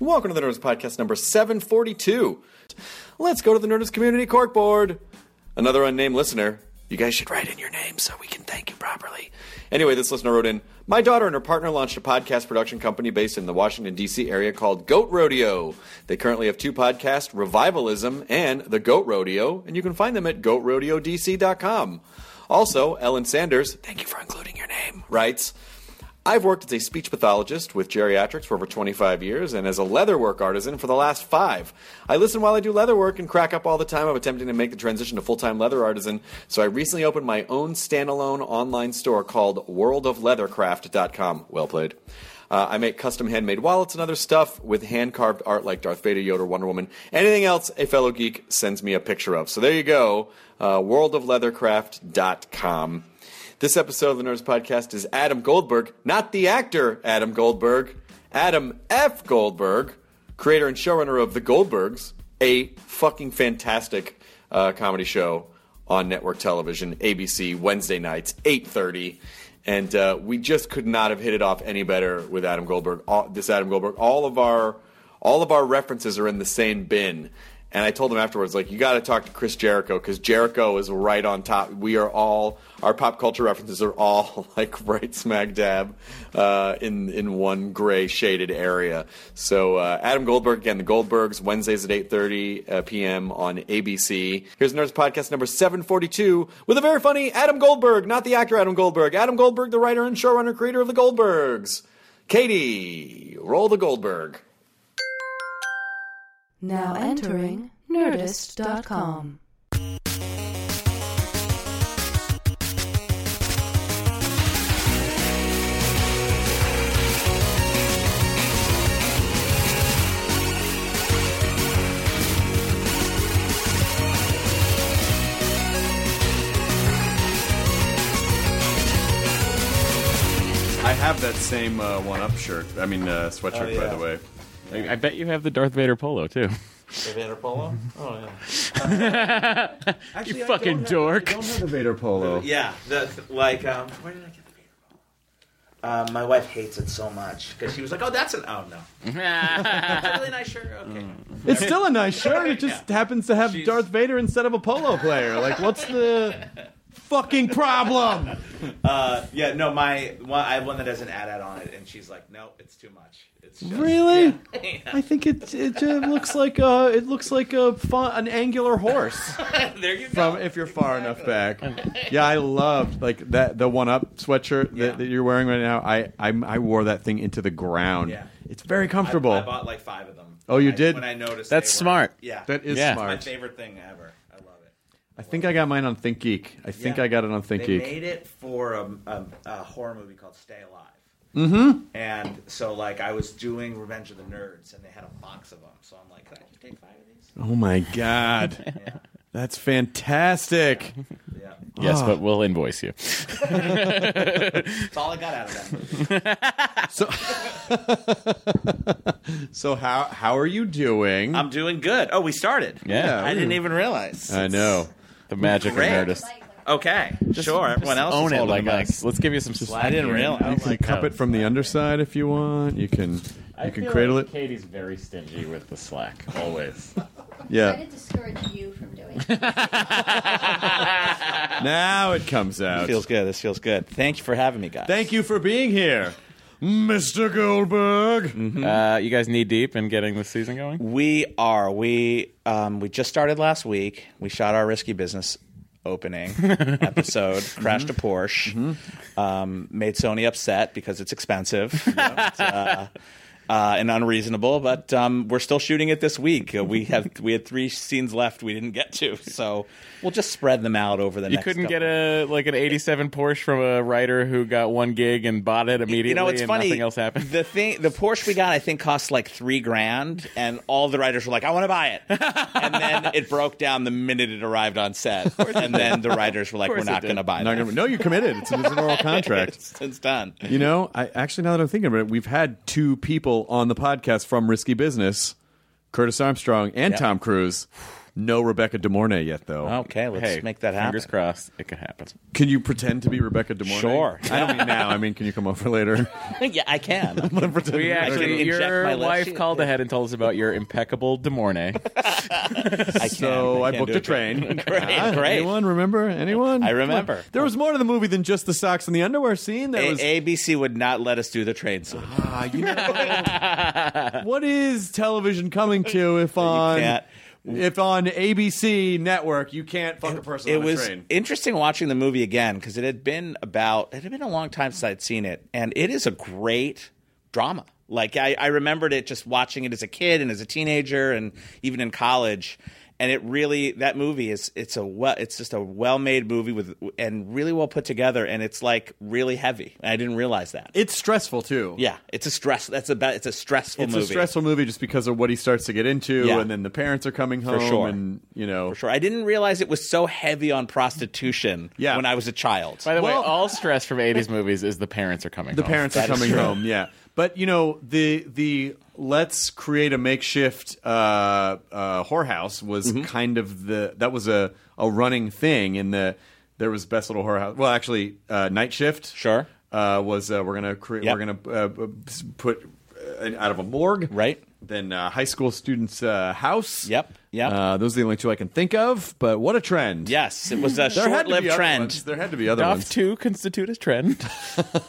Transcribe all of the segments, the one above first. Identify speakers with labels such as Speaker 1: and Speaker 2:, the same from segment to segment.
Speaker 1: Welcome to the Nerdist Podcast number 742. Let's go to the Nerdist Community Corkboard. Another unnamed listener. You guys should write in your name so we can thank you properly. Anyway, this listener wrote in My daughter and her partner launched a podcast production company based in the Washington, D.C. area called Goat Rodeo. They currently have two podcasts, Revivalism and The Goat Rodeo, and you can find them at goatrodeodc.com. Also, Ellen Sanders, thank you for including your name, writes, I've worked as a speech pathologist with geriatrics for over 25 years and as a leatherwork artisan for the last five. I listen while I do leatherwork and crack up all the time I'm attempting to make the transition to full time leather artisan, so I recently opened my own standalone online store called worldofleathercraft.com. Well played. Uh, I make custom handmade wallets and other stuff with hand carved art like Darth Vader, Yoda, Wonder Woman, anything else a fellow geek sends me a picture of. So there you go, uh, worldofleathercraft.com. This episode of the Nerds Podcast is Adam Goldberg, not the actor Adam Goldberg, Adam F. Goldberg, creator and showrunner of The Goldbergs, a fucking fantastic uh, comedy show on network television, ABC, Wednesday nights, 8.30. And uh, we just could not have hit it off any better with Adam Goldberg. All, this Adam Goldberg, all of our all of our references are in the same bin. And I told him afterwards, like, you got to talk to Chris Jericho because Jericho is right on top. We are all our pop culture references are all like right smack dab uh, in in one gray shaded area. So uh, Adam Goldberg again, the Goldbergs Wednesdays at eight thirty uh, p.m. on ABC. Here's Nerds Podcast number seven forty two with a very funny Adam Goldberg, not the actor Adam Goldberg, Adam Goldberg, the writer and showrunner creator of the Goldbergs. Katie, roll the Goldberg.
Speaker 2: Now entering Nerdist.com.
Speaker 1: I have that same uh, one up shirt. I mean uh, sweatshirt,
Speaker 3: Oh,
Speaker 1: by the way.
Speaker 4: I, I bet you have the Darth Vader polo too.
Speaker 1: Vader polo. Oh yeah.
Speaker 4: you fucking dork.
Speaker 1: have the Vader polo.
Speaker 3: Yeah, the, like, um, where did I get the beer bottle? Uh, my wife hates it so much because she was like, "Oh, that's an oh no, that's a really nice shirt." Okay,
Speaker 5: It's still a nice shirt. It just happens to have Darth Vader instead of a polo player. Like, what's the fucking problem?
Speaker 3: uh, yeah, no, my one, I have one that has an ad ad on it, and she's like, "No, it's too much." It's just,
Speaker 5: Really? I think it it uh, looks like uh it looks like a fun, an angular horse
Speaker 3: there you go.
Speaker 5: from if you're far enough back. Yeah, I loved like that the one up sweatshirt that,
Speaker 3: Yeah.
Speaker 5: that you're wearing right now. I I'm, I wore that thing into the ground.
Speaker 3: Yeah.
Speaker 5: It's very
Speaker 3: I-
Speaker 5: comfortable.
Speaker 3: I, bought like five of them.
Speaker 5: Oh, you
Speaker 3: I-
Speaker 5: did?
Speaker 3: When I noticed,
Speaker 4: That's
Speaker 3: they were-
Speaker 4: smart.
Speaker 3: Yeah,
Speaker 5: that is
Speaker 4: Yeah.
Speaker 3: my
Speaker 5: smart.
Speaker 3: favorite thing ever. I love it.
Speaker 5: I think I got mine on Think Geek. I think
Speaker 3: Yeah.
Speaker 5: I got it on Think
Speaker 3: They
Speaker 5: Geek.
Speaker 3: made it for a, a, a horror movie called Stay Alive. Mm-hmm. And so, like, I was doing Revenge of the Nerds, and they had a box of them. So I'm like, can I take five of these?
Speaker 5: Oh my god. That's fantastic.
Speaker 3: Yeah,
Speaker 4: Yes, but we'll invoice you.
Speaker 3: that's all I got out of that movie.
Speaker 5: So So how how are you doing?
Speaker 3: I'm doing good. Oh, we started.
Speaker 4: Yeah.
Speaker 3: I didn't even realize.
Speaker 5: I know.
Speaker 4: The magic of
Speaker 3: Great.
Speaker 4: Nerdist.
Speaker 3: Okay, sure. Everyone else
Speaker 4: Own
Speaker 3: is
Speaker 4: it
Speaker 3: holding
Speaker 4: like
Speaker 3: the mic.
Speaker 4: us. Let's give you some slack.
Speaker 3: I didn't
Speaker 4: here.
Speaker 3: realize.
Speaker 5: You can cup it from the underside if you want. You can you can cradle it.
Speaker 4: Katie's very stingy with the slack, always.
Speaker 5: Yeah.
Speaker 6: Try to discourage you from doing it.
Speaker 5: Now it comes out.
Speaker 3: Feels good. This feels good. Thank you for having me, guys.
Speaker 5: Thank you for being here, Mr. Goldberg.
Speaker 4: uh, you guys knee deep in getting the season going?
Speaker 3: We are. We um, we just started last week. We shot our risky business opening episode, crashed a
Speaker 4: Mm-hmm.
Speaker 3: Porsche, um, made Sony upset because it's expensive. uh, uh, and unreasonable, but um, we're still shooting it this week. Uh, we have we had three scenes left we didn't get to, so we'll just spread them out over the
Speaker 4: You
Speaker 3: next.
Speaker 4: couldn't
Speaker 3: couple.
Speaker 4: get a like an '87 Porsche from a writer who got one gig and bought it immediately.
Speaker 3: You know, it's
Speaker 4: and
Speaker 3: funny.
Speaker 4: Nothing else happened.
Speaker 3: The thing, the Porsche we got, I think, cost like three grand, and all the writers were like, "I want to buy it," and then it broke down the minute it arrived on set, and then the writers were like, "We're
Speaker 4: course it
Speaker 3: not
Speaker 4: did.
Speaker 3: going to buy
Speaker 1: Not
Speaker 3: it.
Speaker 1: gonna- no, you're committed. It's, it's an oral contract.
Speaker 3: It's, it's done."
Speaker 1: You know, I actually now that I'm thinking about it, we've had two people on the podcast from Risky Business, Curtis Armstrong and
Speaker 3: Yeah.
Speaker 1: Tom Cruise. No Rebecca De Mornay yet, though.
Speaker 3: Okay, let's
Speaker 4: hey,
Speaker 3: make that happen.
Speaker 4: Fingers crossed, it could happen.
Speaker 1: Can you pretend to be Rebecca De Mornay?
Speaker 3: Sure.
Speaker 1: I don't mean now. I mean, can you come over later?
Speaker 3: yeah, I can.
Speaker 1: Pretend
Speaker 4: We
Speaker 1: you're
Speaker 4: actually,
Speaker 3: can inject my
Speaker 4: your
Speaker 3: left
Speaker 4: wife
Speaker 3: shoe.
Speaker 4: called ahead and told us about your impeccable De Mornay.
Speaker 3: I can.
Speaker 1: So I
Speaker 3: can
Speaker 1: booked
Speaker 3: do
Speaker 1: a
Speaker 3: it.
Speaker 1: train.
Speaker 3: Great,
Speaker 1: Ah,
Speaker 3: great.
Speaker 1: Anyone remember? Anyone?
Speaker 3: I remember.
Speaker 1: There was more to the movie than just the socks and the underwear scene. There
Speaker 3: A-
Speaker 1: was.
Speaker 3: ABC would not let us do the train scene.
Speaker 1: Ah, you know. what is television coming to if on
Speaker 3: can't-
Speaker 1: if on ABC network you can't fuck a person
Speaker 3: it
Speaker 1: on
Speaker 3: was
Speaker 1: a train?
Speaker 3: interesting watching the movie again because it had been about it had been a long time since I'd seen it, and it is a great drama. Like I, I remembered it just watching it as a kid and as a teenager and even in college, and it really that movie is it's a well it's just a well made movie with and really well put together, and it's like really heavy. And I didn't realize that.
Speaker 1: it's stressful too.
Speaker 3: yeah, it's a stress. That's about it's a stressful
Speaker 1: It's
Speaker 3: movie.
Speaker 1: a stressful movie just because of what he starts to get into,
Speaker 3: Yeah.
Speaker 1: and then the parents are coming home,
Speaker 3: sure.
Speaker 1: and you know,
Speaker 3: for sure. I didn't realize it was so heavy on prostitution
Speaker 1: Yeah.
Speaker 3: when I was a child.
Speaker 4: By the
Speaker 1: Well-
Speaker 4: way, all stress from '80s movies is the parents are coming.
Speaker 1: the
Speaker 4: home.
Speaker 1: parents are
Speaker 3: That is
Speaker 1: coming
Speaker 3: true.
Speaker 1: home. Yeah, but you know, the the let's create a makeshift uh, uh, whorehouse was
Speaker 3: Mm-hmm.
Speaker 1: kind of the that was a a running thing in the there was best little whorehouse. Well, actually, uh, night shift.
Speaker 3: Sure.
Speaker 1: Uh, was uh, we're gonna create we're
Speaker 3: Yep.
Speaker 1: gonna uh, uh, s- put uh, out of a morgue
Speaker 3: Right.
Speaker 1: then uh, high school students uh, house
Speaker 3: Yep, yep.
Speaker 1: uh, those are the only two I can think of but what a trend
Speaker 3: Yes, it was a
Speaker 1: There had to be
Speaker 3: short-lived
Speaker 1: other
Speaker 3: trend.
Speaker 1: ones. There had to be other
Speaker 4: Doth
Speaker 1: ones.
Speaker 4: two constitute a trend?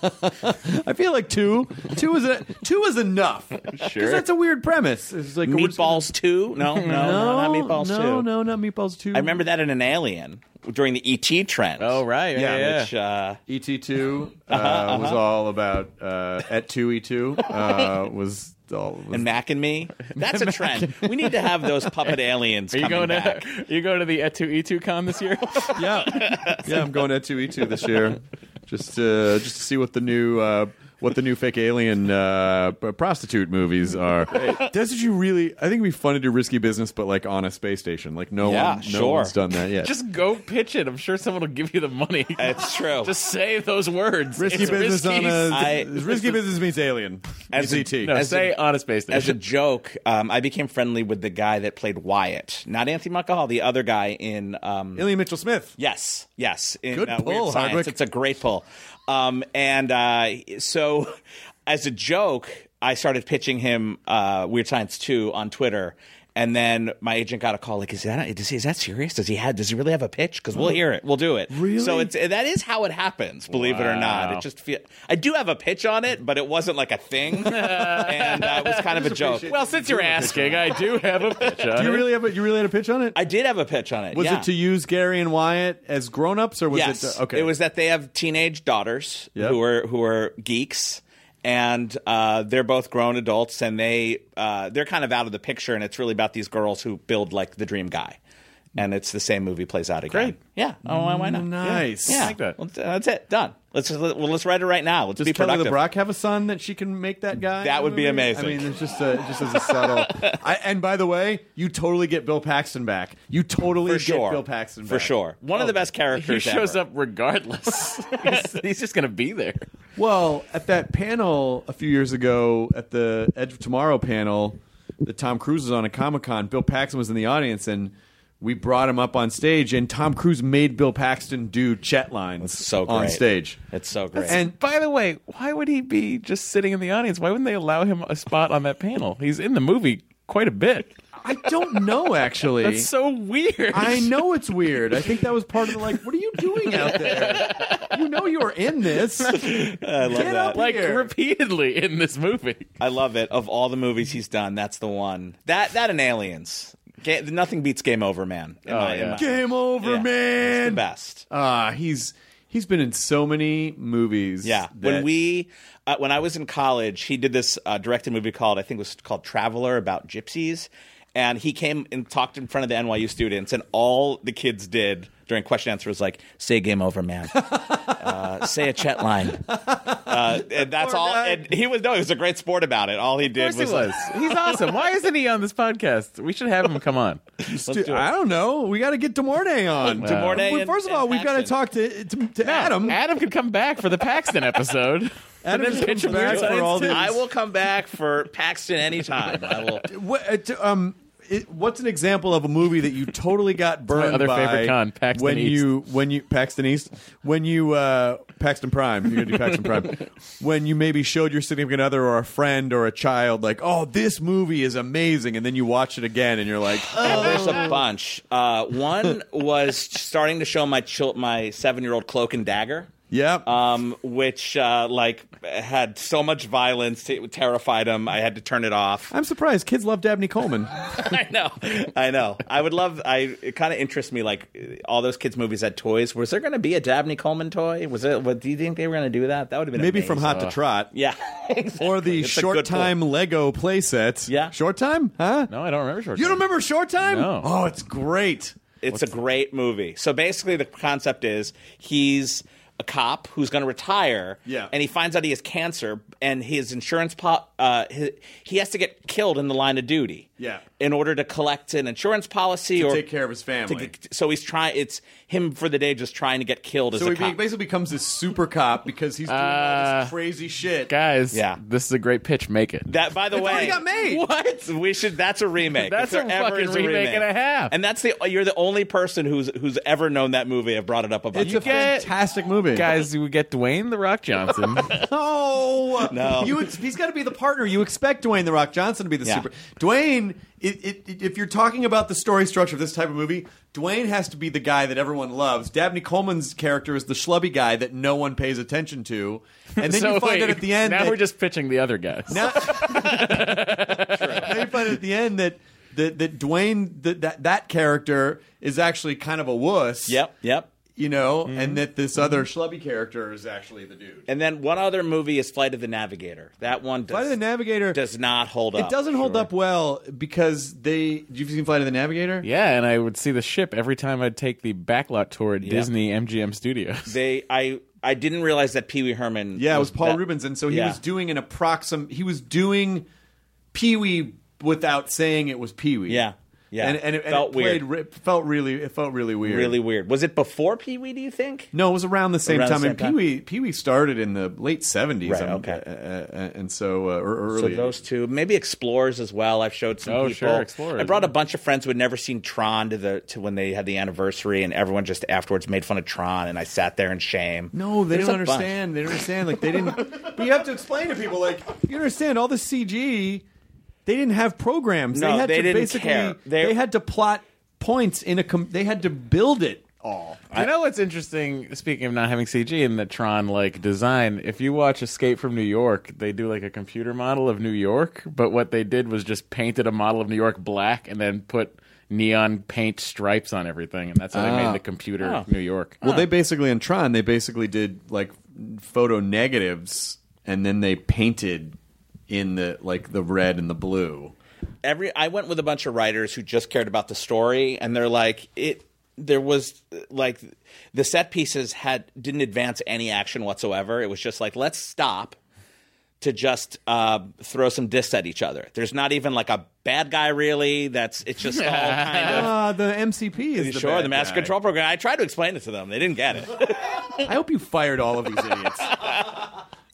Speaker 1: I feel like two, two is a, two is enough. Because
Speaker 4: Sure.
Speaker 1: that's a weird premise. It's like we're just gonna-
Speaker 3: Meatballs two? No, no, no, not Meatballs
Speaker 1: no,
Speaker 3: two.
Speaker 1: No, not meatballs two.
Speaker 3: I remember that in an Alien during the ET trend.
Speaker 4: oh right, yeah, yeah.
Speaker 3: Which, uh,
Speaker 1: ET two uh, was
Speaker 3: Uh-huh.
Speaker 1: all about uh, at two E two uh, was all. Was,
Speaker 3: and Mac and Me. That's a trend. we need to have those puppet aliens
Speaker 4: Are you
Speaker 3: coming
Speaker 4: going
Speaker 3: back.
Speaker 4: to you go to the
Speaker 3: E
Speaker 4: E2 E2 con this year?
Speaker 1: yeah, yeah, I'm going at two E two this year, just to, just to see what the new. Uh, what the new fake alien uh, p- prostitute movies are? That's what you really. I think it'd be fun to do risky business, but like on a space station. Like no
Speaker 3: Yeah,
Speaker 1: one, no
Speaker 3: sure.
Speaker 1: one's done that yet.
Speaker 4: Just go pitch it. I'm sure someone will give you the money.
Speaker 3: It's true.
Speaker 4: Just say those words.
Speaker 1: risky
Speaker 4: It's
Speaker 1: business
Speaker 4: risky.
Speaker 1: on a
Speaker 3: I-
Speaker 1: risky business means alien. E
Speaker 3: As a-
Speaker 1: Means ET.
Speaker 4: No,
Speaker 3: As
Speaker 4: say
Speaker 3: a-
Speaker 4: on a space
Speaker 3: As a
Speaker 4: station.
Speaker 3: joke, um, I became friendly with the guy that played Wyatt, not Anthony McCall, the other guy in um,
Speaker 1: Ilya Mitchell Smith.
Speaker 3: Yes, yes. In, uh,
Speaker 1: Good
Speaker 3: Weird
Speaker 1: pull,
Speaker 3: Science.
Speaker 1: Hardwick.
Speaker 3: It's a great pull. Um, and uh, so, as a joke, I started pitching him uh, Weird Science Two on Twitter. And then my agent got a call like, "Is that is, is that serious? Does he have? Does he really have a pitch? Because we'll hear it, we'll do it. Really? So it's that is how it happens. Believe it or not, it just feel I do have a pitch on it, but it wasn't like a thing, and uh, it was kind of a joke.
Speaker 4: well, since you're asking, I do have a pitch. On
Speaker 1: Do you
Speaker 4: it.
Speaker 1: really have a you really had a pitch on it?
Speaker 3: I did have a pitch on it.
Speaker 1: was
Speaker 3: yeah.
Speaker 1: it to use Gary and Wyatt as grown-ups or was
Speaker 3: yes.
Speaker 1: it to, okay?
Speaker 3: It was that they have teenage daughters
Speaker 1: Yep.
Speaker 3: who are who are geeks. And uh, they're both grown adults, and they uh, they're kind of out of the picture. And it's really about these girls who build like the dream guy, and it's the same movie plays out again.
Speaker 4: Great.
Speaker 3: yeah. Oh, why, why not?
Speaker 1: Nice.
Speaker 3: Yeah,
Speaker 4: like that.
Speaker 3: Well, th- that's it. Done. Let's well, let's write it right now. Let's be
Speaker 1: Does Kelly
Speaker 3: productive.
Speaker 1: LeBrock have a son that she can make that guy?
Speaker 3: That
Speaker 1: in
Speaker 3: would
Speaker 1: the
Speaker 3: be
Speaker 1: movie?
Speaker 3: amazing.
Speaker 1: I mean, it's just a, just as a subtle. I, and by the way, you totally get Bill Paxton back. You totally
Speaker 3: for
Speaker 1: get
Speaker 3: sure,
Speaker 1: Bill Paxton back.
Speaker 3: for sure. One of the best characters.
Speaker 4: He shows
Speaker 3: ever.
Speaker 4: up regardless. he's, he's just gonna be there.
Speaker 1: Well, at that panel a few years ago, at the Edge of Tomorrow panel that Tom Cruise was on at Comic Con, Bill Paxton was in the audience, and we brought him up on stage, and Tom Cruise made Bill Paxton do chat lines
Speaker 3: so
Speaker 1: on
Speaker 3: great.
Speaker 1: stage.
Speaker 3: It's so great.
Speaker 1: And
Speaker 4: By the way, why would he be just sitting in the audience? Why wouldn't they allow him a spot on that panel? He's in the movie quite a bit.
Speaker 1: I don't know, actually.
Speaker 4: That's so weird.
Speaker 1: I know it's weird. I think that was part of the like, what are you doing out there? You know you're in this.
Speaker 3: I love
Speaker 1: Get
Speaker 3: that.
Speaker 1: up
Speaker 4: like
Speaker 1: here.
Speaker 4: repeatedly in this movie.
Speaker 3: I love it. Of all the movies he's done, that's the one. That that and Aliens. Ga- nothing beats Game Over, man. In my- in my-
Speaker 1: Oh, Game over,
Speaker 3: Yeah.
Speaker 1: man.
Speaker 3: It's the best.
Speaker 1: Ah, he's he's been in so many movies.
Speaker 3: Yeah, when
Speaker 1: that-
Speaker 3: we uh, when I was in college, he did this uh, directed movie called I think it was called Traveler about gypsies, and he came and talked in front of the NYU students, and all the kids did during question and answer was like, "Say game over, man. uh, say a chat line." Uh, and that's all. And he was no, he was a great sport about it. All he did
Speaker 4: Of course he
Speaker 3: like,
Speaker 4: was. He's awesome. Why isn't he on this podcast? We should have him come on.
Speaker 1: Dude, I don't know. We got to get Demornay on.
Speaker 3: Mornay
Speaker 1: Well,
Speaker 3: and-
Speaker 1: first of
Speaker 3: and
Speaker 1: all, we've got to
Speaker 3: Paxton.
Speaker 1: talk to to, to Adam.
Speaker 4: Adam could come back for the Paxton episode.
Speaker 1: Adam
Speaker 4: And then
Speaker 1: comes
Speaker 4: pitch him
Speaker 1: back
Speaker 4: weird
Speaker 1: for
Speaker 4: science
Speaker 1: all
Speaker 4: too.
Speaker 1: these-
Speaker 3: I will come back for Paxton anytime. I will.
Speaker 1: What, uh, to- um, it, what's an example of a movie that you totally got burned
Speaker 4: other
Speaker 1: by?
Speaker 4: favorite con, Paxton
Speaker 1: when
Speaker 4: East.
Speaker 1: you when you Paxton East when you uh, Paxton Prime you're gonna do Paxton Prime when you maybe showed your significant other or a friend or a child like oh this movie is amazing and then you watch it again and you're like
Speaker 3: Oh, There's a bunch. Uh, one was starting to show my chil- my seven year old cloak and dagger.
Speaker 1: yep
Speaker 3: um, which uh, like had so much violence it terrified him. I had to turn it off.
Speaker 1: I'm surprised kids love Dabney Coleman
Speaker 3: I know, I know. I would love. I it kind of interests me. Like all those kids' movies had toys. Was there going to be a Dabney Coleman toy? Was it? What do you think they were going to do that? That would have been
Speaker 1: maybe
Speaker 3: amazing.
Speaker 1: from Hot to Trot
Speaker 3: Yeah,
Speaker 1: or the
Speaker 3: exactly. It's a
Speaker 1: short
Speaker 3: good point.
Speaker 1: time Lego playset
Speaker 3: Yeah.
Speaker 1: short time huh
Speaker 4: No, I don't remember short.
Speaker 1: you don't remember short time
Speaker 4: No.
Speaker 1: oh it's great
Speaker 3: It's a great movie. So basically, the concept is he's a cop who's going to retire,
Speaker 1: Yeah.
Speaker 3: and he finds out he has cancer, and his insurance po- uh, he, he has to get killed in the line of duty,
Speaker 1: Yeah.
Speaker 3: in order to collect an insurance policy or
Speaker 1: take care of his
Speaker 3: to
Speaker 1: family.
Speaker 3: get- so he's trying. It's him for the day, just trying to get killed as
Speaker 1: So
Speaker 3: a
Speaker 1: he
Speaker 3: cop.
Speaker 1: basically becomes this super cop because he's doing all this crazy shit.
Speaker 4: Guys,
Speaker 3: Yeah.
Speaker 4: this is a great pitch. Make it.
Speaker 3: That, by the
Speaker 1: It's
Speaker 3: way,
Speaker 1: already got made.
Speaker 3: What? We should. That's a remake.
Speaker 4: That's
Speaker 3: If
Speaker 4: a
Speaker 3: there ever
Speaker 4: fucking
Speaker 3: is
Speaker 4: remake and a half.
Speaker 3: And that's the. You're the only person who's who's ever known that movie. I've brought it up a bunch.
Speaker 1: It's a
Speaker 3: of times.
Speaker 1: fantastic movie,
Speaker 4: Guys, we get Dwayne the Rock Johnson.
Speaker 1: No,
Speaker 3: No.
Speaker 1: You ex- he's got to be the partner. You expect Dwayne the Rock Johnson to be the
Speaker 3: Yeah.
Speaker 1: super. Dwayne, it, it, it- if you're talking about the story structure of this type of movie, Dwayne has to be the guy that everyone loves. Dabney Coleman's character is the schlubby guy that no one pays attention to, and then
Speaker 4: so
Speaker 1: you find
Speaker 4: wait,
Speaker 1: out at the end.
Speaker 4: Now
Speaker 1: that-
Speaker 4: we're just pitching the other guys.
Speaker 1: Now, they find at the end that that, that Dwayne that, that that character is actually kind of a wuss.
Speaker 3: Yep. Yep.
Speaker 1: You know, and that this other schlubby character is actually the dude.
Speaker 3: And then one other movie is Flight of the Navigator. That one does,
Speaker 1: Flight of the Navigator
Speaker 3: does not hold up.
Speaker 1: It doesn't hold
Speaker 3: Sure.
Speaker 1: up well because they. You've seen Flight of the Navigator?
Speaker 4: yeah, and I would see the ship every time I'd take the backlot tour at Disney MGM Studios.
Speaker 3: They, I, I didn't realize that Pee Wee Herman.
Speaker 1: Yeah, it was Paul
Speaker 3: that-
Speaker 1: Rubens, and so he
Speaker 3: Yeah.
Speaker 1: was doing an approxim. He was doing Pee Wee without saying it was Pee Wee.
Speaker 3: Yeah, yeah.
Speaker 1: and, and it, and
Speaker 3: Felt
Speaker 1: it played, re-
Speaker 3: weird.
Speaker 1: felt really, it felt really weird.
Speaker 3: Really weird. Was it before Pee Wee? Do you think?
Speaker 1: No, it was around the same
Speaker 3: Around the
Speaker 1: time.
Speaker 3: same
Speaker 1: and Pee
Speaker 3: time?
Speaker 1: Wee Pee Wee started in the late seventies.
Speaker 3: Right, okay.
Speaker 1: Uh, uh, and so uh, or- or early.
Speaker 3: So those two, maybe Explorers as well. I've showed some
Speaker 4: Oh,
Speaker 3: people.
Speaker 4: sure, Explorers,
Speaker 3: I brought a
Speaker 4: yeah.
Speaker 3: bunch of friends who had never seen Tron to the to when they had the anniversary, and everyone just afterwards made fun of Tron, and I sat there in shame.
Speaker 1: no, they
Speaker 3: There's
Speaker 1: don't
Speaker 3: a bunch.
Speaker 1: understand. They don't understand. Like they didn't. but you have to explain to people. Like you understand all the CG. They didn't have programs.
Speaker 3: No,
Speaker 1: they had
Speaker 3: they
Speaker 1: to
Speaker 3: didn't
Speaker 1: basically.
Speaker 3: care.
Speaker 1: They,
Speaker 3: They-
Speaker 1: had to plot points in a. Com- they had to build it all.
Speaker 4: You know what's interesting? Speaking of not having CG in the Tron like design, if you watch Escape from New York, they do like a computer model of New York, but what they did was just painted a model of New York black and then put neon paint stripes on everything, and that's how
Speaker 3: Ah.
Speaker 4: they made the computer New York.
Speaker 1: Well, they basically in Tron they basically did like photo negatives, and then they painted in the like the red and the blue.
Speaker 3: every I went with a bunch of writers who just cared about the story and they're like it there was like the set pieces had didn't advance any action whatsoever. It was just like let's stop to just uh, throw some discs at each other. There's not even like a bad guy really. That's it's just all kind of
Speaker 1: Uh, the MCP is the
Speaker 3: sure
Speaker 1: bad
Speaker 3: the master
Speaker 1: guy.
Speaker 3: control program. I tried to explain it to them. They didn't get it.
Speaker 1: I hope you fired all of these idiots.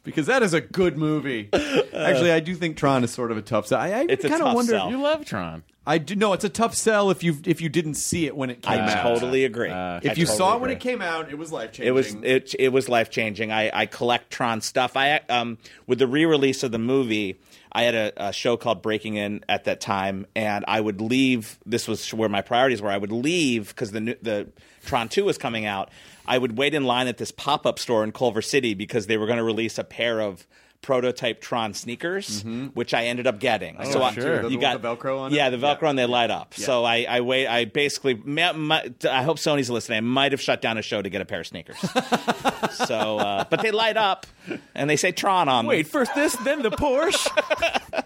Speaker 1: Because that is a good movie. Actually, I do think Tron is sort of a tough sell. I, I
Speaker 3: It's a
Speaker 1: kind of
Speaker 3: tough
Speaker 1: wonder.
Speaker 3: sell.
Speaker 4: You love Tron.
Speaker 1: I do no. It's a tough sell if you if you didn't see it when it came
Speaker 3: I
Speaker 1: out.
Speaker 3: totally agree.
Speaker 1: If
Speaker 3: I
Speaker 1: you
Speaker 3: totally
Speaker 1: saw it when
Speaker 3: agree.
Speaker 1: it came out, it was life changing.
Speaker 3: It was it it was life changing. I, I collect Tron stuff. I um with the re release of the movie, I had a, a show called Breaking In at that time, and I would leave. This was where my priorities were. I would leave because the new- the Tron Two was coming out. I would wait in line at this pop up store in Culver City because they were going to release a pair of prototype Tron sneakers, which I ended up getting. so I,
Speaker 4: Oh, sure.
Speaker 1: The
Speaker 3: you
Speaker 1: one
Speaker 3: got
Speaker 1: with the Velcro on it?
Speaker 3: Yeah, the Velcro and they light up. So I, I wait. I basically. ma- my- I hope Sony's listening. I might have shut down a show to get a pair of sneakers. so, uh, but they light up and they say Tron on
Speaker 4: Wait, first this, then the Porsche.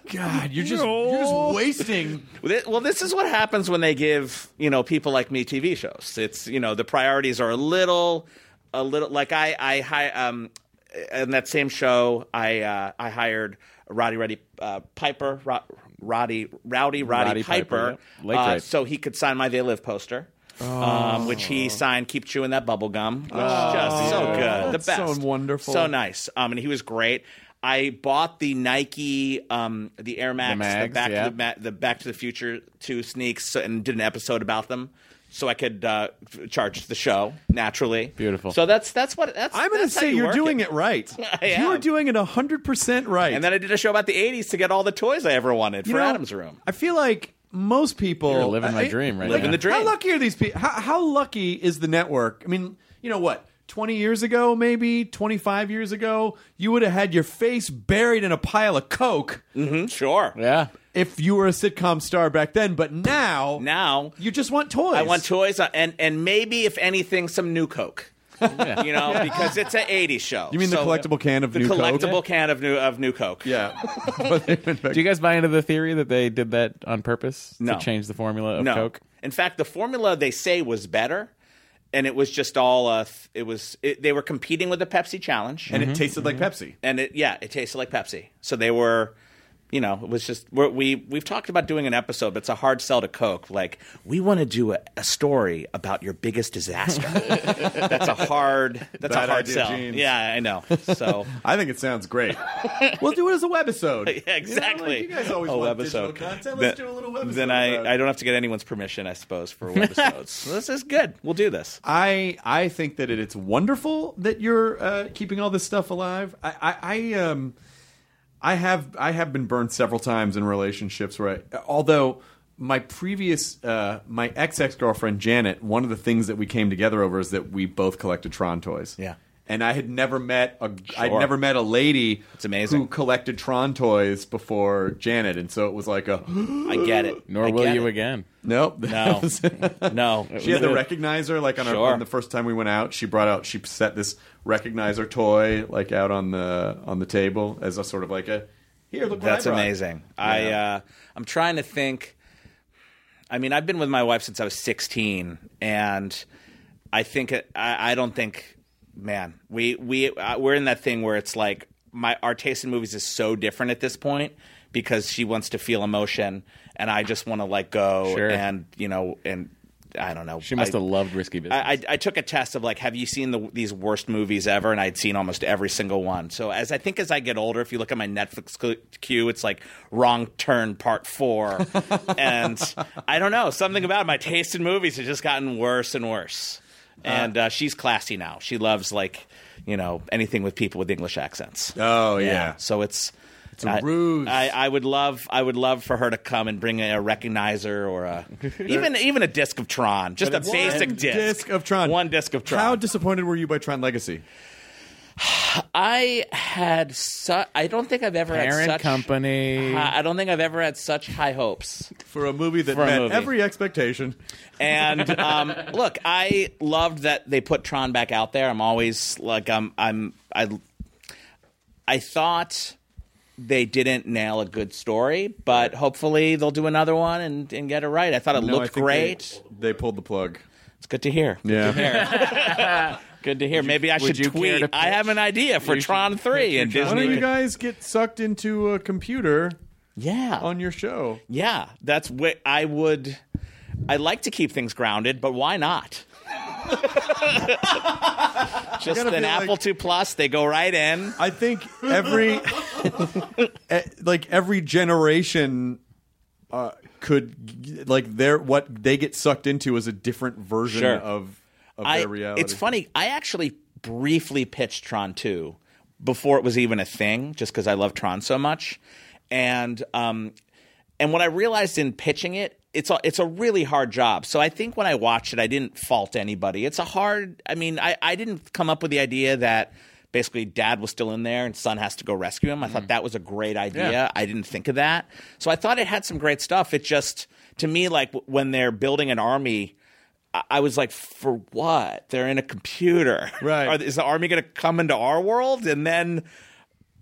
Speaker 1: God, you're just you're just wasting.
Speaker 3: them. Wait, well, this is what happens when they give you know people like me TV shows. It's you know the priorities are a little, a little like I I hi um in that same show I uh, I hired Roddy Roddy uh, Piper Ro- Roddy Rowdy Roddy,
Speaker 4: Roddy Piper,
Speaker 3: Piper,
Speaker 4: yep. Lake
Speaker 3: uh,
Speaker 4: Ride.
Speaker 3: so he could sign my They Live poster. Um, which he signed, keep chewing that bubble gum, which just so good, the
Speaker 1: That's so
Speaker 3: best,
Speaker 1: wonderful.
Speaker 3: so nice. Um, and he was great. I bought the Nike, um, the Air Max, the,
Speaker 4: Mags,
Speaker 3: back
Speaker 4: yeah.
Speaker 3: to the Ma- the Back to the Future two sneaks, so, and did an episode about them, so I could uh, f- charge the show naturally.
Speaker 4: Beautiful.
Speaker 3: So that's that's what that's.
Speaker 1: I'm going to
Speaker 3: that's how
Speaker 1: say
Speaker 3: you
Speaker 1: you are
Speaker 3: work
Speaker 1: doing it, right.
Speaker 3: I am.
Speaker 1: You are doing it 100% right.
Speaker 3: And then I did a show about the '80s to get all the toys I ever wanted
Speaker 1: You
Speaker 3: for
Speaker 1: know,
Speaker 3: Adam's room.
Speaker 1: I feel like most people
Speaker 4: You're living my
Speaker 1: I-
Speaker 4: dream right
Speaker 3: Living
Speaker 4: now.
Speaker 3: the dream.
Speaker 1: How lucky are these people? How, how lucky is the network? I mean, you know what? 20 years ago, maybe 25 years ago, you would have had your face buried in a pile of coke
Speaker 3: Mm-hmm. Sure.
Speaker 4: Yeah.
Speaker 1: if you were a sitcom star back then. But now,
Speaker 3: Now
Speaker 1: you just want toys.
Speaker 3: I want toys, uh, and and maybe if anything, some new Coke. You know, because it's an '80s show.
Speaker 1: You mean the collectible can of
Speaker 3: the
Speaker 1: new Coke?
Speaker 3: collectible can of new of new Coke?
Speaker 1: Yeah. But they've been back-
Speaker 4: Do you guys buy into the theory that they did that on purpose
Speaker 3: No.
Speaker 4: to change the formula of
Speaker 3: no.
Speaker 4: Coke?
Speaker 3: In fact, the formula they say was better, and it was just all. Uh, th- it was it, they were competing with the Pepsi challenge,
Speaker 4: Mm-hmm.
Speaker 3: Mm-hmm.
Speaker 1: and it tasted like Pepsi.
Speaker 3: and it yeah, it tasted like Pepsi. So they were, you know, it was just we're, we we've talked about doing an episode, but it's a hard sell to Coke. Like we want to do a, a story about your biggest disaster. that's a hard. That's
Speaker 1: Bad
Speaker 3: a hard
Speaker 1: idea,
Speaker 3: sell.
Speaker 1: Jeans.
Speaker 3: Yeah, I know. So.
Speaker 1: I think it sounds great. we'll do it as a webisode.
Speaker 3: Yeah, exactly.
Speaker 1: You, know, like, you guys always
Speaker 3: a
Speaker 1: want digital
Speaker 3: webisode.
Speaker 1: content. Let's
Speaker 3: Then-
Speaker 1: do a little webisode.
Speaker 3: Then
Speaker 1: about
Speaker 3: I,
Speaker 1: it.
Speaker 3: I don't have to get anyone's permission, I suppose, for webisodes. so this is good. We'll do this.
Speaker 1: I I think that it, it's wonderful that you're uh, keeping all this stuff alive. I, I, I um I have I have been burned several times in relationships where I, although my previous uh, my ex ex girlfriend Janet, one of the things that we came together over is that we both collected Tron toys.
Speaker 3: Yeah.
Speaker 1: And I had never met a I'd
Speaker 3: Sure.
Speaker 1: never met a lady
Speaker 3: It's amazing.
Speaker 1: who collected Tron toys before Janet, and so it was like a
Speaker 3: I get it.
Speaker 4: Nor
Speaker 3: I
Speaker 4: will
Speaker 3: get
Speaker 4: you
Speaker 3: it.
Speaker 4: again.
Speaker 1: nope
Speaker 3: No. no.
Speaker 1: She had the recognizer, like on, our,
Speaker 3: Sure.
Speaker 1: on the first time we went out. She brought out, she set this recognizer toy, like out on the on the table as a sort of like a here. Look, what
Speaker 3: That's
Speaker 1: I brought."
Speaker 3: amazing. I uh, I'm trying to think. I mean, I've been with my wife since I was 16, and I think it, I, I don't think, man, we we uh, we're in that thing where it's like my our taste in movies is so different at this point because she wants to feel emotion, and I just want to like go
Speaker 4: Sure.
Speaker 3: and you know and I don't know.
Speaker 4: She must
Speaker 3: I-
Speaker 4: have loved Risky Business.
Speaker 3: I, I, I took a test of like, have you seen the, these worst movies ever? And I'd seen almost every single one. So as I think as I get older, if you look at my Netflix cl- queue, it's like Wrong Turn Part Four, and I don't know something about my taste in movies has just gotten worse and worse. And uh, she's classy now. She loves like you know anything with people with English accents.
Speaker 1: Oh yeah.
Speaker 3: So it's it's
Speaker 1: a ruse.
Speaker 3: I, I would love I would love for her to come and bring a recognizer or a even even a disc of Tron, just a basic
Speaker 1: One
Speaker 3: disc.
Speaker 1: of Tron.
Speaker 3: One disc of Tron.
Speaker 1: How disappointed were you by Tron Legacy?
Speaker 3: I had su- I don't think I've ever had
Speaker 4: Parent
Speaker 3: such
Speaker 4: company.
Speaker 3: I I don't think I've ever had such high hopes.
Speaker 1: For a movie that
Speaker 4: a
Speaker 1: met
Speaker 4: movie.
Speaker 1: every expectation.
Speaker 3: And um, look, I loved that they put Tron back out there. I'm always like I'm I'm I I thought they didn't nail a good story, but hopefully they'll do another one and, and get it right. I thought it
Speaker 1: No, I
Speaker 3: looked
Speaker 1: think
Speaker 3: great.
Speaker 1: They, they pulled the plug.
Speaker 3: It's good to hear.
Speaker 1: Yeah.
Speaker 3: Good to hear. Maybe I
Speaker 4: would
Speaker 3: should
Speaker 4: you care
Speaker 3: tweet.
Speaker 4: to
Speaker 3: I have an idea for
Speaker 4: You should
Speaker 3: Tron Three and
Speaker 1: Why don't
Speaker 3: Disney.
Speaker 1: you guys get sucked into a computer
Speaker 3: yeah,
Speaker 1: on your show?
Speaker 3: yeah. That's what I would. I like to keep things grounded, but why not? Just
Speaker 1: gotta feel
Speaker 3: an
Speaker 1: like-
Speaker 3: Apple II Plus. They go right in.
Speaker 1: I think every eh, like every generation uh, could like their what they get sucked into is a different version
Speaker 3: Sure.
Speaker 1: of of
Speaker 3: I,
Speaker 1: their reality.
Speaker 3: It's funny. I actually briefly pitched Tron 2 before it was even a thing, just because I love Tron so much. And um, and what I realized in pitching it, it's a, it's a really hard job. So I think when I watched it, I didn't fault anybody. It's a hard. I mean, I, I didn't come up with the idea that basically dad was still in there and son has to go rescue him. I thought that was a great idea.
Speaker 4: Yeah.
Speaker 3: I didn't think of that. So I thought it had some great stuff. It just, to me, like w- when they're building an army, I- I was like, for what? They're in a computer.
Speaker 1: Right.
Speaker 3: Are- is the army going to come into our world? And then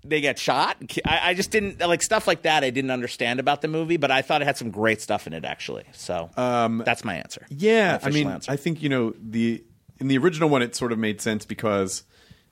Speaker 3: they get shot. I, I just didn't like stuff like that. I didn't understand about the movie, but I thought it had some great stuff in it actually. So that's my answer. My
Speaker 1: Um, Yeah, I
Speaker 3: official
Speaker 1: mean,
Speaker 3: answer.
Speaker 1: I think you know the in the original one, it sort of made sense because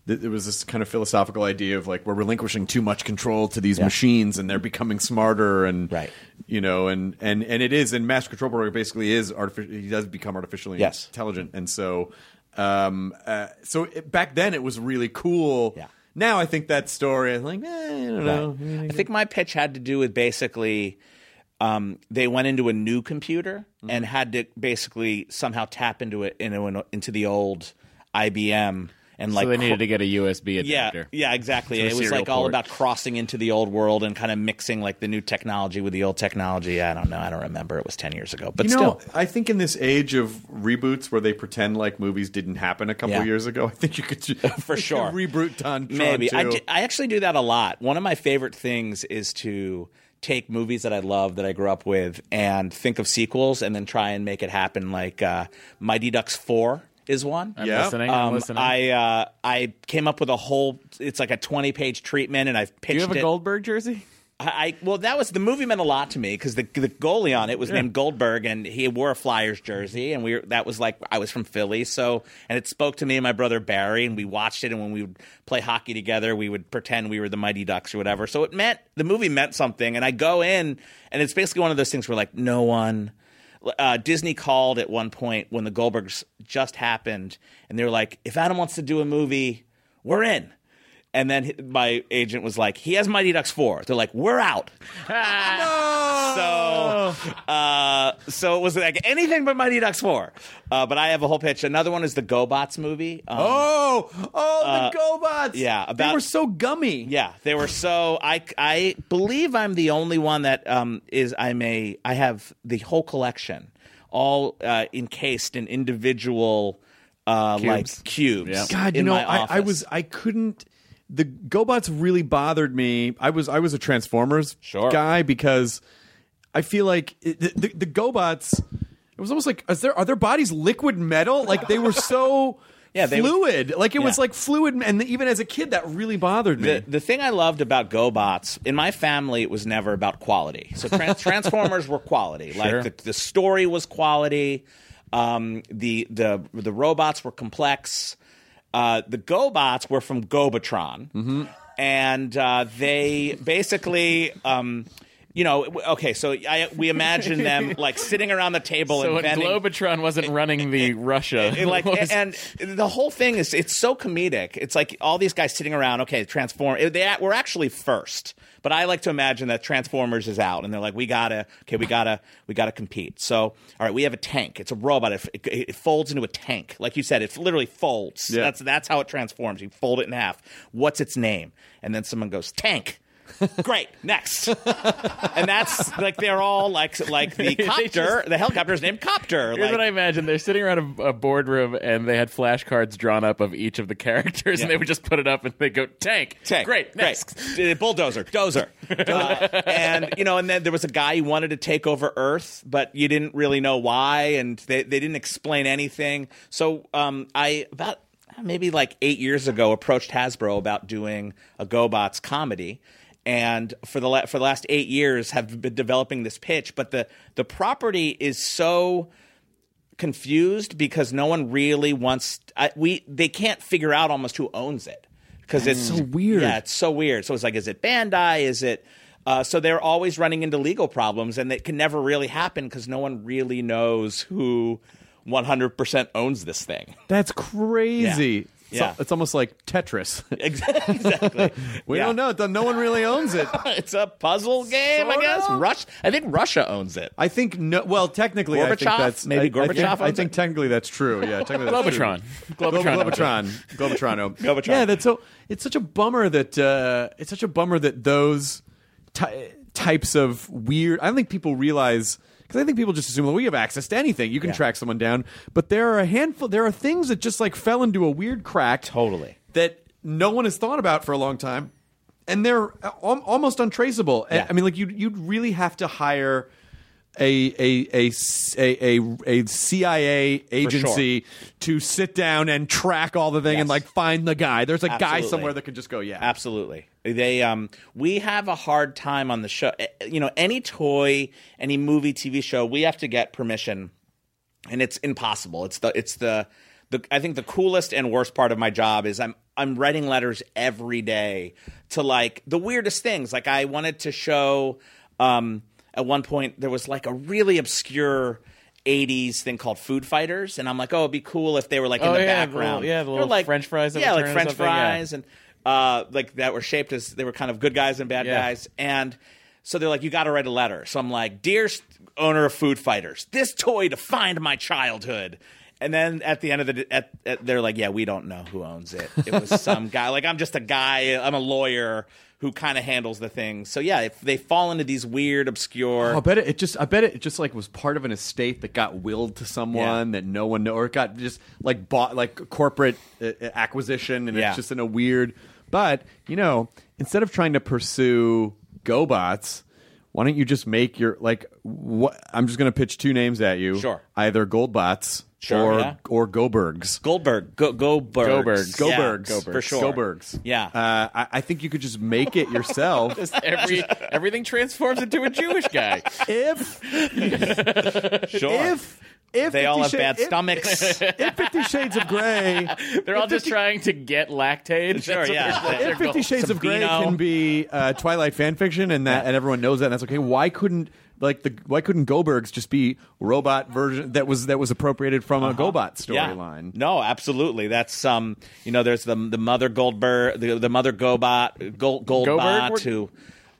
Speaker 1: th- there was this kind of philosophical idea of like we're relinquishing too much control to these machines and they're becoming smarter and
Speaker 3: Right.
Speaker 1: you know, and and and it is and master control program basically is artificial. He does become artificially
Speaker 3: Yes.
Speaker 1: intelligent, and so um uh, so it, back then it was really cool.
Speaker 3: Yeah.
Speaker 1: Now I think that story, I'm like, eh, I don't
Speaker 4: Oh,
Speaker 1: know.
Speaker 3: I think my pitch had to do with basically um, they went into a new computer
Speaker 1: Mm-hmm.
Speaker 3: and had to basically somehow tap into it into, an, into the old IBM and like
Speaker 4: so they needed to get a USB
Speaker 3: yeah
Speaker 4: adapter.
Speaker 3: yeah exactly.
Speaker 4: To a
Speaker 3: It was
Speaker 4: serial
Speaker 3: like all
Speaker 4: port.
Speaker 3: about crossing into the old world and kind of mixing like the new technology with the old technology. I don't know. I don't remember. It was ten years ago, but
Speaker 1: you
Speaker 3: still.
Speaker 1: know, I think in this age of reboots where they pretend like movies didn't happen a couple
Speaker 3: Yeah.
Speaker 1: years ago, I think you could ju-
Speaker 3: For
Speaker 1: you could
Speaker 3: sure.
Speaker 1: reboot Ton Tron
Speaker 3: Maybe I,
Speaker 1: too.
Speaker 3: ju- I actually do that a lot. One of my favorite things is to take movies that I love that I grew up with and think of sequels and then try and make it happen. Like uh, Mighty Ducks Four is one.
Speaker 4: I'm
Speaker 1: Yeah.
Speaker 4: listening. I'm
Speaker 3: Um,
Speaker 4: listening.
Speaker 3: I uh, I came up with a whole. It's like a twenty page treatment, and I've pitched
Speaker 4: Do you have a
Speaker 3: it.
Speaker 4: Goldberg jersey?
Speaker 3: I, I well, that was the movie meant a lot to me because the the goalie on it was named Goldberg, and he wore a Flyers jersey, and we were, that was like I was from Philly, so and it spoke to me and my brother Barry, and we watched it, and when we would play hockey together, we would pretend we were the Mighty Ducks or whatever. So it meant the movie meant something, and I go in, and it's basically one of those things where like no one uh, Disney called at one point when the Goldbergs just happened, and they were like, "If Adam wants to do a movie, we're in." And then hi- my agent was like, "He has Mighty Ducks 4. They're like, "We're out." So, uh, so it was like anything but Mighty Ducks Four. Uh, but I have a whole pitch. Another one is the GoBots movie. Um,
Speaker 1: oh, oh, the GoBots.
Speaker 3: Uh, yeah,
Speaker 1: they
Speaker 3: about-
Speaker 1: were so gummy.
Speaker 3: Yeah, they were so. I I believe I'm the only one that um is I'm a I have the whole collection, all uh, encased in individual uh
Speaker 4: Cubes.
Speaker 3: like cubes.
Speaker 4: Yep.
Speaker 1: God, you
Speaker 3: in
Speaker 1: know,
Speaker 3: my
Speaker 1: I, I
Speaker 3: office.
Speaker 1: was I couldn't. The GoBots really bothered me. I was I was a Transformers
Speaker 3: Sure.
Speaker 1: guy because I feel like it, the, the, the GoBots. It was almost like is there are their bodies liquid metal? Like they were so.
Speaker 3: Yeah, they would-
Speaker 1: fluid. like it was
Speaker 3: Yeah.
Speaker 1: like fluid, and even as a kid, that really bothered me.
Speaker 3: The, the thing I loved about GoBots in my family, it was never about quality. So trans- Transformers were quality.
Speaker 4: Sure.
Speaker 3: Like the, the story was quality. Um, the the the robots were complex. Uh, the GoBots were from Gobatron,
Speaker 4: Mm-hmm.
Speaker 3: and uh, they basically. Um, you know, w- okay, so I, we imagine them like sitting around the table
Speaker 4: So when
Speaker 3: inventing
Speaker 4: Globotron wasn't running the Russia,
Speaker 3: it, like
Speaker 4: was-
Speaker 3: and the whole thing is it's so comedic. It's like all these guys sitting around. Okay, transform. They a- were actually first, but I like to imagine that Transformers is out, and they're like, we gotta, okay, we gotta, we gotta compete. So all right, we have a tank. It's a robot. It, it, it folds into a tank, like you said. It literally folds.
Speaker 1: Yeah.
Speaker 3: That's that's how it transforms. You fold it in half. What's its name? And then someone goes tank. Great. Next, and that's like they're all like like the copter. the helicopter's named copter.
Speaker 4: Here's
Speaker 3: like-
Speaker 4: what I imagine. They're sitting around a, a boardroom and they had flashcards drawn up of each of the characters and
Speaker 3: Yeah.
Speaker 4: they would just put it up and they go, Tank.
Speaker 3: Tank.
Speaker 4: Great. Next.
Speaker 3: Great. Uh, Bulldozer. Dozer. Uh, and, you know, and then there was a guy who wanted to take over Earth, but you didn't really know why, and they, they didn't explain anything. So um, I, about uh, maybe like eight years ago, approached Hasbro about doing a GoBots comedy. And for the la- for the last eight years, have been developing this pitch, but the the property is so confused because no one really wants I, we they can't figure out almost who owns it because it's so weird. Yeah, it's so weird. So it's like, is it Bandai? Is it? Uh, so they're always running into legal problems, and that can never really happen because no one really knows who 100% owns this thing.
Speaker 1: That's crazy. It's,
Speaker 3: Yeah.
Speaker 1: it's almost like Tetris.
Speaker 3: exactly.
Speaker 1: we
Speaker 3: Yeah.
Speaker 1: don't know. it- No one really owns it.
Speaker 3: It's a puzzle game, I
Speaker 1: Sorta.
Speaker 3: guess. Rush. I think Russia owns it.
Speaker 1: I think no. Well, technically, I think
Speaker 3: Gorbachev?
Speaker 1: that's
Speaker 3: Maybe
Speaker 1: I- I think-
Speaker 3: Gorbachev
Speaker 1: I think,
Speaker 3: owns it?
Speaker 1: technically that's true. Yeah, technically that's true.
Speaker 4: Globotron.
Speaker 1: Glo-
Speaker 4: Globotron.
Speaker 1: Globotron. Globotron. oh.
Speaker 3: Globotron.
Speaker 1: Yeah, that's so. It's such a bummer that uh, it's such a bummer that those ty- types of weird. I don't think people realize because I think people just assume well, we have access to anything. You can track someone down, but there are a handful. There are things that just like fell into a weird crack.
Speaker 3: Totally.
Speaker 1: That no one has thought about for a long time, and they're al- almost untraceable. And,
Speaker 3: Yeah.
Speaker 1: I mean, like you'd you'd really have to hire a a a s- a, a- a CIA agency to sit down and track all the thing and
Speaker 3: Yes.
Speaker 1: like find the guy. There's a guy
Speaker 3: Absolutely.
Speaker 1: somewhere that could just go, yeah,
Speaker 3: Absolutely. They um we have a hard time on the show. Eh, You know, any toy, any movie, TV show, we have to get permission and it's impossible. It's the it's the the I think the coolest and worst part of my job is I'm I'm writing letters every day to like the weirdest things. Like I wanted to show um at one point there was like a really obscure 80s thing called Food Fighters and I'm like, "Oh, it'd be cool if they were like in
Speaker 4: Oh,
Speaker 3: the
Speaker 4: yeah, the little-
Speaker 3: background."
Speaker 4: yeah, the
Speaker 3: They were
Speaker 4: little french fries that
Speaker 3: Yeah,
Speaker 4: would
Speaker 3: like
Speaker 4: turn
Speaker 3: french
Speaker 4: something, yeah.
Speaker 3: fries and uh, like that were shaped as they were kind of good guys and bad
Speaker 4: Yeah.
Speaker 3: guys. And so they're like, you got to write a letter. So I'm like, dear s- owner of Food Fighters, this toy defined my childhood. And then at the end of the, d- at, at, they're like, yeah, we don't know who owns it. It was some guy. Like I'm just a guy. I'm a lawyer who kind of handles the thing. So yeah, if they fall into these weird, obscure.
Speaker 1: I bet it, it just. I bet it just like was part of an estate that got willed to someone that no one know, or it got just like bought like corporate uh, uh, acquisition, and
Speaker 3: Yeah.
Speaker 1: it's just in a weird. But you know, instead of trying to pursue GoBots, why don't you just make your like? What I'm just going to pitch two names at you.
Speaker 3: Sure.
Speaker 1: Either Goldbots
Speaker 3: Sure,
Speaker 1: or
Speaker 3: yeah.
Speaker 1: or Gobergs.
Speaker 3: Goldberg, go, Goldbergs,
Speaker 4: Goldbergs.
Speaker 3: Yeah,
Speaker 1: Gobergs
Speaker 3: for sure.
Speaker 1: Gobergs.
Speaker 3: Yeah.
Speaker 1: Uh, I, I think you could just make it yourself.
Speaker 4: Every everything transforms into a Jewish guy.
Speaker 1: if
Speaker 3: Sure.
Speaker 1: if if
Speaker 3: they all have
Speaker 1: Fifty
Speaker 3: bad
Speaker 1: Shades- if-
Speaker 3: stomachs.
Speaker 1: if Fifty Shades of Grey,
Speaker 4: They're all just trying to get lactate.
Speaker 3: Sure,
Speaker 4: That's what
Speaker 3: yeah.
Speaker 4: they're-
Speaker 3: They're
Speaker 1: If Fifty Shades
Speaker 3: Some
Speaker 1: of Grey
Speaker 3: Beano.
Speaker 1: can be uh, Twilight fan fiction, and that and everyone knows that, and that's okay. Why couldn't like the why couldn't Gobergs just be robot version that was that was appropriated from a GoBot storyline?
Speaker 3: Uh-huh. Yeah. No, absolutely. That's um, you know, there's the the mother Goldberg, the, the mother Gobot, Gold,
Speaker 4: Goldberg?
Speaker 3: Goldbot who,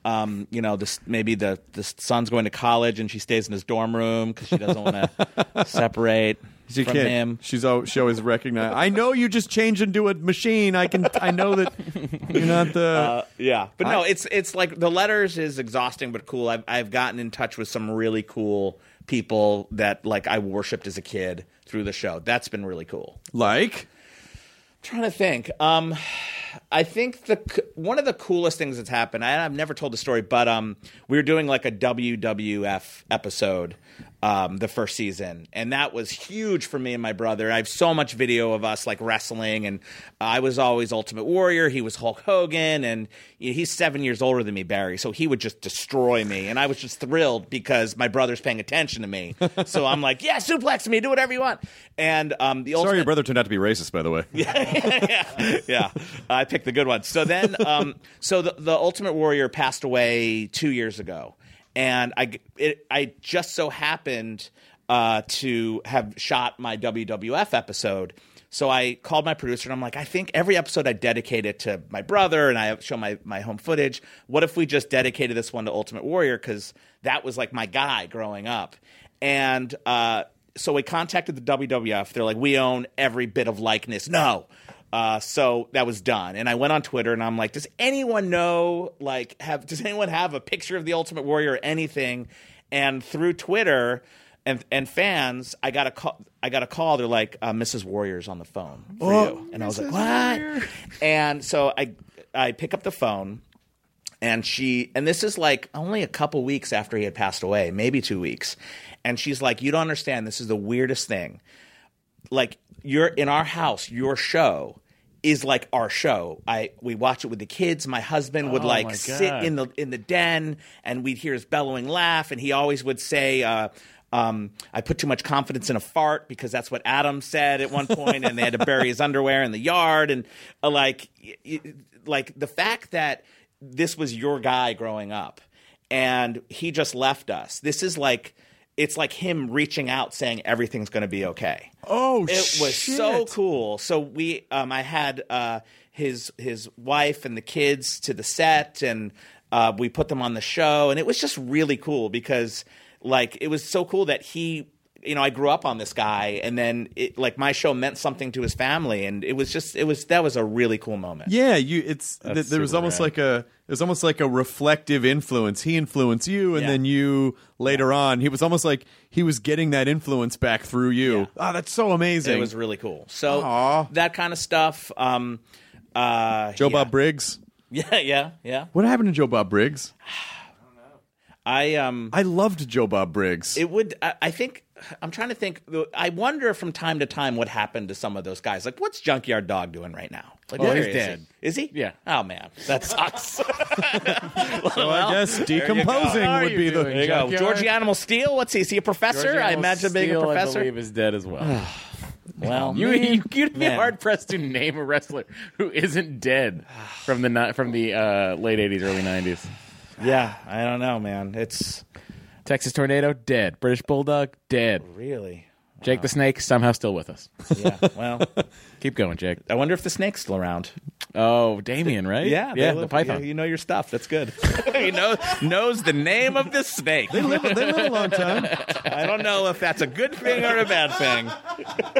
Speaker 3: um, you know, this maybe the the son's going to college and she stays in his dorm room because she doesn't want to separate
Speaker 1: She
Speaker 3: from
Speaker 1: can't-
Speaker 3: him.
Speaker 1: She's always, she always recognized. I know you just changed into a machine. I can. I know that you're not
Speaker 3: Uh,
Speaker 1: the.
Speaker 3: Yeah, but no,
Speaker 1: I-
Speaker 3: it's it's like the letters is exhausting but cool. I've I've gotten in touch with some really cool people that like I worshipped as a kid through the show. That's been really cool.
Speaker 1: like
Speaker 3: trying to think. Um, I think the c- one of the coolest things that's happened. I, I've never told the story, but um, we were doing like a WWF episode, um, the first season, and that was huge for me and my brother. I have so much video of us like wrestling, and I was always Ultimate Warrior. He was Hulk Hogan, and you know, he's seven years older than me, Barry, so he would just destroy me, and I was just thrilled because my brother's paying attention to me. so I'm like, yeah, suplex me, do whatever you want. And um, the
Speaker 1: Sorry,
Speaker 3: Ultimate
Speaker 1: your brother turned out to be racist, by the way.
Speaker 3: yeah, I picked the good one. So then, um, so the, the Ultimate Warrior passed away two years ago, and I it, I just so happened uh, to have shot my WWF episode. So I called my producer and I'm like, I think every episode I dedicate it to my brother and I show my, my home footage. What if we just dedicated this one to Ultimate Warrior? Because that was like my guy growing up. And uh, so we contacted the WWF. They're like, we own every bit of likeness. No. Uh, so that was done, and I went on Twitter and I'm like, does anyone know? Like, have does anyone have a picture of the Ultimate Warrior or anything? And through Twitter and and fans, I got a call. I got a call. They're like, uh, Mrs. Warrior's on the phone for you, and I was like, what? And so I I pick up the phone and she and this is like only a couple weeks after he had passed away maybe two weeks and she's like you don't understand this is the weirdest thing like you're in our house your show is like our show i we watch it with the kids my husband would like
Speaker 4: Oh, my
Speaker 3: sit
Speaker 4: God.
Speaker 3: in the in the den and we'd hear his bellowing laugh and he always would say uh um, I put too much confidence in a fart because that's what Adam said at one point, and they had to bury his underwear in the yard. And uh, like, y- y- like the fact that this was your guy growing up, and he just left us. This is like, it's like him reaching out, saying everything's going to be okay
Speaker 1: Oh,
Speaker 3: it was
Speaker 1: shit.
Speaker 3: so cool. So we, um, I had uh, his his wife and the kids to the set, and uh, we put them on the show, and it was just really cool because like it was so cool that he. You know, I grew up on this guy, and then it, like my show meant something to his family, and it was just, it was that was a really cool moment.
Speaker 1: Yeah, you. It's th- there was
Speaker 4: super
Speaker 1: almost
Speaker 4: rad.
Speaker 1: like a it was almost like a reflective influence. He influenced you, and
Speaker 3: Yeah.
Speaker 1: then you later on. He was almost like he was getting that influence back through you. Ah, that's so amazing.
Speaker 3: It was really cool. So
Speaker 1: Aw.
Speaker 3: that kind of stuff. Um, Uh,
Speaker 1: Joe
Speaker 3: yeah.
Speaker 1: Bob Briggs.
Speaker 3: Yeah, yeah, yeah.
Speaker 1: What happened to Joe Bob Briggs?
Speaker 3: I um,
Speaker 1: I loved Joe Bob Briggs.
Speaker 3: it would. I, I think I'm trying to think. though, I wonder from time to time what happened to some of those guys. Like, what's Junkyard Dog doing right now? Like,
Speaker 4: Well,
Speaker 3: where
Speaker 4: Oh, he's
Speaker 3: is
Speaker 4: dead.
Speaker 3: He? Is he?
Speaker 4: Yeah.
Speaker 3: Oh man, that sucks.
Speaker 1: so I guess decomposing
Speaker 4: How are
Speaker 1: would
Speaker 4: you
Speaker 1: be
Speaker 4: doing,
Speaker 1: the.
Speaker 3: There you go.
Speaker 4: Oh, Junkyard?
Speaker 3: Georgie Animal Steel. What's he? Is he a professor?
Speaker 4: George
Speaker 3: I
Speaker 4: Animal
Speaker 3: imagine being a
Speaker 4: Steel,
Speaker 3: professor.
Speaker 4: I believe is dead as well.
Speaker 3: well,
Speaker 4: you, you you'd be
Speaker 3: Man.
Speaker 4: hard pressed to name a wrestler who isn't dead from the ni- from the uh, late '80s, early '90s.
Speaker 3: yeah. I don't know, man. It's
Speaker 4: Texas Tornado dead. British Bulldog dead.
Speaker 3: really.
Speaker 4: Jake the Snake somehow still with us.
Speaker 3: Yeah. Well,
Speaker 4: Keep going, Jake.
Speaker 3: I wonder if the snake's still around.
Speaker 4: Oh, Damien, right?
Speaker 3: Yeah, they
Speaker 4: yeah, the
Speaker 3: live-
Speaker 4: python.
Speaker 3: You know your stuff. That's good. you know knows the name of the snake.
Speaker 1: They live, they live a long time.
Speaker 3: I don't know if that's a good thing or a bad thing.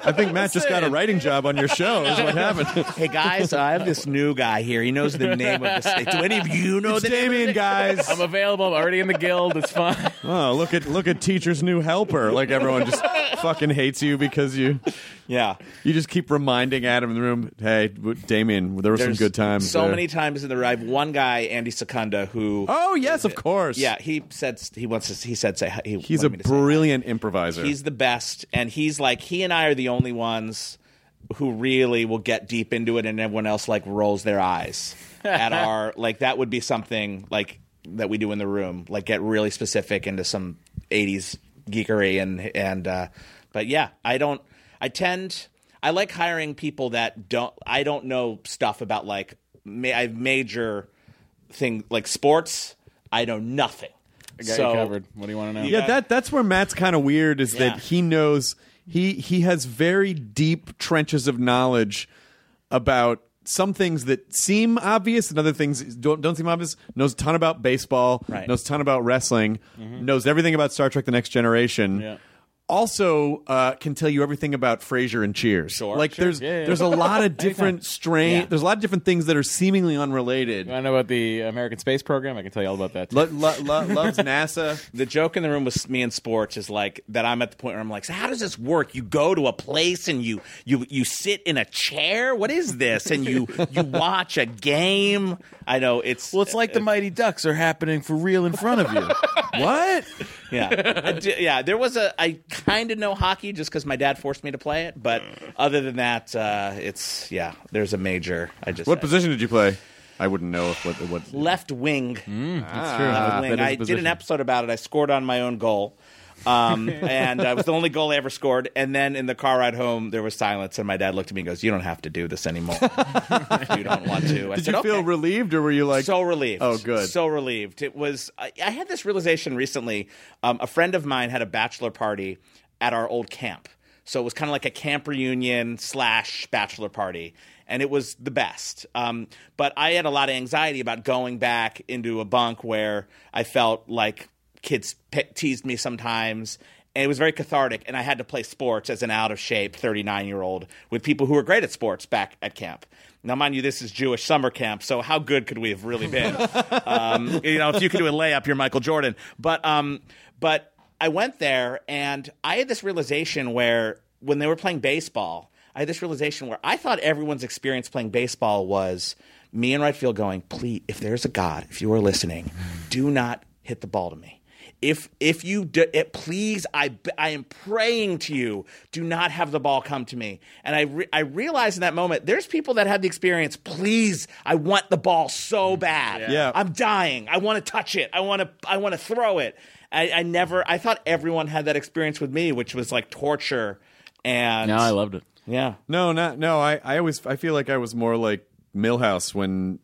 Speaker 1: I think Matt just got a writing job on your show. Is what happened.
Speaker 3: Hey guys, I have this new guy here. He knows the name of the snake. Do any of you know
Speaker 1: It's
Speaker 3: the name?
Speaker 1: Damien, guys.
Speaker 4: I'm available. I'm already in the guild. It's fine.
Speaker 1: Oh, look at look at teacher's new helper. Like everyone just fucking hates you because you
Speaker 3: Yeah,
Speaker 1: you just keep reminding Adam in the room, hey, w- Damien, there were some
Speaker 3: There's
Speaker 1: good times. uh,
Speaker 3: So
Speaker 1: there."
Speaker 3: many times in the ride. One guy, Andy Secunda, who
Speaker 1: Oh yes, of course.
Speaker 3: yeah, he said he wants to. He said say hi- he
Speaker 1: he's
Speaker 3: wanted
Speaker 1: a
Speaker 3: me to say hi.
Speaker 1: brilliant improviser.
Speaker 3: He's the best, and he's like he and I are the only ones who really will get deep into it, and everyone else like rolls their eyes at our like that would be something like that we do in the room, like get really specific into some '80s geekery and and uh, but yeah, I don't. I tend I like hiring people that don't I don't know stuff about like ma- I have major thing like sports. I know nothing.
Speaker 4: I got
Speaker 3: So-
Speaker 4: you covered. What do you want to know?
Speaker 1: yeah, that that's where Matt's kind of weird is
Speaker 3: Yeah.
Speaker 1: that he knows he he has very deep trenches of knowledge about some things that seem obvious and other things don't don't seem obvious. Knows a ton about baseball,
Speaker 3: Right.
Speaker 1: knows a ton about wrestling, knows everything about Star Trek: The Next Generation.
Speaker 4: Yeah.
Speaker 1: Also, uh, can tell you everything about Frasier and Cheers.
Speaker 3: Sure.
Speaker 1: like
Speaker 3: Sure.
Speaker 1: there's
Speaker 4: Yeah, yeah.
Speaker 1: there's a lot of different strain.
Speaker 3: Yeah.
Speaker 1: There's a lot of different things that are seemingly unrelated.
Speaker 4: You want to know about the American space program? I can tell you all about that. too.
Speaker 1: Lo- lo- lo- loves NASA.
Speaker 3: the joke in the room with me and sports is like that I'm at the point where I'm like, so how does this work? You go to a place and you you you sit in a chair. What is this? And you you watch a game. I know it's
Speaker 4: Well, it's like the Mighty Ducks are happening for real in front of you. what?
Speaker 3: yeah I di- yeah. There was a I kind of know hockey just because my dad forced me to play it, but other than that, uh, it's yeah. There's a major. I just
Speaker 1: What
Speaker 3: I-
Speaker 1: position did you play? I wouldn't know if what what. Ah,
Speaker 3: left wing.
Speaker 1: That's
Speaker 3: left wing. Uh, I did an episode about it. I scored on my own goal. Um, and I was the only goal I ever scored. And then in the car ride home, there was silence, and my dad looked at me and goes, "You don't have to do this anymore. If you don't want to." I
Speaker 1: Did
Speaker 3: said,
Speaker 1: you feel
Speaker 3: "Okay."
Speaker 1: relieved, or were you like
Speaker 3: so relieved.
Speaker 1: Oh, good.
Speaker 3: So relieved. It was. I, I had this realization recently. Um, a friend of mine had a bachelor party at our old camp, so it was kind of like a camp reunion slash bachelor party, and it was the best. Um, but I had a lot of anxiety about going back into a bunk where I felt like kids pe- teased me sometimes. And it was very cathartic, and I had to play sports as an out of shape 39 year old with people who were great at sports back at camp. Now, mind you, this is Jewish summer camp, so how good could we have really been? um, you know, if you could do a layup, you're Michael Jordan. But, um, but I went there, and I had this realization where when they were playing baseball, I had this realization where I thought everyone's experience playing baseball was me and right field going, please, if there's a God, if you are listening, do not hit the ball to me. If if you do, it, please, I b- I am praying to you. Do not have the ball come to me. And I re- I realized in that moment, there's people that have the experience. Please, I want the ball so bad.
Speaker 1: Mm, Yeah.
Speaker 3: I'm dying. I want to touch it. I want to I want to throw it. I, I never. I thought everyone had that experience with me, which was like torture. And
Speaker 4: No, I loved it.
Speaker 3: yeah.
Speaker 1: No, not no. I, I always I feel like I was more like Millhouse when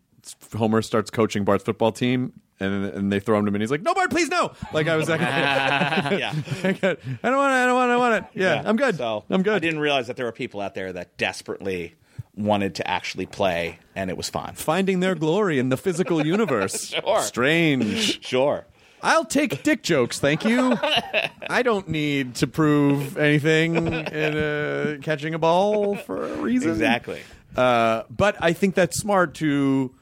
Speaker 1: Homer starts coaching Bart's football team, and and they throw him to him, and he's like, "No, Bart, please, no!" Like I was like,
Speaker 3: yeah.
Speaker 1: "I don't want it, I don't want it, I don't want it." Yeah, I'm good.
Speaker 3: So
Speaker 1: I'm good.
Speaker 3: I didn't realize that there were people out there that desperately wanted to actually play, and it was fun.
Speaker 1: Finding their glory in the physical universe.
Speaker 3: Sure.
Speaker 1: Strange.
Speaker 3: Sure.
Speaker 1: I'll take dick jokes, thank you. I don't need to prove anything in uh, catching a ball for a reason.
Speaker 3: Exactly.
Speaker 1: Uh, but I think that's smart to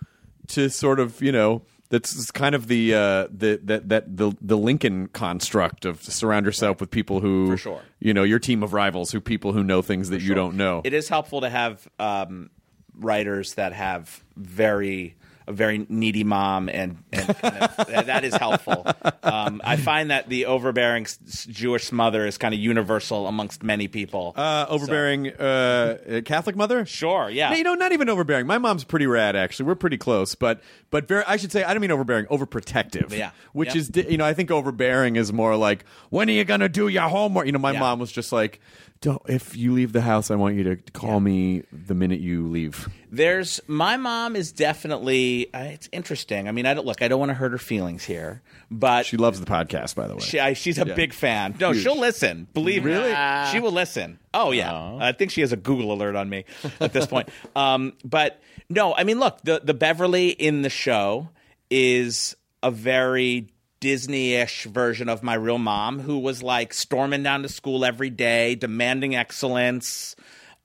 Speaker 1: to sort of you know that's kind of the uh, the that that the the Lincoln construct of surround yourself with people who
Speaker 3: For sure.
Speaker 1: you know your team of rivals who people who know things that you don't know.
Speaker 3: It is helpful to have um, writers that have very a very needy mom, and, and kind of, that is helpful. Um, I find that the overbearing s- s- Jewish mother is kind of universal amongst many people.
Speaker 1: Uh, overbearing uh, Catholic mother?
Speaker 3: sure, yeah.
Speaker 1: No, you know, not even overbearing. My mom's pretty rad, actually. We're pretty close, but but very. I should say, I don't mean overbearing, overprotective.
Speaker 3: Yeah.
Speaker 1: which
Speaker 3: Yeah.
Speaker 1: is di- you know, I think overbearing is more like, when are you gonna do your homework? You know, my
Speaker 3: Yeah.
Speaker 1: mom was just like, don't. If you leave the house, I want you to call me the minute you leave.
Speaker 3: There's my mom is definitely. Uh, it's interesting. I mean, I don't look. I don't want to hurt her feelings here, but
Speaker 1: She loves the podcast, by the way.
Speaker 3: She, I, she's a
Speaker 1: Yeah.
Speaker 3: big fan. No,
Speaker 1: Huge.
Speaker 3: she'll listen. Believe
Speaker 1: Really?
Speaker 3: me, she will listen. Oh yeah, I think she has a Google alert on me at this point. um, but no, I mean, look, the the Beverly in the show is a very Disney-ish version of my real mom, who was like storming down to school every day, demanding excellence.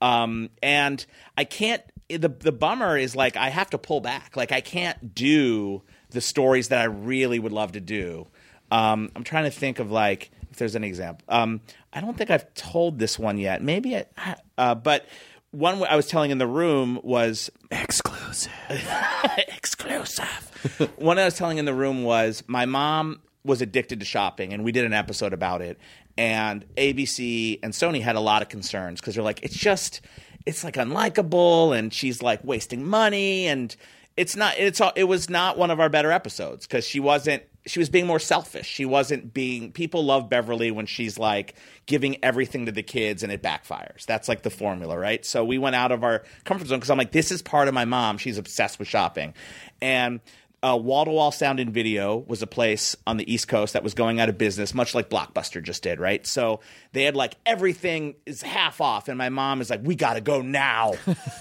Speaker 3: Um, and I can't. The the bummer is like I have to pull back. Like I can't do the stories that I really would love to do. Um, I'm trying to think of like if there's any example. Um, I don't think I've told this one yet. Maybe, I, uh, but one I was telling in the room was exclusive. exclusive. one I was telling in the room was my mom was addicted to shopping, and we did an episode about it. And ABC and Sony had a lot of concerns because they're like, it's just, it's like unlikable, and she's like wasting money, and it's not, it's all, it was not one of our better episodes because she wasn't she was being more selfish. She wasn't being. People love Beverly when she's like giving everything to the kids and it backfires. That's like the formula, right? So we went out of our comfort zone because I'm like, this is part of my mom. She's obsessed with shopping. And Uh, wall to wall sound and video was a place on the East Coast that was going out of business, much like Blockbuster just did, right? So they had like everything is half off. And my mom is like, we got to go now.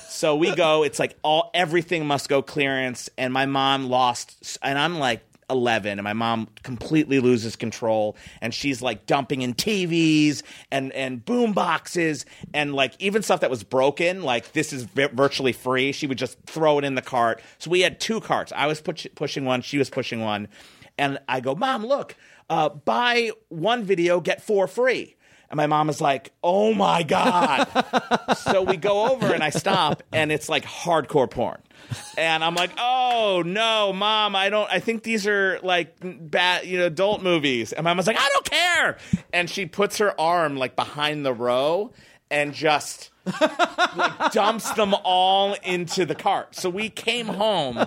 Speaker 3: so we go. It's like all everything must go clearance. And my mom lost. And I'm like, 11 and my mom completely loses control and she's like dumping in TVs and and boom boxes and like even stuff that was broken like this is vi- virtually free she would just throw it in the cart so we had two carts I was push- pushing one she was pushing one and I go mom look uh, buy one video get four free and my mom is like, oh my God. so we go over and I stop and it's like hardcore porn. And I'm like, oh no, mom, I don't, I think these are like bad, you know, adult movies. And my mom's like, I don't care. And she puts her arm like behind the row and just like dumps them all into the cart. So we came home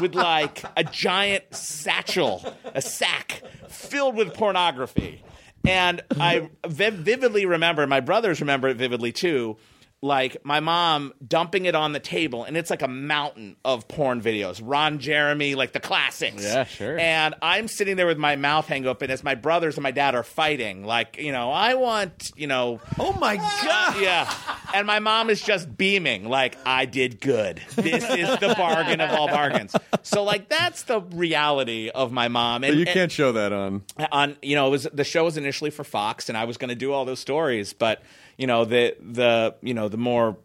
Speaker 3: with like a giant satchel, a sack filled with pornography. And I vi- vividly remember, my brothers remember it vividly too. Like my mom dumping it on the table, and it's like a mountain of porn videos. Ron Jeremy, like the classics.
Speaker 4: Yeah, sure.
Speaker 3: And I'm sitting there with my mouth hang open as my brothers and my dad are fighting. Like, you know, I want, you know,
Speaker 1: Oh my god!
Speaker 3: yeah. And my mom is just beaming, like, I did good. This is the bargain of all bargains. So, like, that's the reality of my mom. And
Speaker 1: you can't show that on.
Speaker 3: and on you know, it was the show was initially for Fox and I was gonna do all those stories, but you know, the the you know, the more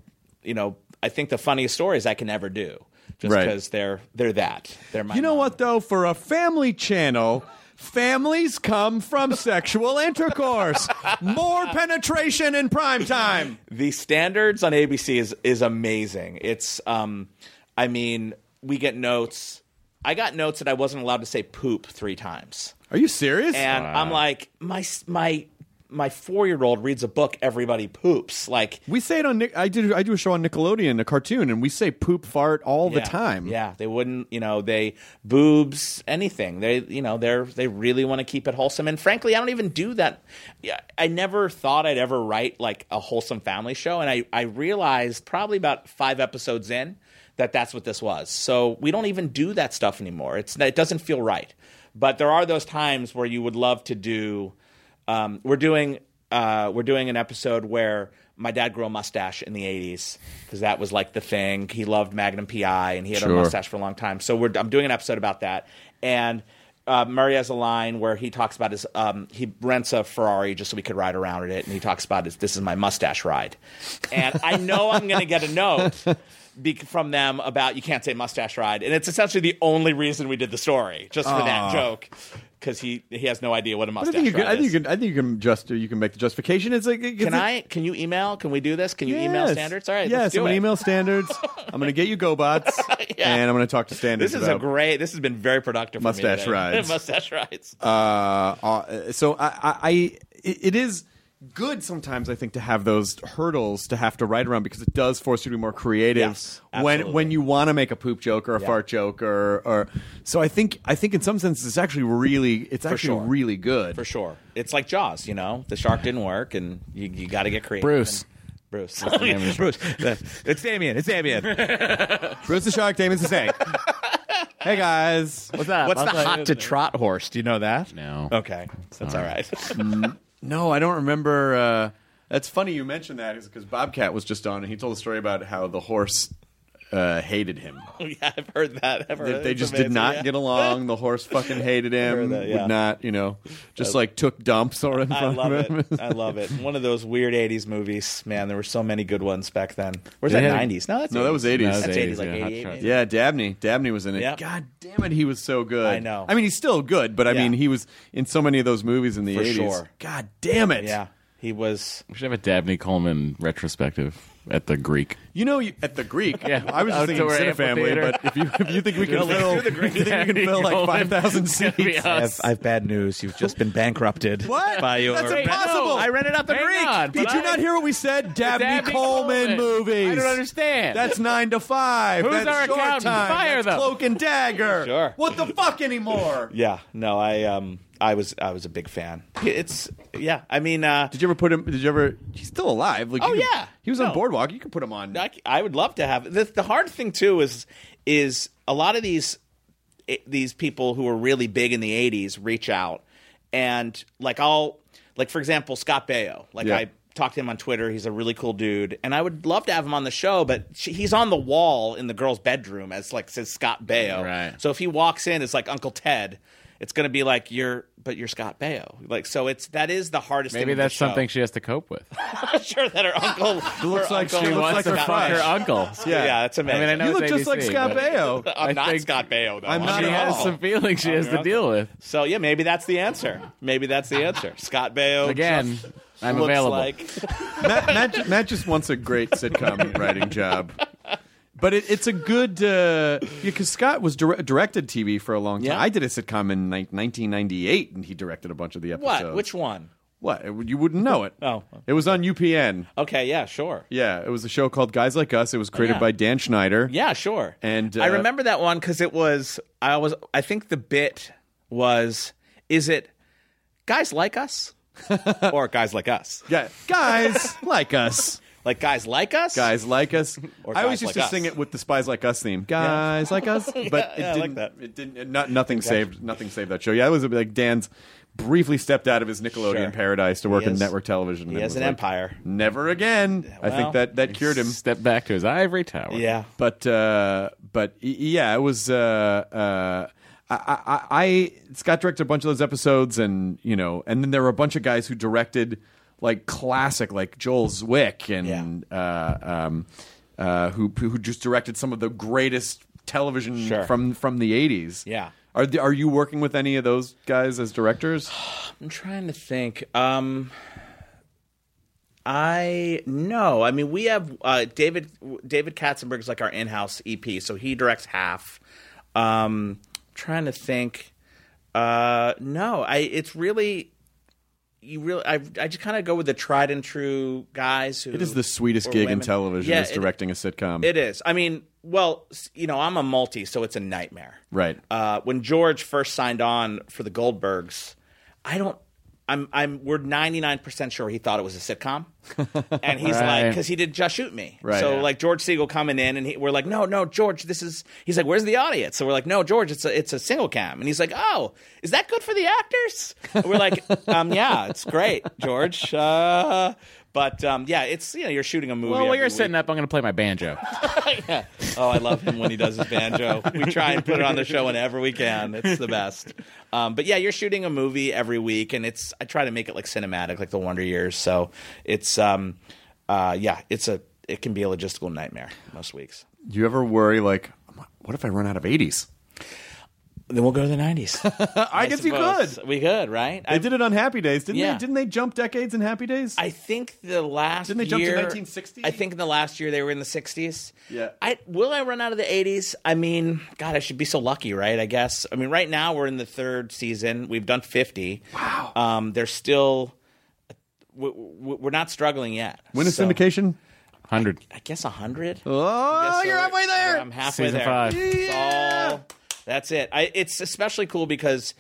Speaker 3: you know, I think the funniest stories I can ever do. Just
Speaker 1: Right.
Speaker 3: because they're they're that. They're my
Speaker 1: You know
Speaker 3: mom.
Speaker 1: what though? For a family channel, families come from sexual intercourse. More penetration in prime time.
Speaker 3: the standards on ABC is is amazing. It's um I mean, we get notes. I got notes that I wasn't allowed to say poop 3 times.
Speaker 1: Are you serious?
Speaker 3: And I'm like my s- my my 4-year-old reads a book everybody poops. Like
Speaker 1: we say it on. Nic- I did. I do a show on Nickelodeon, a cartoon, and we say poop fart all the
Speaker 3: Yeah.
Speaker 1: time.
Speaker 3: Yeah, they wouldn't, you know, they boobs anything. They, you know, they're they really want to keep it wholesome. And frankly, I don't even do that. Yeah, I never thought I'd ever write like a wholesome family show, and I I realized probably about five episodes in that that's what this was. So we don't even do that stuff anymore. It's it doesn't feel right. But there are those times where you would love to do. Um, we're doing uh, we're doing an episode where my dad grew a mustache in the 80s because that was like the thing. He loved Magnum PI and he had a mustache for a long time. So we're, I'm doing an episode about that. And uh, Murray has a line where he talks about his um, he rents a Ferrari just so we could ride around in it, and he talks about his, this is my mustache ride. And I know I'm going to get a note. Be- from them about you can't say mustache ride, and it's essentially the only reason we did the story, just for that joke. because he he has no idea what a
Speaker 1: But I
Speaker 3: mustache
Speaker 1: think you can.
Speaker 3: ride
Speaker 1: I think you
Speaker 3: is.
Speaker 1: can. I think you can just. You can make the justification. It's like. it's
Speaker 3: Can
Speaker 1: like-
Speaker 3: I? Can you email? Can we do this? Can you email
Speaker 1: Yes.
Speaker 3: standards? All right,
Speaker 1: Yes,
Speaker 3: let's do
Speaker 1: I'm
Speaker 3: it.
Speaker 1: gonna email standards. I'm gonna get you GoBots,
Speaker 3: Yeah.
Speaker 1: and I'm gonna talk to standards.
Speaker 3: This is a
Speaker 1: about-
Speaker 3: great. This has been very productive. for me
Speaker 1: Mustache
Speaker 3: today.
Speaker 1: rides.
Speaker 3: mustache rides.
Speaker 1: uh, uh, so I, I, I it it is good sometimes I think to have those hurdles to have to write around because it does force you to be more creative
Speaker 3: Yes,
Speaker 1: when
Speaker 3: absolutely.
Speaker 1: when you want to make a poop joke or a fart joke or or so I think I think in some senses it's actually really it's actually
Speaker 3: sure.
Speaker 1: really good
Speaker 3: for sure. It's like Jaws, you know. The shark didn't work, and you, you got to get creative.
Speaker 4: Bruce.
Speaker 3: And- Bruce. Bruce. It's Damien. It's Damien.
Speaker 1: Bruce the Shark Damon's the Snake hey guys
Speaker 4: What's that?
Speaker 3: What's the hot to trot horse? Do you know that?
Speaker 4: No.
Speaker 3: Okay, that's all right.
Speaker 1: No, I don't remember. Uh, that's funny you mentioned that because Bobcat was just on and he told a story about how the horse uh, hated him.
Speaker 3: yeah, I've heard that. I've heard
Speaker 1: They,
Speaker 3: it.
Speaker 1: they
Speaker 3: It's
Speaker 1: just did
Speaker 3: amazing,
Speaker 1: not
Speaker 3: yeah.
Speaker 1: get along. The horse fucking hated him.
Speaker 3: Heard that, yeah.
Speaker 1: Would not, you know, just like took dumps or in
Speaker 3: I
Speaker 1: front
Speaker 3: love
Speaker 1: of him.
Speaker 3: it. I love it. One of those weird '80s movies. Man, there were so many good ones back then. Where's
Speaker 4: They
Speaker 3: that
Speaker 4: had-
Speaker 3: '90s? No, that's
Speaker 1: No, that was 80s.
Speaker 3: That's 80s, like
Speaker 4: Yeah, Hot
Speaker 3: 88.
Speaker 4: Shots.
Speaker 3: maybe.
Speaker 1: Yeah, Dabney. Dabney was in it.
Speaker 3: Yep.
Speaker 1: God damn it, he was so good.
Speaker 3: I know.
Speaker 1: I mean, he's still good, but I
Speaker 3: Yeah.
Speaker 1: mean, he was in so many of those movies in the
Speaker 3: For
Speaker 1: 80s.
Speaker 3: sure.
Speaker 1: God damn it.
Speaker 3: Yeah, he was.
Speaker 4: We should have a Dabney Coleman retrospective at the Greek.
Speaker 1: You know, you, at the Greek,
Speaker 4: Yeah.
Speaker 1: I was just
Speaker 4: Outdoor
Speaker 1: thinking Cine family,
Speaker 4: amphitheater.
Speaker 1: but if you, if you think we can
Speaker 4: Yeah, let's
Speaker 1: fill,
Speaker 4: do the Greek.
Speaker 1: you think we can fill like five thousand seats?
Speaker 3: I have, I have bad news. You've just been bankrupted.
Speaker 1: What?
Speaker 3: By your
Speaker 1: That's impossible.
Speaker 4: no,
Speaker 3: I rented out the
Speaker 4: Hang
Speaker 3: Greek.
Speaker 4: on,
Speaker 1: Did
Speaker 4: but
Speaker 1: you
Speaker 4: I-
Speaker 1: not hear what we said? Dabney,
Speaker 4: Dabney
Speaker 1: Coleman,
Speaker 4: Coleman.
Speaker 1: movies.
Speaker 4: I don't understand.
Speaker 1: That's nine to five.
Speaker 4: Who's
Speaker 1: That's
Speaker 4: our
Speaker 1: short
Speaker 4: accountant?
Speaker 1: time.
Speaker 4: Fire
Speaker 1: That's
Speaker 4: them.
Speaker 1: Cloak and dagger.
Speaker 3: Sure.
Speaker 1: What the fuck anymore?
Speaker 3: Yeah, no, I um, I was I was a big fan. It's yeah, I mean, uh,
Speaker 1: Did you ever put him? Did you ever? He's still alive. Like,
Speaker 3: Oh,
Speaker 1: you could-
Speaker 3: yeah.
Speaker 1: he was on
Speaker 3: No.
Speaker 1: Boardwalk. You could put him on.
Speaker 3: I, I would love to have the, the hard thing too is is a lot of these i- these people who were really big in the 80s reach out and like I'll like for example Scott Baio like
Speaker 1: Yeah.
Speaker 3: I talked to him on Twitter he's a really cool dude and I would love to have him on the show but she, he's on the wall in the girl's bedroom as like says Scott Baio
Speaker 4: Right.
Speaker 3: so if he walks in it's like Uncle Ted it's going to be like you're but you're Scott Baio like so it's that is the hardest thing
Speaker 4: Maybe
Speaker 3: of the
Speaker 4: that's
Speaker 3: show.
Speaker 4: something she has to cope with.
Speaker 3: I'm sure that her uncle
Speaker 1: looks
Speaker 3: her
Speaker 1: like
Speaker 3: uncle
Speaker 1: she
Speaker 3: was
Speaker 1: wants to
Speaker 3: Scott
Speaker 1: fuck
Speaker 3: Baio.
Speaker 4: her uncle.
Speaker 3: Yeah,
Speaker 1: Yeah.
Speaker 3: that's amazing.
Speaker 4: I mean, I know
Speaker 1: you look
Speaker 4: it's
Speaker 1: just like
Speaker 4: ABC,
Speaker 1: Scott
Speaker 4: but-
Speaker 1: Baio.
Speaker 3: I'm
Speaker 4: I
Speaker 3: not
Speaker 4: think
Speaker 3: Scott Baio, though.
Speaker 1: I'm not
Speaker 4: She
Speaker 1: at
Speaker 4: has
Speaker 1: all.
Speaker 4: some feelings she has to deal with.
Speaker 3: So yeah, maybe that's the answer. Maybe that's the answer. Scott Baio
Speaker 4: Again,
Speaker 3: just
Speaker 4: I'm
Speaker 3: looks
Speaker 4: available.
Speaker 3: like
Speaker 1: Matt, Matt, ju- Matt just wants a great sitcom writing job. But it, it's a good uh, because Scott was dire- directed TV for a long time.
Speaker 3: Yeah.
Speaker 1: I did a sitcom in ni- 1998, and he directed a bunch of the
Speaker 3: what?
Speaker 1: episodes.
Speaker 3: Which one?
Speaker 1: What? It- You wouldn't know it.
Speaker 3: Oh.
Speaker 1: it was on UPN.
Speaker 3: Okay, yeah, sure.
Speaker 1: Yeah, it was a show called Guys Like Us. It was created
Speaker 3: yeah.
Speaker 1: by Dan Schneider.
Speaker 3: Yeah, sure.
Speaker 1: And,
Speaker 3: I
Speaker 1: uh,
Speaker 3: remember that one because it was I was I think the bit was is it guys like us or guys like us
Speaker 1: yeah, guys like us.
Speaker 3: like guys like us
Speaker 1: Guys like us.
Speaker 3: Or
Speaker 1: I always used
Speaker 3: Guys Like
Speaker 1: to
Speaker 3: Us.
Speaker 1: sing it with the Spies Like Us theme. Guys like us, but it
Speaker 3: yeah, I
Speaker 1: didn't.
Speaker 3: like that.
Speaker 1: It didn't. it- Not, nothing saved. Nothing saved that show. Yeah, it was like Dan's briefly stepped out of his Nickelodeon
Speaker 3: Sure.
Speaker 1: paradise to work in
Speaker 3: is-
Speaker 1: network television.
Speaker 3: He
Speaker 1: and
Speaker 3: has
Speaker 1: was
Speaker 3: an
Speaker 1: like,
Speaker 3: empire.
Speaker 1: Never again. I
Speaker 3: well.
Speaker 1: think that that cured him.
Speaker 4: Step back to his ivory tower.
Speaker 3: Yeah.
Speaker 1: But uh, but y- yeah, it was. Uh, uh, I, I, I Scott directed a bunch of those episodes, and you know, and then there were a bunch of guys who directed like classic, like Joel Zwick, and uh, um, uh, who who just directed some of the greatest television
Speaker 3: Sure.
Speaker 1: from from the eighties.
Speaker 3: Yeah.
Speaker 1: Are, the, are you working with any of those guys as directors?
Speaker 3: I'm trying to think. Um, I no. I mean, we have uh, David David Katzenberg is like our in-house EP, so he directs half. Um, trying to think. Uh, no, I. It's really you really. I I just kind of go with the tried and true guys. Who
Speaker 1: It is the sweetest
Speaker 3: or
Speaker 1: gig in
Speaker 3: women.
Speaker 1: television
Speaker 3: Yeah,
Speaker 1: is
Speaker 3: it-
Speaker 1: directing a sitcom.
Speaker 3: It is. I mean, well, s- you know, I'm a multi, so it's a nightmare.
Speaker 1: Right.
Speaker 3: Uh, when George first signed on for the Goldbergs, I don't. I'm. I'm. We're 99 percent sure he thought it was a sitcom, and he's like,
Speaker 4: Right.
Speaker 3: because he did just shoot me.
Speaker 1: Right.
Speaker 3: So
Speaker 1: Yeah.
Speaker 3: like George Siegel coming in, and he, we're like, no, no, George, this is. He's like, where's the audience? So we're like, no, George, it's a it's a single cam, and he's like, oh, is that good for the actors? And we're like, um, yeah, it's great, George. Uh, but um, yeah, it's you know you're shooting a movie.
Speaker 4: Well, while
Speaker 3: every
Speaker 4: you're
Speaker 3: week.
Speaker 4: sitting up, I'm going to play my banjo.
Speaker 3: Oh, I love him when he does his banjo. We try and put it on the show whenever we can. It's the best. Um, but yeah, you're shooting a movie every week, and it's I try to make it like cinematic, like The Wonder Years. So it's um, uh, yeah, it's a it can be a logistical nightmare most weeks.
Speaker 1: Do you ever worry like, what if I run out of eighties?
Speaker 3: Then we'll go to the nineties.
Speaker 1: I guess you could.
Speaker 3: We could, right?
Speaker 1: They did it on Happy Days, didn't
Speaker 3: Yeah.
Speaker 1: they? Didn't they jump decades in Happy Days?
Speaker 3: I think the last
Speaker 1: Didn't they jump to
Speaker 3: year,
Speaker 1: 1960?
Speaker 3: I think in the last year they were in the sixties.
Speaker 1: Yeah.
Speaker 3: I will I run out of the eighties. I mean, God, I should be so lucky, right? I guess. I mean, right now we're in the third season. We've done fifty. Wow. Um, they're still. we- we- We're not struggling yet.
Speaker 1: When is
Speaker 3: So,
Speaker 1: syndication?
Speaker 4: Hundred.
Speaker 3: I guess hundred.
Speaker 1: Oh,
Speaker 3: Yes,
Speaker 1: you're
Speaker 3: sir.
Speaker 1: halfway there.
Speaker 3: I'm halfway
Speaker 4: Season
Speaker 3: there.
Speaker 4: five.
Speaker 3: It's all- that's it. I, it's especially cool because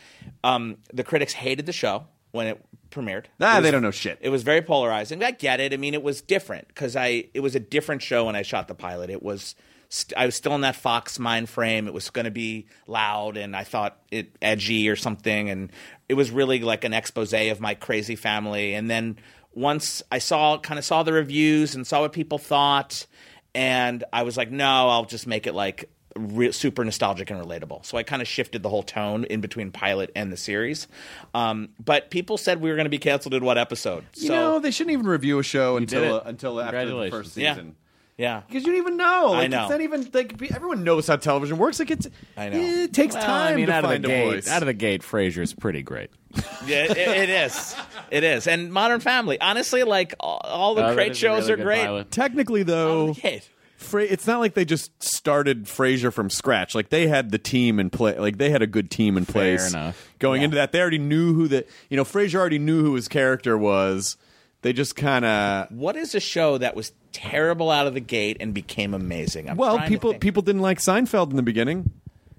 Speaker 3: um, the critics hated the show when it premiered.
Speaker 1: Nah,
Speaker 3: It was-
Speaker 1: they don't know shit.
Speaker 3: It was very polarizing. I get it. I mean, it was different because I it was a different show when I shot the pilot. It was st- I was still in that Fox mind frame. It was going to be loud, and I thought it edgy or something. And it was really like an expose of my crazy family. And then once I saw kind of saw the reviews and saw what people thought, and I was like, no, I'll just make it like re- super nostalgic and relatable. So I kind of shifted the whole tone in between pilot and the series. Um, but people said we were going to be canceled in what episode?
Speaker 1: You
Speaker 3: so
Speaker 1: know, they shouldn't even review a show
Speaker 4: did
Speaker 1: until
Speaker 4: it.
Speaker 1: uh, until after the
Speaker 4: Congratulations.
Speaker 1: first
Speaker 3: Yeah.
Speaker 1: season.
Speaker 3: yeah,
Speaker 1: Because you don't even know. Like,
Speaker 3: know.
Speaker 1: It's not even like pe- everyone knows how television works. Like it's, eh,
Speaker 3: I know.
Speaker 1: It takes
Speaker 4: Well,
Speaker 1: time
Speaker 4: I mean,
Speaker 1: to
Speaker 4: out
Speaker 1: find
Speaker 4: of the
Speaker 1: a
Speaker 4: gate,
Speaker 1: voice.
Speaker 4: out of the gate, Frasier's pretty great.
Speaker 3: yeah, it, it is, it is. And Modern Family, honestly, like all, all the
Speaker 4: Uh, that
Speaker 3: great
Speaker 4: is a
Speaker 3: shows
Speaker 4: really
Speaker 3: are
Speaker 4: good
Speaker 3: great. Oh,
Speaker 4: pilot.
Speaker 1: Technically,
Speaker 4: Oh,
Speaker 1: though,
Speaker 3: Okay.
Speaker 1: Fra- it's not like they just started Frasier from scratch. Like they had the team in play. Like they had a good team in place.
Speaker 4: enough.
Speaker 1: Going into that, they already knew who the you know Frasier already knew who his character was. They just kind of
Speaker 3: What is a show that was terrible out of the gate and became amazing? I'm
Speaker 1: well,
Speaker 3: trying to
Speaker 1: people
Speaker 3: think.
Speaker 1: people didn't like Seinfeld in the beginning.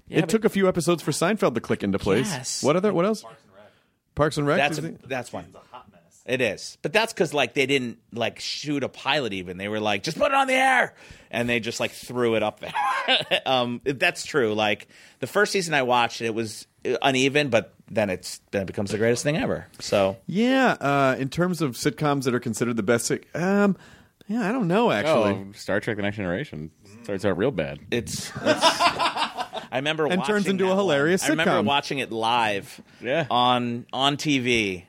Speaker 1: it
Speaker 3: but-
Speaker 1: took a few episodes for Seinfeld to click into place.
Speaker 3: Yes.
Speaker 1: What other? What else? Parks and Rec.
Speaker 3: That's
Speaker 1: is
Speaker 3: a,
Speaker 1: it?
Speaker 3: that's one. It is, but that's because like they didn't like shoot a pilot. Even they were like, just put it on the air, and they just like threw it up there. um, that's true. Like the first season I watched, it was uneven, but then it's then it becomes the greatest thing ever. So
Speaker 1: Yeah, uh, in terms of sitcoms that are considered the best, sit- um, yeah, I don't know actually.
Speaker 4: Oh, Star Trek: The Next Generation starts out real bad.
Speaker 3: it's. it's I remember
Speaker 1: And
Speaker 3: watching
Speaker 1: turns into
Speaker 3: that
Speaker 1: a hilarious
Speaker 3: one. I remember
Speaker 1: sitcom.
Speaker 3: watching it live,
Speaker 4: Yeah.
Speaker 3: on on TV,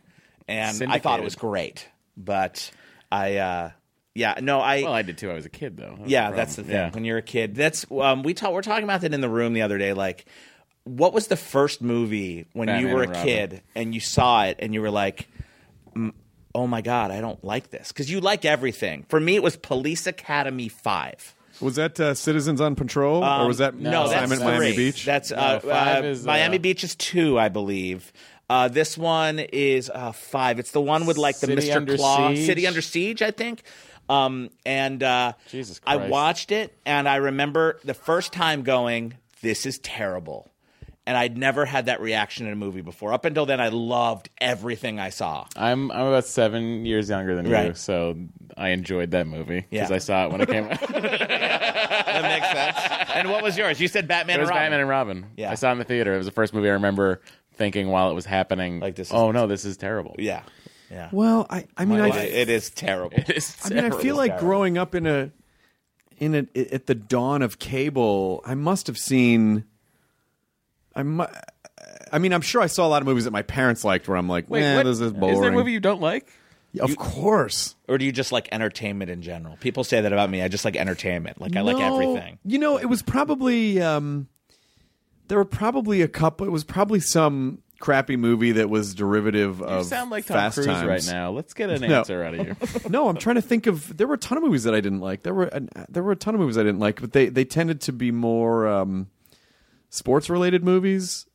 Speaker 3: and I thought
Speaker 4: Syndicated.
Speaker 3: it was great. But I, uh, yeah, no, I
Speaker 4: Well, I did too. I was a kid though. That was
Speaker 3: Yeah,
Speaker 4: problem.
Speaker 3: that's the thing.
Speaker 4: Uh-huh. Yeah.
Speaker 3: When you're a kid, that's um, we talk, we're talking about that in the room the other day. Like, what was the first movie when
Speaker 4: Batman
Speaker 3: you were a
Speaker 4: and Robin.
Speaker 3: kid and you saw it and you were like, "Mm, "Oh my god, I don't like this"? Because you like everything. For me, it was Police Academy Five.
Speaker 1: Was that uh, Citizens on Patrol,
Speaker 4: Um,
Speaker 1: or was that
Speaker 3: No,
Speaker 1: Simon
Speaker 3: that's
Speaker 1: at Miami
Speaker 3: three.
Speaker 1: Beach?
Speaker 3: That's uh,
Speaker 4: five
Speaker 3: uh,
Speaker 4: is, uh,
Speaker 3: Miami Beach is two, I believe. Uh, this one is uh, five. It's the one with like the
Speaker 4: City
Speaker 3: Mr.
Speaker 4: Under
Speaker 3: Claw
Speaker 4: Siege.
Speaker 3: City Under Siege, I think. Um, and uh,
Speaker 4: Jesus
Speaker 3: I
Speaker 4: Christ.
Speaker 3: watched it, and I remember the first time going, "This is terrible." And I'd never had that reaction in a movie before. Up until then, I loved everything I saw.
Speaker 4: I'm I'm about seven years younger than you,
Speaker 3: Right.
Speaker 4: so I enjoyed that movie because
Speaker 3: Yeah.
Speaker 4: I saw it when it came out. it
Speaker 3: That makes sense. and what was yours? You said Batman
Speaker 4: was
Speaker 3: and Robin.
Speaker 4: Batman and Robin.
Speaker 3: Yeah.
Speaker 4: I saw it in the theater. It was the first movie I remember thinking while it was happening.
Speaker 3: Like, this is-
Speaker 4: oh no, this is terrible.
Speaker 3: yeah, yeah.
Speaker 1: well, I, I mean, I,
Speaker 3: Well, it is terrible.
Speaker 4: It's
Speaker 1: I mean, I
Speaker 4: terrible.
Speaker 1: feel like growing up in a in a, i- at the dawn of cable, I must have seen. I mu- I mean, I'm sure I saw a lot of movies that my parents liked, where I'm like,
Speaker 4: Wait,
Speaker 1: "Nah,
Speaker 4: what-
Speaker 1: this is boring."
Speaker 4: Is there a movie you don't like?
Speaker 1: of course.
Speaker 3: or do you just like entertainment in general? People say that about me. I just like entertainment. Like I like
Speaker 1: No.
Speaker 3: everything.
Speaker 1: You know, it was probably um, there were probably a couple. It was probably some crappy movie that was derivative
Speaker 4: You
Speaker 1: of
Speaker 4: sound like Tom
Speaker 1: Fast
Speaker 4: Cruise
Speaker 1: Times.
Speaker 4: right now. Let's get an
Speaker 1: No.
Speaker 4: answer out of you.
Speaker 1: no, I'm trying to think of. There were a ton of movies that I didn't like. There were an, there were a ton of movies I didn't like, but they they tended to be more um, sports related movies.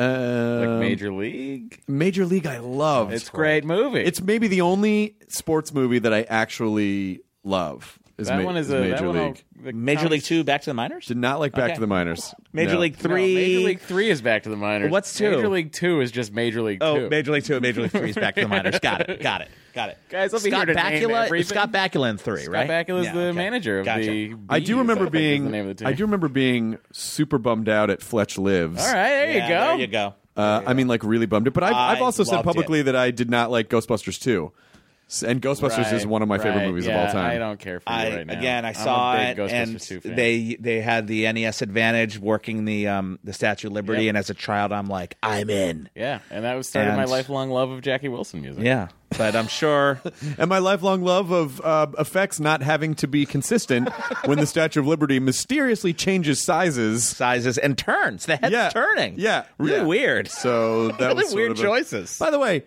Speaker 1: Uh,
Speaker 4: like Major League.
Speaker 1: Major League, I loved.
Speaker 4: It's a great movie.
Speaker 1: It's maybe the only sports movie that I actually love. Is
Speaker 4: that
Speaker 1: Ma-
Speaker 4: one is
Speaker 1: is
Speaker 4: a
Speaker 1: Major
Speaker 4: that one
Speaker 1: League.
Speaker 4: I'll- the
Speaker 3: Major
Speaker 4: comic-
Speaker 3: League Two, Back to the Minors.
Speaker 1: Did not like Back
Speaker 3: Okay.
Speaker 1: to the Minors.
Speaker 3: Major
Speaker 1: No.
Speaker 3: League
Speaker 4: No,
Speaker 3: Three.
Speaker 4: Major League Three is back to the minors.
Speaker 3: What's two?
Speaker 4: Major League Two is just Major League Two.
Speaker 3: Oh, Major League Two, and Major League Three is Back to the Minors. Got it. Got it. Got it.
Speaker 4: Guys, I'll be
Speaker 3: Scott
Speaker 4: here to name
Speaker 3: Bakula.
Speaker 4: everything.
Speaker 3: Scott Bakula in three,
Speaker 4: Scott
Speaker 3: right?
Speaker 4: Bakula is
Speaker 3: Yeah,
Speaker 4: the
Speaker 3: okay.
Speaker 4: manager of
Speaker 3: Gotcha.
Speaker 4: the.
Speaker 1: I
Speaker 4: Bees,
Speaker 1: do remember
Speaker 4: think is the name
Speaker 1: being
Speaker 4: of the
Speaker 1: I
Speaker 4: team.
Speaker 1: do remember being super bummed out at Fletch Lives.
Speaker 4: All right, there
Speaker 3: Yeah,
Speaker 4: you go.
Speaker 3: There you go.
Speaker 1: Uh, I mean, like really bummed it. But I've,
Speaker 3: I
Speaker 1: I've also said
Speaker 3: loved it.
Speaker 1: publicly that I did not like Ghostbusters 2. S- And Ghostbusters is
Speaker 4: Right,
Speaker 1: one of my favorite
Speaker 4: right,
Speaker 1: movies
Speaker 4: yeah,
Speaker 1: of all time.
Speaker 4: I don't care for you
Speaker 3: I
Speaker 4: right now.
Speaker 3: again, I
Speaker 4: I'm a
Speaker 3: saw
Speaker 4: big
Speaker 3: it,
Speaker 4: Ghostbusters
Speaker 3: and
Speaker 4: 2 fan.
Speaker 3: they they had the NES Advantage working the um the Statue of Liberty,
Speaker 4: Yep.
Speaker 3: and as a child, I'm like, I'm in.
Speaker 4: yeah, and that was started my
Speaker 3: And-
Speaker 4: lifelong love of Jackie Wilson music.
Speaker 3: Yeah, but I'm sure.
Speaker 1: And my lifelong love of uh, effects not having to be consistent when the Statue of Liberty mysteriously changes sizes.
Speaker 3: Sizes and turns. The head's
Speaker 1: Yeah,
Speaker 3: turning.
Speaker 1: Yeah,
Speaker 3: really
Speaker 1: yeah.
Speaker 3: weird.
Speaker 1: So that
Speaker 3: Really
Speaker 1: was sort
Speaker 3: weird
Speaker 1: of a-
Speaker 3: choices.
Speaker 1: By the way,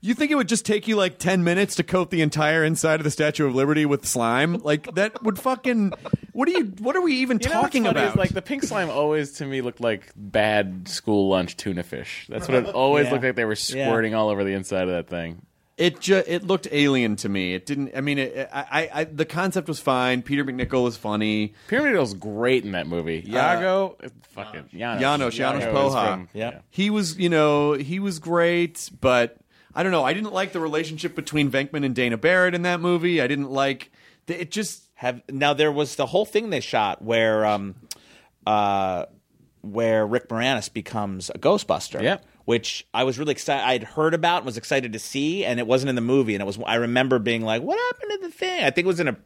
Speaker 1: you think it would just take you like ten minutes to coat the entire inside of the Statue of Liberty with slime? Like that would fucking. What are you? What are we even
Speaker 4: You know what's
Speaker 1: talking
Speaker 4: funny is,
Speaker 1: about?
Speaker 4: like the pink slime always to me looked like bad school lunch tuna fish. That's what it always
Speaker 3: Yeah.
Speaker 4: looked like. They were
Speaker 3: Yeah.
Speaker 4: squirting all over the inside of that thing.
Speaker 1: It ju- it looked alien to me. It didn't. I mean, it, I, I, I the concept was fine. Peter McNichol was funny.
Speaker 4: Pyramid Deal's great in that movie. Yago, fucking Janos,
Speaker 1: Janos, Janos
Speaker 4: Uh, is
Speaker 1: Poha.
Speaker 4: from-
Speaker 3: Yep.
Speaker 4: yeah.
Speaker 1: He was, you know, he was great, but I don't know. I didn't like the relationship between Venkman and Dana Barrett in that movie. I didn't like the, it. Just
Speaker 3: Have now there was the whole thing they shot where um uh where Rick Moranis becomes a Ghostbuster.
Speaker 4: Yep.
Speaker 3: Which I was really excited. I'd heard about and was excited to see, and it wasn't in the movie. And it was I remember being like, "What happened to the thing?" I think it was in a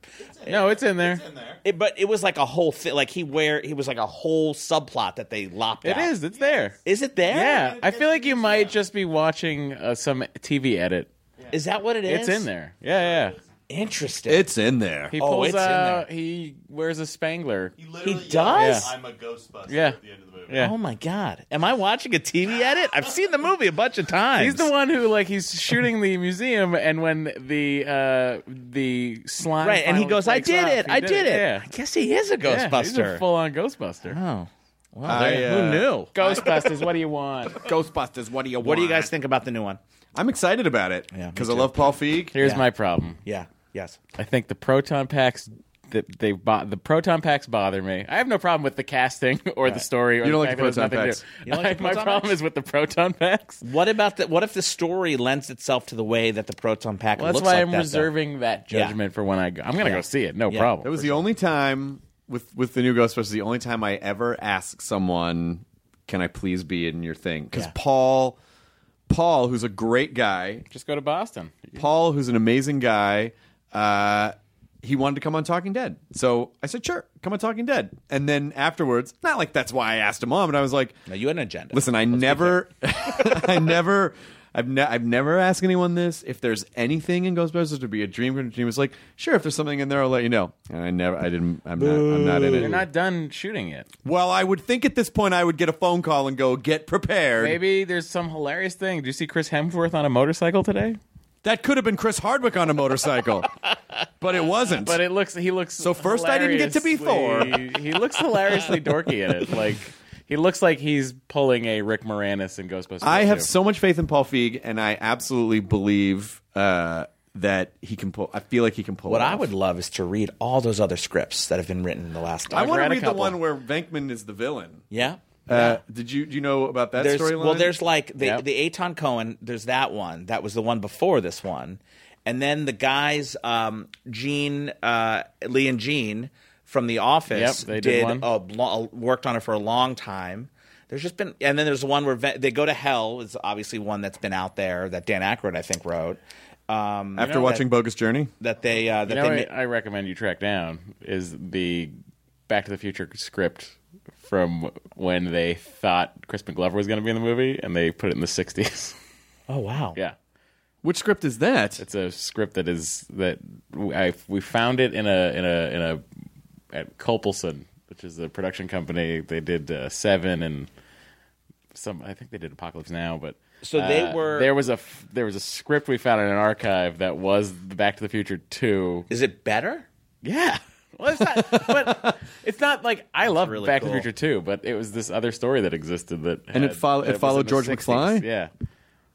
Speaker 4: No, it's in there.
Speaker 3: It, but it was like a whole thing. Like he where he was like a whole subplot that they lopped
Speaker 4: It
Speaker 3: out.
Speaker 4: is. It's there.
Speaker 3: Is it there?
Speaker 4: Yeah, I feel like you might just be watching uh, some TV edit.
Speaker 3: Is that what it is?
Speaker 4: It's in there. Yeah, yeah.
Speaker 3: Interesting.
Speaker 1: it's in there.
Speaker 4: He
Speaker 3: Oh,
Speaker 4: pulls
Speaker 3: it's in
Speaker 4: out. He wears a Spangler.
Speaker 3: he does.
Speaker 4: Yeah.
Speaker 7: I'm a Ghostbuster
Speaker 4: Yeah.
Speaker 7: at the end of the movie.
Speaker 4: Yeah.
Speaker 3: Oh my god! Am I watching a TV edit? I've seen the movie a bunch of times.
Speaker 4: He's the one who like he's shooting the museum, and when the uh the slime
Speaker 3: right? And he
Speaker 4: finally
Speaker 3: goes, "I
Speaker 4: breaks
Speaker 3: did
Speaker 4: off,"
Speaker 3: it!
Speaker 4: he
Speaker 3: I did, it!"
Speaker 4: Yeah.
Speaker 3: I guess he is a
Speaker 4: Yeah, he's
Speaker 3: Ghostbuster.
Speaker 4: a full on Ghostbuster.
Speaker 3: oh, wow!
Speaker 1: I,
Speaker 3: there-
Speaker 1: uh,
Speaker 3: who knew?
Speaker 4: Ghostbusters, what do you want?
Speaker 1: Ghostbusters. What do you?
Speaker 3: What do you guys think about the new one?
Speaker 1: I'm excited about it
Speaker 3: Yeah, me
Speaker 1: because I
Speaker 3: too.
Speaker 1: love Paul Feig.
Speaker 4: Here's my problem.
Speaker 3: Yeah. Yes.
Speaker 4: I think the proton packs that they bought the proton packs bother me. I have no problem with the casting or the story. Or
Speaker 1: You don't
Speaker 4: the
Speaker 1: like
Speaker 4: fact
Speaker 1: the
Speaker 4: that there's
Speaker 1: proton
Speaker 4: nothing
Speaker 1: packs.
Speaker 4: To do.
Speaker 3: You don't like the
Speaker 4: my
Speaker 3: proton
Speaker 4: problem
Speaker 3: packs?
Speaker 4: is with the proton packs.
Speaker 3: What about the? What if the story lends itself to the way that the proton pack
Speaker 4: Well, that's
Speaker 3: looks
Speaker 4: why
Speaker 3: like
Speaker 4: I'm
Speaker 3: that, though?
Speaker 4: reserving that
Speaker 3: Yeah.
Speaker 4: judgment for when I go. I'm gonna
Speaker 3: Yeah.
Speaker 4: go see it. No
Speaker 3: Yeah.
Speaker 4: problem.
Speaker 1: That was the only time with with the new Ghostbusters. The only time I ever asked someone, "Can I please be in your thing?" Because
Speaker 3: Yeah.
Speaker 1: Paul, Paul, who's a great guy,
Speaker 4: Just go to Boston.
Speaker 1: Paul, who's an amazing guy, uh, he wanted to come on Talking Dead. So I said, sure, come on Talking Dead. And then afterwards, not like that's why I asked him on, but I was like,
Speaker 3: No, you had an agenda.
Speaker 1: listen, I never, I never, I've, ne- I've never asked anyone this. If there's anything in Ghostbusters to be a dream come true, he was like, sure, if there's something in there, I'll let you know. And I never, I didn't, I'm not, I'm not in
Speaker 4: They're
Speaker 1: it.
Speaker 4: not done shooting it.
Speaker 1: well, I would think at this point I would get a phone call and go, get prepared.
Speaker 4: Maybe there's some hilarious thing. Do you see Chris Hemsworth on a motorcycle today?
Speaker 1: That could have been Chris Hardwick on a motorcycle, but it wasn't.
Speaker 4: But it looks he looks
Speaker 1: So first I didn't get to be
Speaker 4: hilariously- he looks hilariously dorky in it. Like he looks like he's pulling a Rick Moranis in Ghostbusters.
Speaker 1: I have
Speaker 4: 2.
Speaker 1: so much faith in Paul Feig, and I absolutely believe uh, that he can pull. I feel like he can pull.
Speaker 3: What
Speaker 1: it
Speaker 3: I
Speaker 1: off.
Speaker 3: would love is to read all those other scripts that have been written in the last.
Speaker 1: I want to
Speaker 4: read a
Speaker 1: read the
Speaker 4: couple.
Speaker 1: one where Venkman is the villain.
Speaker 3: Yeah.
Speaker 1: Uh, did you do you know about that
Speaker 3: there's,
Speaker 1: storyline?
Speaker 3: well, there's like the
Speaker 4: Yep.
Speaker 3: the Aton Cohen. There's that one. That was the one before this one, and then the guys, um, Gene, uh, Lee and Gene from The Office.
Speaker 4: Yep, they did one.
Speaker 3: a lo- worked on it for a long time. There's just been, and then there's the one where Ven- they go to hell. Is obviously one that's been out there that Dan Aykroyd I think wrote. Um,
Speaker 1: after watching Bogus Journey.
Speaker 3: that they uh, that
Speaker 4: You know
Speaker 3: they
Speaker 4: what I recommend you track down is the Back to the Future script from when they thought Crispin Glover was going to be in the movie, and they put it in the '60s.
Speaker 3: ma- oh wow
Speaker 4: yeah,
Speaker 1: Which script is that?
Speaker 4: it's a script that is that I we found it in a in a in a at Culpelson, which is a production company. They did uh, Seven and some. I think they did Apocalypse Now, but.
Speaker 3: So they
Speaker 4: uh,
Speaker 3: were-
Speaker 4: there was a f- there was a script we found in an archive that was the Back to the Future two
Speaker 3: is it better?
Speaker 4: Yeah. Well, it's not, but it's not like I love
Speaker 3: really
Speaker 4: Back to
Speaker 3: cool.
Speaker 4: the Future too, but it was this other story that existed that
Speaker 1: And it
Speaker 4: had-
Speaker 1: follow- it
Speaker 4: that was
Speaker 1: followed
Speaker 4: in the
Speaker 1: George
Speaker 4: 60s.
Speaker 1: McFly?
Speaker 4: Yeah,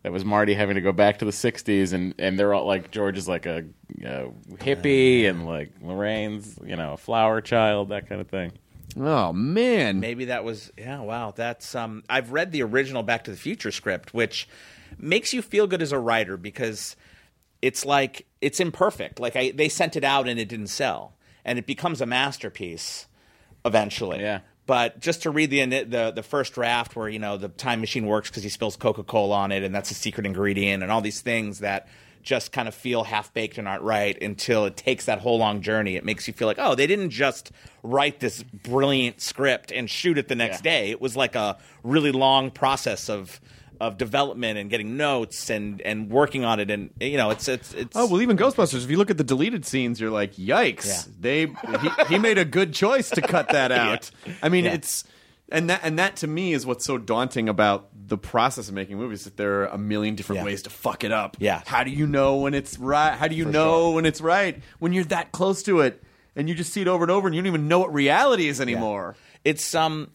Speaker 4: that was Marty having to go back to the '60s, and and they're all like George is like a, a hippie, and like Lorraine's you know a flower child, that kind of thing.
Speaker 1: oh man,
Speaker 3: Maybe that was yeah. Wow, that's um. I've read the original Back to the Future script, which makes you feel good as a writer because it's like it's imperfect. Like I, they sent it out and it didn't sell, and it becomes a masterpiece eventually.
Speaker 4: Yeah.
Speaker 3: But just to read the ini- the the first draft where you know the time machine works because he spills Coca Cola on it, and that's a secret ingredient, and all these things that just kind of feel half baked and aren't right until it takes that whole long journey. It makes you feel like, oh, they didn't just write this brilliant script and shoot it the next day. It was like a really long process of of development and getting notes and and working on it and you know it's it's it's
Speaker 1: Oh well, even Ghostbusters. If you look at the deleted scenes, you're like, yikes!
Speaker 3: Yeah.
Speaker 1: They he, he made a good choice to cut that out. I mean,
Speaker 3: Yeah.
Speaker 1: it's and that and that to me is what's so daunting about the process of making movies. That there are a million different
Speaker 3: Yeah.
Speaker 1: ways to fuck it up.
Speaker 3: Yeah.
Speaker 1: How do you know when it's right? How do you know when it's right when you're that close to it and you just see it over and over and you don't even know what reality is anymore?
Speaker 3: it's um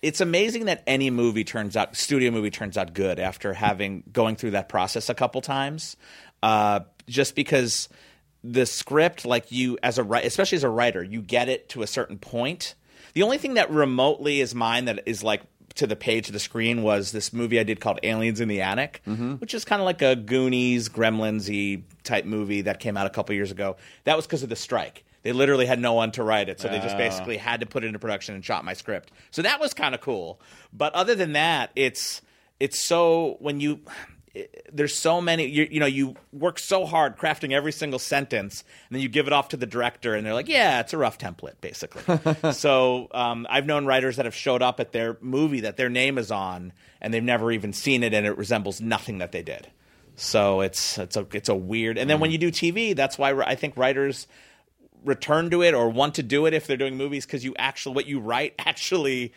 Speaker 3: it's amazing that any movie turns out studio movie turns out good after having going through that process a couple times uh just because the script like you as a writer especially as a writer you get it to a certain point the only thing that remotely is mine that is like to the page of the screen was this movie I did called Aliens in the Attic, which is kind of like a Goonies, Gremlinsy type movie that came out a couple years ago. That was because of the strike. They literally had no one to write it, so they just basically had to put it into production and shot my script. So that was kind of cool. But other than that, it's it's so when you it- there's so many you, you know you work so hard crafting every single sentence and then you give it off to the director and they're like yeah it's a rough template basically so um, i've known writers that have showed up at their movie that their name is on and they've never even seen it and it resembles nothing that they did so it's it's a it's a weird and then when you do tv that's why i think writers return to it or want to do it if they're doing movies because you actually what you write actually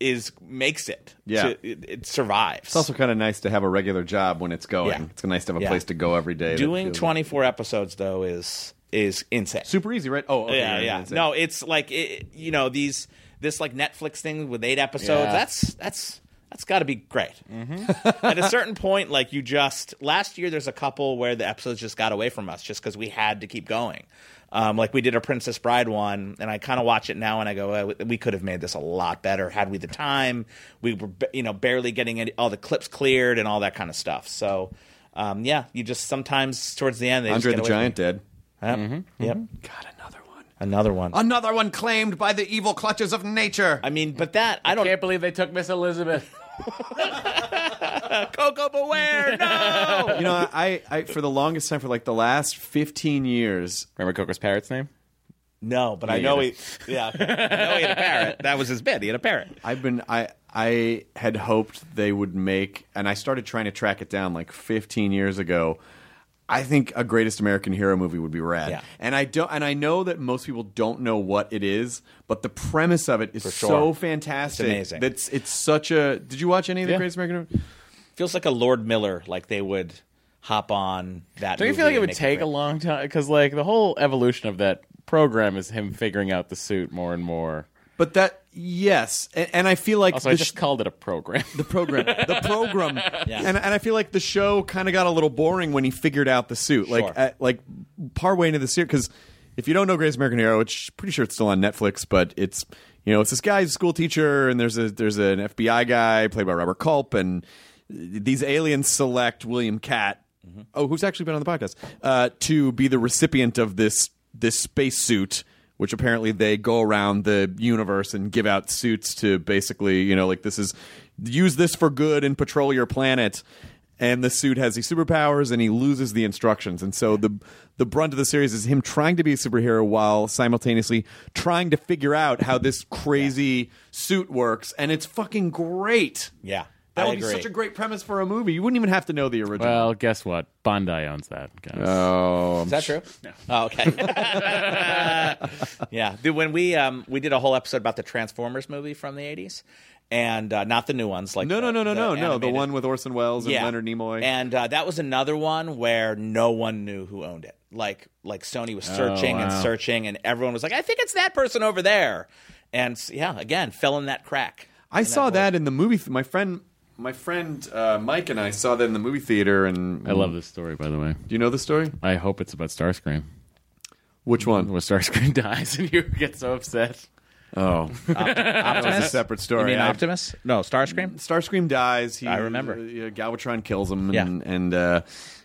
Speaker 3: is makes it
Speaker 1: Yeah.
Speaker 3: to- it, it survives
Speaker 1: It's also kind of nice to have a regular job when it's going.
Speaker 3: Yeah.
Speaker 1: It's nice to have a
Speaker 3: Yeah.
Speaker 1: place to go every day. that
Speaker 3: doing
Speaker 1: feels-
Speaker 3: 24 episodes though is is insane
Speaker 1: super easy, right? Oh, okay,
Speaker 3: yeah
Speaker 1: right,
Speaker 3: yeah
Speaker 1: that's it.
Speaker 3: no it's like it, you know these this like netflix thing with eight episodes
Speaker 4: Yeah.
Speaker 3: that's that's that's got to be great at a certain point like you just last year there's a couple where the episodes just got away from us just because we had to keep going um, like we did a princess bride one and i kind of watch it now and i go "Oh, we could have made this a lot better had we the time we were ba- you know barely getting any, all the clips cleared and all that kind of stuff so um, yeah you just sometimes towards the end they
Speaker 1: Andre
Speaker 3: just
Speaker 1: the
Speaker 3: get away
Speaker 1: Giant
Speaker 3: from
Speaker 1: dead.
Speaker 3: you. yep, yep.
Speaker 1: God, another one.
Speaker 3: another one
Speaker 1: Another one claimed by the evil clutches of nature.
Speaker 3: I mean, but that I don't.
Speaker 4: Can't believe they took Miss Elizabeth.
Speaker 3: Coco beware! No.
Speaker 1: you know, I, I for the longest time, for like the last fifteen years,
Speaker 4: Remember Coco's parrot's name?
Speaker 3: no, but I know he. Yeah, okay. I know he had a parrot. That was his bed. He had a parrot.
Speaker 1: I've been I I had hoped they would make, and I started trying to track it down like fifteen years ago. I think a greatest American hero movie would be rad,
Speaker 3: Yeah.
Speaker 1: and I don't, and I know that most people don't know what it is, but the premise of it is
Speaker 3: sure.
Speaker 1: so fantastic.
Speaker 3: It's amazing.
Speaker 1: That's it's such a. Did you watch any of the
Speaker 4: Yeah.
Speaker 1: Greatest American? Hero?
Speaker 3: Feels like a Lord Miller. Like they would hop on that.
Speaker 4: Don't you
Speaker 3: movie
Speaker 4: feel like
Speaker 3: and
Speaker 4: it would
Speaker 3: make
Speaker 4: take
Speaker 3: great.
Speaker 4: a long time? Because like the whole evolution of that program is him figuring out the suit more and more.
Speaker 1: But that yes, and, and I feel like
Speaker 4: Also, I
Speaker 1: the
Speaker 4: just
Speaker 1: sh-
Speaker 4: called it a program.
Speaker 1: The program. The program. And, and I feel like the show kind of got a little boring when he figured out the suit.
Speaker 3: Sure.
Speaker 1: Like, at, like partway into the series, because if you don't know Greatest American Hero, which pretty sure it's still on Netflix, but it's you know it's this guy's a school teacher, and there's a there's an FBI guy played by Robert Culp, and these aliens select William Cat, oh who's actually been on the podcast, uh, to be the recipient of this this spacesuit. Which apparently they go around the universe and give out suits to basically, you know, like this is use this for good and patrol your planet and the suit has these superpowers and he loses the instructions and so the the brunt of the series is him trying to be a superhero while simultaneously trying to figure out how this crazy suit works and it's fucking great
Speaker 3: Yeah,
Speaker 1: that
Speaker 3: I
Speaker 1: would
Speaker 3: agree.
Speaker 1: be such a great premise for a movie you wouldn't even have to know the original
Speaker 4: well, guess what? Bondi owns that. Guys.
Speaker 1: oh
Speaker 3: Is that true? No. Oh, okay. yeah, Dude, when we um we did a whole episode about the Transformers movie from the eighties, and uh, not the new ones like
Speaker 1: no no
Speaker 3: the-
Speaker 1: no no no no the
Speaker 3: animated-
Speaker 1: one with Orson Welles and Leonard Nimoy
Speaker 3: And uh, that was another one where no one knew who owned it. Like like Sony was searching and searching, and everyone was like, "I think it's that person over there." And s- yeah, again, fell in that crack.
Speaker 1: I saw that in the movie th- my friend my friend uh, Mike and I saw that in the movie theater and
Speaker 4: I love this story, by the way.
Speaker 1: do you know the story
Speaker 4: I hope it's about Starscream.
Speaker 1: which one
Speaker 4: Where Starscream dies and you get so upset.
Speaker 1: oh Optimus a separate story I-
Speaker 3: Optimus? No, Starscream.
Speaker 1: Starscream dies. He,
Speaker 3: I remember.
Speaker 1: uh, yeah, Galvatron kills him, and
Speaker 3: Yeah.
Speaker 1: and, uh,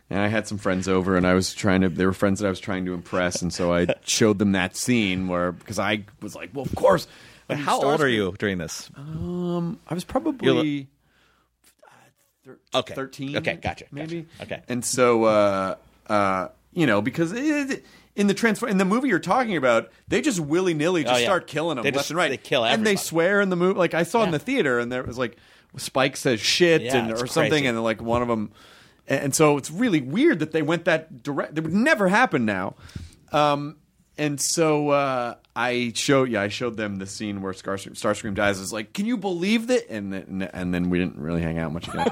Speaker 1: and I had some friends over, and I was trying to. They were friends that I was trying to impress, and so I showed them that scene where because I was like, well, of course. I mean,
Speaker 3: How old are
Speaker 1: Starscream-
Speaker 3: you during this?
Speaker 1: I was probably
Speaker 3: Okay,
Speaker 1: thirteen.
Speaker 3: Okay, gotcha.
Speaker 1: maybe.
Speaker 3: gotcha. Okay.
Speaker 1: And so uh, Uh, you know, because it, in the transform in the movie you're talking about, they just willy nilly just
Speaker 3: Oh, yeah.
Speaker 1: start killing them
Speaker 3: They
Speaker 1: left
Speaker 3: just-
Speaker 1: and right.
Speaker 3: they kill
Speaker 1: and they
Speaker 3: everybody.
Speaker 1: swear in the movie. Like I saw in the theater, and there was like Spike says shit
Speaker 3: Yeah,
Speaker 1: and or
Speaker 3: it's
Speaker 1: something,
Speaker 3: crazy.
Speaker 1: and then, like one of them. And and so it's really weird that they went that direct. That would never happen now. Um, and so uh, I showed, yeah, I showed them the scene where Starscream, Starscream dies. It's like, can you believe that? And then, and then we didn't really hang out much again.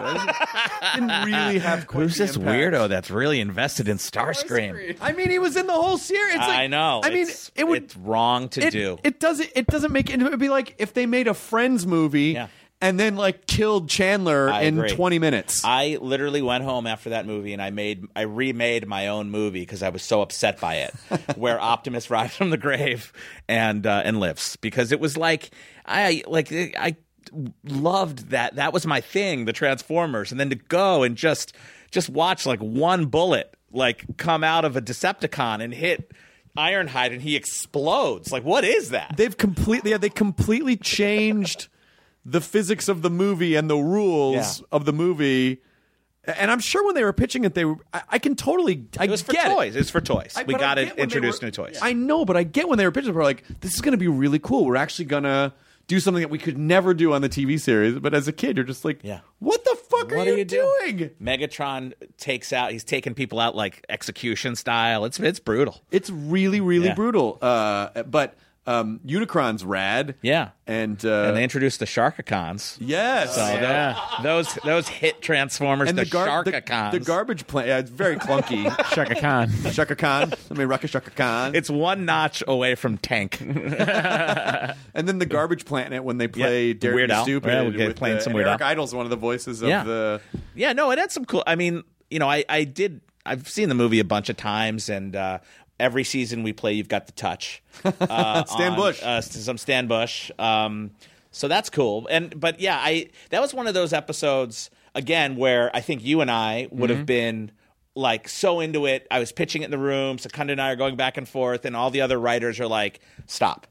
Speaker 1: didn't really have. quite
Speaker 3: Who's
Speaker 1: the
Speaker 3: this
Speaker 1: impact.
Speaker 3: weirdo that's really invested in Starscream?
Speaker 1: I mean, he was in the whole series. It's like,
Speaker 3: I know.
Speaker 1: I mean,
Speaker 3: it's,
Speaker 1: it would
Speaker 3: it's wrong to
Speaker 1: it,
Speaker 3: do.
Speaker 1: It doesn't. It doesn't make. It would be like if they made a Friends movie
Speaker 3: Yeah.
Speaker 1: and then like killed Chandler
Speaker 3: I
Speaker 1: in
Speaker 3: agree.
Speaker 1: twenty minutes.
Speaker 3: I literally went home after that movie and I made I remade my own movie because I was so upset by it, where Optimus rises from the grave and uh, and lives because it was like I like I loved that that was my thing the Transformers and then to go and just just watch like one bullet like come out of a Decepticon and hit Ironhide and he explodes like what is that?
Speaker 1: They've completely. Yeah, they completely changed the physics of the movie and the rules
Speaker 3: Yeah.
Speaker 1: of the movie. And I'm sure when they were pitching it, they were. I, I can totally. I
Speaker 3: it was for
Speaker 1: get it.
Speaker 3: toys. It was for toys.
Speaker 1: I-
Speaker 3: we
Speaker 1: but I
Speaker 3: got
Speaker 1: get
Speaker 3: to
Speaker 1: when they
Speaker 3: introduce
Speaker 1: were-
Speaker 3: new toys.
Speaker 1: I know, but I get when they were pitching. We're like, this is going to be really cool. We're actually going to do something that we could never do on the TV series. But as a kid, you're just like,
Speaker 3: Yeah.
Speaker 1: what the fuck are, you, doing?
Speaker 3: Megatron takes out. He's taking people out like execution style. It's it's brutal.
Speaker 1: It's really, really
Speaker 3: Yeah.
Speaker 1: brutal. Uh, but um, Unicron's rad.
Speaker 3: Yeah.
Speaker 1: and uh,
Speaker 3: and they introduced the Sharkacons.
Speaker 1: yes.
Speaker 3: So tho- those those hit Transformers.
Speaker 1: and
Speaker 3: the,
Speaker 1: gar-
Speaker 3: Sharkacons.
Speaker 1: the, the garbage plant. Yeah, it's very clunky.
Speaker 4: Shaka Khan.
Speaker 1: Shaka Khan. Let me rock a Shaka Khan.
Speaker 3: it's one notch away from Tank.
Speaker 1: And then the garbage planet when they play
Speaker 3: Yeah,
Speaker 1: Derek
Speaker 3: Weird
Speaker 1: and
Speaker 3: Al.
Speaker 1: Stupid.
Speaker 3: Yeah, we get
Speaker 1: with
Speaker 3: playing
Speaker 1: the-
Speaker 3: some
Speaker 1: and
Speaker 3: Weird
Speaker 1: Eric
Speaker 3: Al.
Speaker 1: Idle's one of the voices of
Speaker 3: Yeah.
Speaker 1: the.
Speaker 3: yeah, no, it had some cool. I mean, you know, I I did. I've seen the movie a bunch of times, and uh, every season we play. You've got the touch. Uh,
Speaker 1: Stan
Speaker 3: on,
Speaker 1: Bush.
Speaker 3: Uh, some Stan Bush. Um, so that's cool. And but yeah, I that was one of those episodes again where I think you and I would
Speaker 1: Mm-hmm.
Speaker 3: have been like so into it. I was pitching it in the room. Secunda and I are going back and forth, and all the other writers are like, "Stop."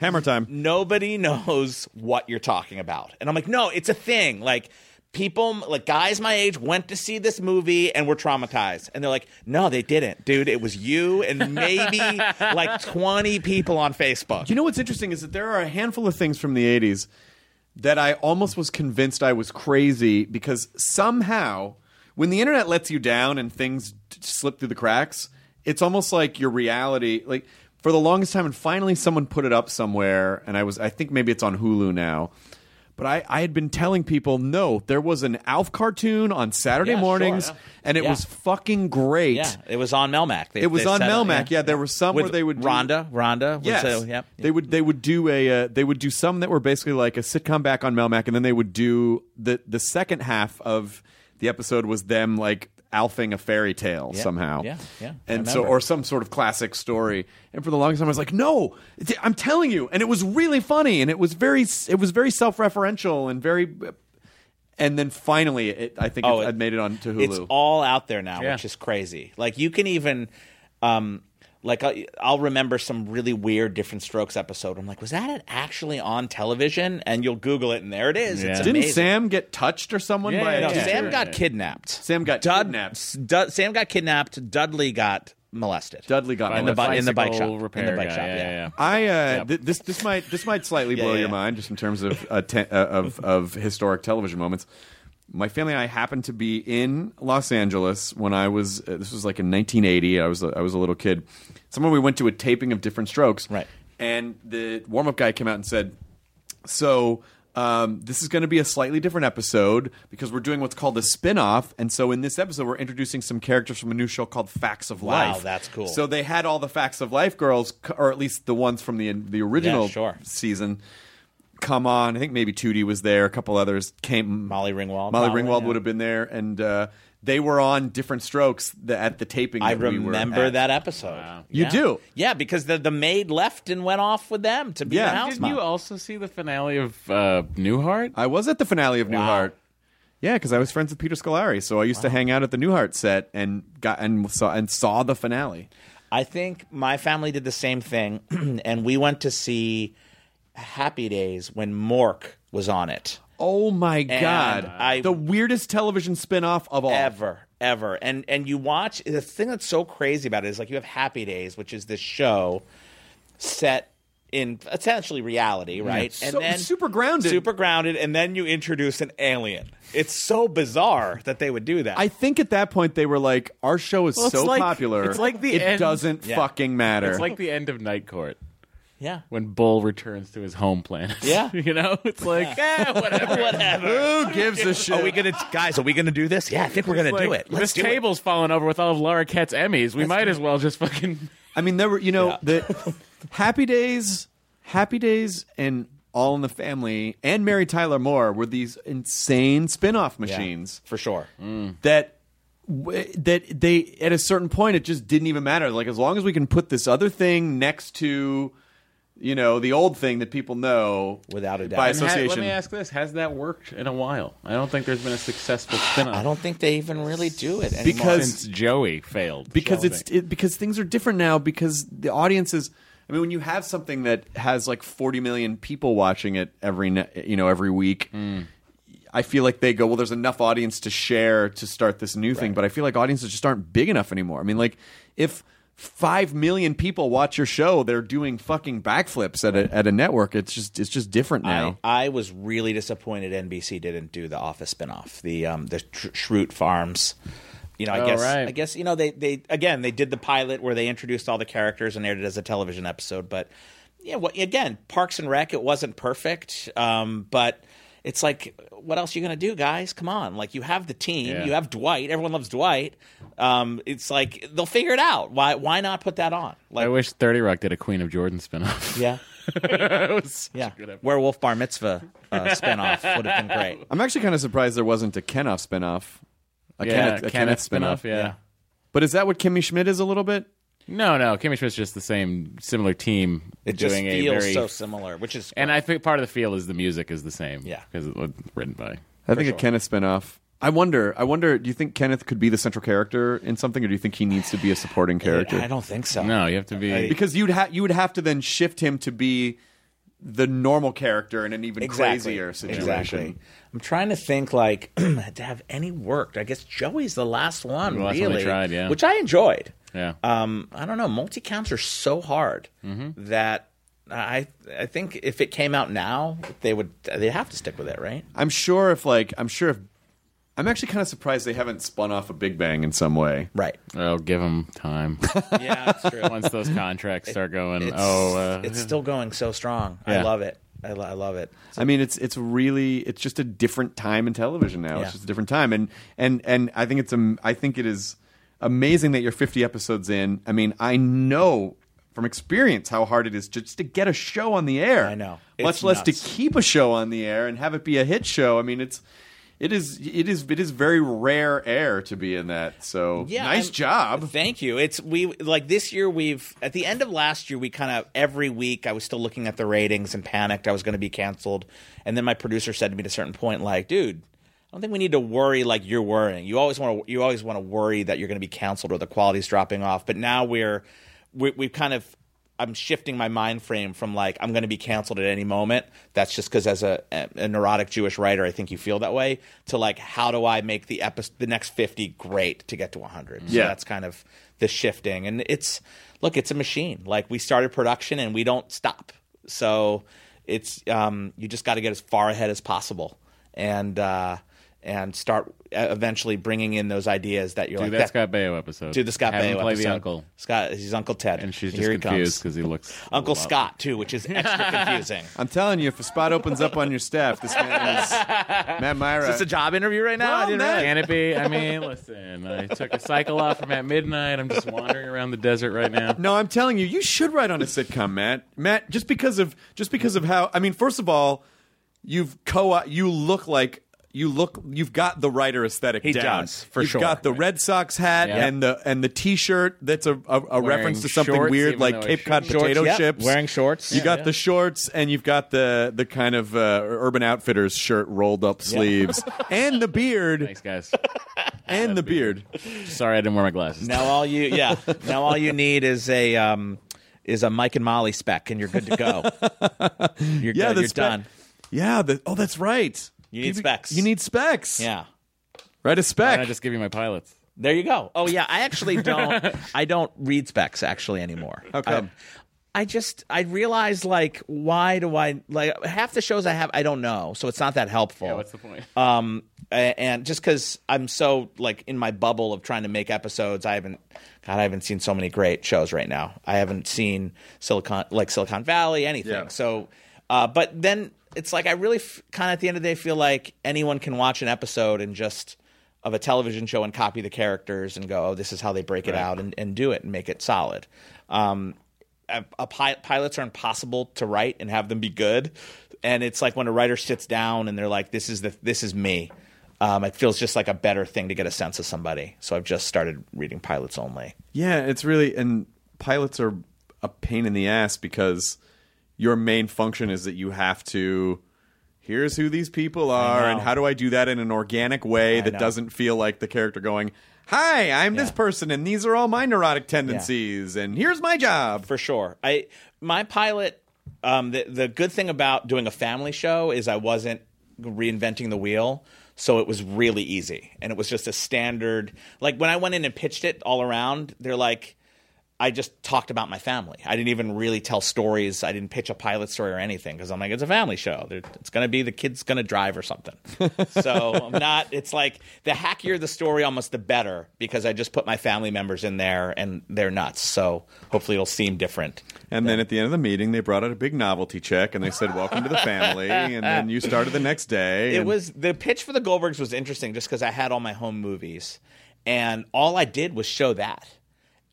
Speaker 1: Hammer time.
Speaker 3: nobody knows what you're talking about. And I'm like, no, it's a thing. Like, people, like guys my age went to see this movie and were traumatized. And they're like, no, they didn't, dude. It was you and maybe like 20 people on Facebook.
Speaker 1: You know what's interesting is that there are a handful of things from the 80s that I almost was convinced I was crazy because somehow when the internet lets you down and things t- slip through the cracks, it's almost like your reality like for the longest time and finally someone put it up somewhere and I was I think maybe it's on Hulu now. But I, I had been telling people, no, there was an ALF cartoon on Saturday
Speaker 3: Yeah, sure,
Speaker 1: mornings,
Speaker 3: yeah.
Speaker 1: and it
Speaker 3: Yeah.
Speaker 1: was fucking great.
Speaker 3: yeah, it was on Melmac. They-
Speaker 1: It was
Speaker 3: they
Speaker 1: on
Speaker 3: said
Speaker 1: Melmac, yeah, there were some
Speaker 3: With
Speaker 1: where they would do-
Speaker 3: Rhonda, Rhonda. was,
Speaker 1: Yes.
Speaker 3: uh, yep.
Speaker 1: They would they would do a uh, they would do some that were basically like a sitcom back on Melmac, and then they would do the the second half of the episode was them like alfing a fairy tale
Speaker 3: Yeah.
Speaker 1: somehow.
Speaker 3: Yeah. Yeah. I
Speaker 1: And so
Speaker 3: remember.
Speaker 1: or some sort of classic story. And for the longest time I was like, "No, it's- I'm telling you." And it was really funny and it was very it was very self-referential and very and then finally it I think
Speaker 3: Oh,
Speaker 1: it,
Speaker 3: it-
Speaker 1: I made it on to Hulu.
Speaker 3: It's all out there now,
Speaker 4: Yeah.
Speaker 3: which is crazy. Like you can even, um, like I, I'll remember some really weird Different Strokes episode. I'm like, was that it actually on television? And you'll Google it, and there it is. It's
Speaker 4: Yeah.
Speaker 1: Didn't
Speaker 3: amazing.
Speaker 1: Sam get touched or someone
Speaker 4: Yeah,
Speaker 1: by a
Speaker 4: yeah,
Speaker 3: No,
Speaker 4: yeah.
Speaker 1: teacher?
Speaker 3: Sam got kidnapped.
Speaker 1: Sam got
Speaker 3: Dud-
Speaker 1: kidnapped.
Speaker 3: S- Dud- Sam got kidnapped. Dudley got molested.
Speaker 1: Dudley got
Speaker 4: By
Speaker 3: in the,
Speaker 1: molested.
Speaker 3: bi- in the bike
Speaker 4: bicycle
Speaker 3: shop. In the
Speaker 4: repair
Speaker 3: bike
Speaker 4: guy.
Speaker 3: shop,
Speaker 4: Yeah,
Speaker 3: yeah.
Speaker 4: yeah.
Speaker 1: I uh, th- this this might this might slightly blow
Speaker 3: yeah,
Speaker 1: your
Speaker 3: yeah.
Speaker 1: mind just in terms of uh, te- uh, of of historic television moments. My family and I happened to be in Los Angeles when I was uh, this was like in 1980. I was a, I was a little kid. Somewhere we went to a taping of Different Strokes,
Speaker 3: Right.
Speaker 1: And the warm up guy came out and said, "So." Um, this is going to be a slightly different episode because we're doing what's called a spin-off and so in this episode we're introducing some characters from a new show called Facts of
Speaker 3: Wow,
Speaker 1: Life.
Speaker 3: that's cool.
Speaker 1: So they had all the Facts of Life girls, c- or at least the ones from the the original
Speaker 3: Yeah, sure.
Speaker 1: season. Come on, I think maybe Tootie was there. A couple others came.
Speaker 3: Molly Ringwald.
Speaker 1: Molly
Speaker 3: Molly,
Speaker 1: Ringwald
Speaker 3: yeah.
Speaker 1: would have been there, and uh, they were on different strokes the, at the taping.
Speaker 3: I
Speaker 1: that we were
Speaker 3: remember
Speaker 1: at.
Speaker 3: that episode.
Speaker 1: You
Speaker 3: Yeah.
Speaker 1: do?
Speaker 3: yeah, because the the maid left and went off with them to be
Speaker 1: Yeah.
Speaker 3: a house
Speaker 4: Didn't
Speaker 3: mom.
Speaker 4: you also see the finale of uh, Newhart?
Speaker 1: I was at the finale of Newhart. Yeah, because I was friends with Peter Scolari, so I used to hang out at the Newhart set and got and saw and saw the finale.
Speaker 3: I think my family did the same thing, and we went to see Happy Days when Mork was on it.
Speaker 1: Oh my god!
Speaker 3: I-
Speaker 1: the weirdest television spin-off of all.
Speaker 3: Ever, ever. And and you watch the thing that's so crazy about it is like you have Happy Days, which is this show set in essentially reality, right?
Speaker 1: it's so- super grounded.
Speaker 3: super grounded, and then you introduce an alien. It's so bizarre that they would do that.
Speaker 1: I think at that point they were like, "Our show is
Speaker 4: Well, it's
Speaker 1: so
Speaker 4: like-
Speaker 1: popular,
Speaker 4: it's like the
Speaker 1: it
Speaker 4: end-
Speaker 1: doesn't
Speaker 3: Yeah.
Speaker 1: fucking matter."
Speaker 4: It's like the end of Night Court
Speaker 3: yeah.
Speaker 4: when Bull returns to his home planet.
Speaker 3: Yeah.
Speaker 4: you know, it's like eh, whatever,
Speaker 3: Whatever.
Speaker 1: who gives a Oh, shit?
Speaker 3: Are we gonna, guys? Are we gonna do this? Yeah, I think we're gonna do
Speaker 4: Like,
Speaker 3: it.
Speaker 4: this
Speaker 3: Let's do it.
Speaker 4: table's falling over with all of Laura Kett's Emmys. We might as well just fucking.
Speaker 1: I mean, there were you know the Happy Days, Happy Days, and All in the Family, and Mary Tyler Moore were these insane spin-off
Speaker 3: Yeah,
Speaker 1: machines
Speaker 3: for sure.
Speaker 1: that w- that they at a certain point it just didn't even matter. Like as long as we can put this other thing next to. You know the old thing that people know
Speaker 3: Without a doubt.
Speaker 1: by
Speaker 3: And
Speaker 4: Ha-
Speaker 1: association.
Speaker 4: Let me ask this: Has that worked in a while? I don't think there's been a successful spin-off
Speaker 3: I don't think they even really do it anymore.
Speaker 1: Because-
Speaker 4: since Joey failed.
Speaker 1: because
Speaker 4: Shelving.
Speaker 1: it's it, because things are different now because the audience is I mean when you have something that has like 40 million people watching it every ne- you know every week I feel like they go well there's enough audience to share to start this new thing but I feel like audiences just aren't big enough anymore I mean like if 5 million people watch your show they're doing fucking backflips at a, at a network it's just it's just different now
Speaker 3: I, I was really disappointed NBC didn't do the Office spinoff, the um, the Tr- Shroot Farms. You know, I
Speaker 4: Oh,
Speaker 3: guess
Speaker 4: right.
Speaker 3: I guess you know they they again they did the pilot where they introduced all the characters and aired it as a television episode, but yeah, what again Parks and Rec it wasn't perfect, um, but. It's like, what else are you gonna do, guys? Come on! Like, you have the team,
Speaker 4: Yeah.
Speaker 3: you have Dwight. Everyone loves Dwight. Um, it's like they'll figure it out. Why? Why not put that on?
Speaker 4: I
Speaker 3: Like,
Speaker 4: wish Thirty Rock did a Queen of Jordan spinoff.
Speaker 3: yeah,
Speaker 4: it was such a
Speaker 3: yeah.
Speaker 4: good episode.
Speaker 3: Werewolf Bar Mitzvah uh, spinoff would have been great.
Speaker 1: I'm actually kind of surprised there wasn't a Kenoff spinoff a
Speaker 4: Yeah,
Speaker 1: Kenneth, a Kenneth
Speaker 4: spin-off,
Speaker 1: spinoff
Speaker 4: Yeah.
Speaker 1: but is that what Kimmy Schmidt is a little bit
Speaker 4: No, no. Kimmy Schmidt's just the same, similar team
Speaker 3: It just
Speaker 4: doing a
Speaker 3: feels
Speaker 4: very.
Speaker 3: so similar, which is
Speaker 4: and I think part of the feel is the music is the same.
Speaker 3: Yeah.
Speaker 4: because it was written by.
Speaker 1: I think a Kenneth spinoff. I wonder. I wonder. Do you think Kenneth could be the central character in something, or do you think he needs to be a supporting character?
Speaker 3: I don't think so.
Speaker 4: No, you have to be.
Speaker 1: because you'd have you would have to then shift him to be the normal character in an even
Speaker 3: exactly.
Speaker 1: crazier situation.
Speaker 3: Exactly. I'm trying to think like to have any worked. I guess Joey's the last one,
Speaker 4: The last one they
Speaker 3: really.
Speaker 4: tried, yeah.
Speaker 3: Which I enjoyed.
Speaker 4: yeah.
Speaker 3: Um, I don't know. Multi counts are so hard
Speaker 4: Mm-hmm.
Speaker 3: that I I think if it came out now, they would they'd have to stick with it, right?
Speaker 1: I'm sure if like I'm sure if I'm actually kind of surprised they haven't spun off a Big Bang in some way.
Speaker 3: Right.
Speaker 4: oh, give them time.
Speaker 3: Yeah, that's true.
Speaker 4: Once those contracts start going,
Speaker 3: it's,
Speaker 4: oh, uh,
Speaker 3: it's still going so strong. I
Speaker 4: Yeah.
Speaker 3: love it. I, lo- I love it.
Speaker 1: I mean, it's it's really it's just a different time in television now.
Speaker 3: Yeah.
Speaker 1: It's just a different time, and and and I think it's um, I think it is amazing that you're 50 episodes in. I mean, I know from experience how hard it is just to get a show on the air.
Speaker 3: I know.
Speaker 1: much
Speaker 3: It's
Speaker 1: less to
Speaker 3: nuts.
Speaker 1: keep a show on the air and have it be a hit show. I mean, it's. It is it is it is very rare air to be in that. So nice
Speaker 3: I'm-
Speaker 1: job.
Speaker 3: Thank you. It's we like this year we've at the end of last year we kind of every week I was still looking at the ratings and panicked I was going to be canceled and then my producer said to me at a certain point like, dude, I don't think we need to worry like you're worrying. You always want to you always want to worry that you're going to be canceled or the quality's dropping off, but now we're we we've kind of I'm shifting my mind frame from like I'm going to be canceled at any moment. That's just because as a, a neurotic Jewish writer, I think you feel that way. To like, how do I make the epi- the next 50 great to get to 100? So
Speaker 1: Yeah.
Speaker 3: that's kind of the shifting. And it's look, it's a machine. Like we started production and we don't stop. So it's um, you just got to get as far ahead as possible and uh, and start uh, eventually bringing in those ideas that you're
Speaker 4: do
Speaker 3: like
Speaker 4: that Scott Baio episode.
Speaker 3: Do the Scott
Speaker 4: Have him
Speaker 3: Baio
Speaker 4: play
Speaker 3: episode.
Speaker 4: the uncle,
Speaker 3: Scott, he's Uncle Ted,
Speaker 4: and she's
Speaker 3: here
Speaker 4: just
Speaker 3: he comes.
Speaker 4: confused because he looks a
Speaker 3: Uncle
Speaker 4: little up.
Speaker 3: Scott too, which is extra confusing.
Speaker 1: I'm telling you, if a spot opens up on your staff, this man is Matt Myra.
Speaker 3: It's a job interview right now.
Speaker 1: Well,
Speaker 3: I didn't
Speaker 1: Matt-
Speaker 3: realize.
Speaker 4: Can it be? I mean, listen, I took a cycle off from at midnight. I'm just wandering around the desert right now.
Speaker 1: No, I'm telling you, you should write on a sitcom, Matt. Matt, just because of just because of how I mean, first of all, you've co you look like you look you've got the writer aesthetic
Speaker 3: He
Speaker 1: down.
Speaker 3: does, for
Speaker 1: you've
Speaker 3: sure.
Speaker 1: got the Red Sox hat
Speaker 4: Yeah.
Speaker 1: and the and the t-shirt that's a a, a reference to something
Speaker 4: shorts,
Speaker 1: weird
Speaker 4: even
Speaker 1: like
Speaker 4: though
Speaker 1: Cape
Speaker 4: it's
Speaker 1: Cod
Speaker 4: shorts.
Speaker 1: potato
Speaker 3: Yep,
Speaker 1: chips.
Speaker 3: wearing shorts.
Speaker 1: You
Speaker 3: Yeah,
Speaker 1: got
Speaker 3: yeah.
Speaker 1: the shorts and you've got the the kind of uh, Urban Outfitters shirt rolled up sleeves and the beard
Speaker 4: Thanks, guys.
Speaker 1: and the beard.
Speaker 4: Sorry, I didn't wear my glasses.
Speaker 3: Now all you yeah. Now all you need is a um is a Mike and Molly spec, and you're good to go. You're
Speaker 1: Yeah,
Speaker 3: good.
Speaker 1: the
Speaker 3: You're
Speaker 1: spec-
Speaker 3: done.
Speaker 1: Yeah, the, oh that's right.
Speaker 3: You need
Speaker 1: People-
Speaker 3: specs.
Speaker 1: You need specs.
Speaker 3: Yeah.
Speaker 1: Write a
Speaker 4: Why
Speaker 1: spec.
Speaker 4: not just give you my pilots?
Speaker 3: There you go. Oh yeah, I actually don't. I don't read specs actually anymore. How
Speaker 1: come?
Speaker 3: I, I just I realize like why do I like half the shows I have I don't know, so it's not that helpful.
Speaker 4: Yeah, what's the point?
Speaker 3: Um, a- and just because I'm so like in my bubble of trying to make episodes, I haven't. God, I haven't seen so many great shows right now. I haven't seen Silicon like Silicon Valley anything.
Speaker 1: Yeah.
Speaker 3: So, uh, but then it's like I really f- kind of at the end of the day feel like anyone can watch an episode and just of a television show and copy the characters and go, oh, this is how they break it out and, and do it and make it solid. Um, a, a pi- pilots are impossible to write and have them be good, and it's like when a writer sits down and they're like, this is the this is me. Um, it feels just like a better thing to get a sense of somebody. So I've just started reading pilots only.
Speaker 1: Yeah, it's really and pilots are a pain in the ass because your main function is that you have to here's who these people are and how do I do that in an organic way that
Speaker 3: know.
Speaker 1: doesn't feel like the character going, "Hi, I'm this person and these are all my neurotic tendencies and here's my job."
Speaker 3: for sure. I my pilot. Um, the the good thing about doing a family show is I wasn't reinventing the wheel, so it was really easy, and it was just a standard. Like when I went in and pitched it all around, they're like, I just talked about my family. I didn't even really tell stories. I didn't pitch a pilot story or anything because I'm like, it's a family show. They're, it's going to be the kid's going to drive or something. so I'm not, it's like the hackier the story, almost the better because I just put my family members in there and they're nuts. So hopefully it'll seem different.
Speaker 1: And then at the end of the meeting, they brought out a big novelty check and they said, "Welcome to the family." And then you started the next day.
Speaker 3: It
Speaker 1: and-
Speaker 3: was the pitch for the Goldbergs was interesting just because I had all my home movies, and all I did was show that,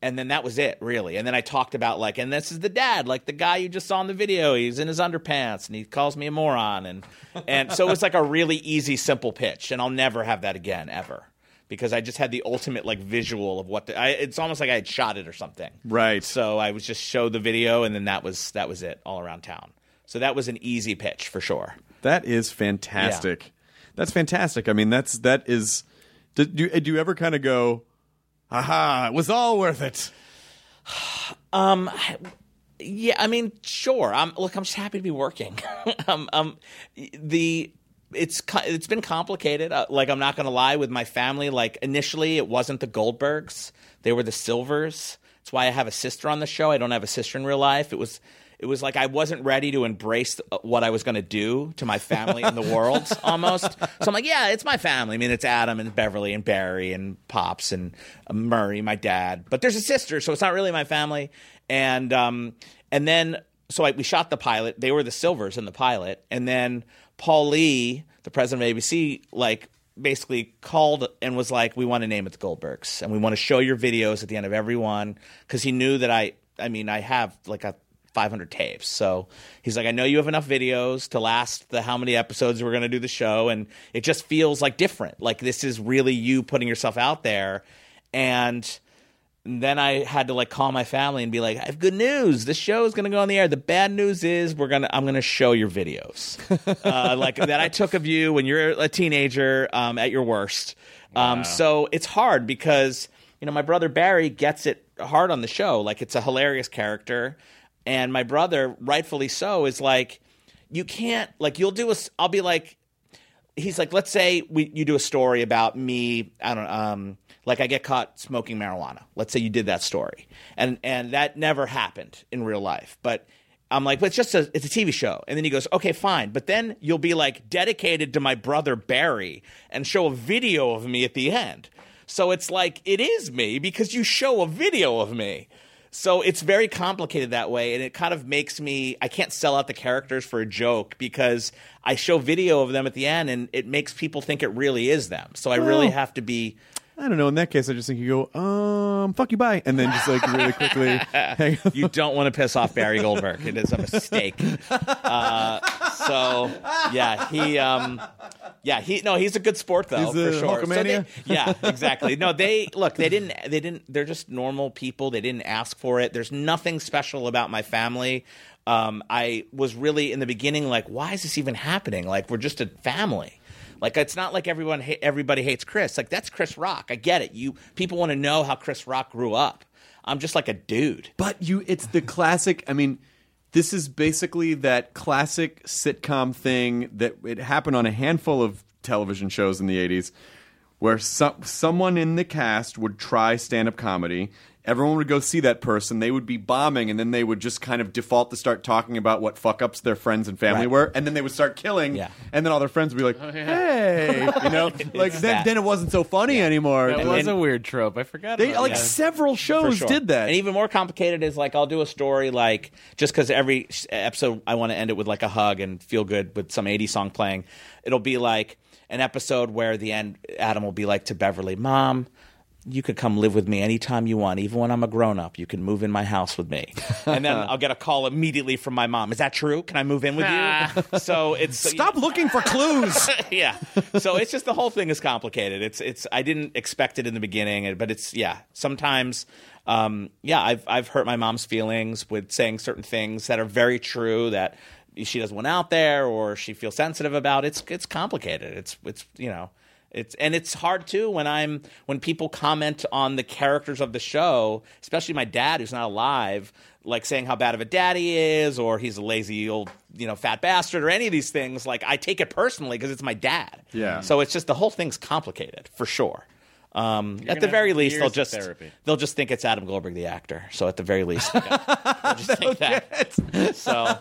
Speaker 3: and then that was it really. And then I talked about like, and this is the dad, like the guy you just saw in the video. He's in his underpants, and he calls me a moron, and and so it was like a really easy, simple pitch, and I'll never have that again ever because I just had the ultimate like visual of what the, I, it's almost like I had shot it or something.
Speaker 1: Right.
Speaker 3: So I was just show the video, and then that was that was it all around town. So that was an easy pitch for sure.
Speaker 1: That is fantastic. That's fantastic. I mean, that's that is. Do, do, do you ever kind of go, aha, it was all worth it?
Speaker 3: Yeah, I mean, sure. I'm look. I'm just happy to be working. um, um, the it's co- it's been complicated. Uh, like I'm not gonna lie, with my family. Like initially, it wasn't the Goldbergs; they were the Silvers. That's why I have a sister on the show. I don't have a sister in real life. It was it was like I wasn't ready to embrace uh, what I was gonna do to my family and the world almost. So I'm like, yeah, it's my family. I mean, it's Adam and Beverly and Barry and Pops and uh, Murray, my dad. But there's a sister, so it's not really my family. And um, and then so I, we shot the pilot. They were the Silvers in the pilot, and then Paul Lee, the president of ABC, like basically called and was like, "We want to name it the Goldbergs, and we want to show your videos at the end of everyone," because he knew that I, I mean, I have like a 500 tapes. So he's like, I know you have enough videos to last the how many episodes we're going to do the show. And it just feels like different. Like this is really you putting yourself out there. And then I had to like call my family and be like, I have good news. This show is going to go on the air. The bad news is we're going to, I'm going to show your videos uh, like that I took of you when you're a teenager um, at your worst. Um, so it's hard because, you know, my brother Barry gets it hard on the show. Like it's a hilarious character. And my brother, rightfully so, is like, you can't, like, you'll do a, s- I'll be like, he's like, let's say we, you do a story about me. I don't um, like I get caught smoking marijuana. Let's say you did that story, and and that never happened in real life. But I'm like, but it's just a it's a TV show. And then he goes, okay, fine. But then you'll be like dedicated to my brother Barry and show a video of me at the end. So it's like it is me because you show a video of me. So it's very complicated that way, and it kind of makes me I can't sell out the characters for a joke because I show video of them at the end, and it makes people think it really is them. So I really
Speaker 1: Well-
Speaker 3: have to be
Speaker 1: I don't know. In that case, I just think you go, um, fuck you, bye. And then just like really quickly hang up.
Speaker 3: you don't want to piss off Barry Goldberg. It is a mistake. Uh, so yeah, he um, yeah he no he's a good sport though
Speaker 1: He's a
Speaker 3: for sure. So they-
Speaker 1: Hulkamania?
Speaker 3: yeah, exactly. No, they look they didn't they didn't they're just normal people. They didn't ask for it. There's nothing special about my family. Um, I was really in the beginning like, why is this even happening? Like we're just a family. Like it's not like everyone ha- everybody hates Chris. Like that's Chris Rock. I get it. You people want to know how Chris Rock grew up. I'm just like a dude.
Speaker 1: But you, it's the classic. I mean, this is basically that classic sitcom thing that it happened on a handful of television shows in the '80s, where some, someone in the cast would try stand up comedy. Everyone would go see that person. They would be bombing, and then they would just kind of default to start talking about what fuck ups their friends and family
Speaker 3: Right.
Speaker 1: were, and then they would start killing.
Speaker 3: Yeah.
Speaker 1: And then all their friends would be like,
Speaker 4: Oh,
Speaker 1: "Hey," you know, like then,
Speaker 3: that.
Speaker 1: then it wasn't so funny anymore.
Speaker 4: That
Speaker 1: And-
Speaker 4: was
Speaker 1: and
Speaker 4: a Oh, weird trope. I forgot.
Speaker 1: they
Speaker 4: about
Speaker 1: like
Speaker 4: that.
Speaker 1: several shows
Speaker 3: sure.
Speaker 1: did that.
Speaker 3: And even more complicated is like I'll do a story like just because every s- episode I want to end it with like a hug and feel good with some 80 song playing. It'll be like an episode where the end Adam will be like to Beverly, Mom. You could come live with me anytime you want, even when I'm a grown up. You can move in my house with me, and then I'll get a call immediately from my mom. Is that true? Can I move in with you? so it's
Speaker 1: Stop looking for clues.
Speaker 3: yeah. So it's just the whole thing is complicated. It's it's I didn't expect it in the beginning, but it's yeah. Sometimes, um, yeah, I've I've hurt my mom's feelings with saying certain things that are very true that she doesn't want out there or she feels sensitive about. It's it's complicated. It's it's you know. It's and it's hard too when I'm when people comment on the characters of the show, especially my dad who's not alive, like saying how bad of a dad he is or he's a lazy old you know fat bastard or any of these things. Like I take it personally because it's my dad.
Speaker 1: Yeah.
Speaker 3: So it's just the whole thing's complicated for sure. Um, at the
Speaker 4: gonna
Speaker 3: very
Speaker 4: have
Speaker 3: least, they'll
Speaker 4: years of
Speaker 3: just
Speaker 4: therapy.
Speaker 3: they'll just think it's Adam Goldberg the actor. So at the very least, they'll just think that. So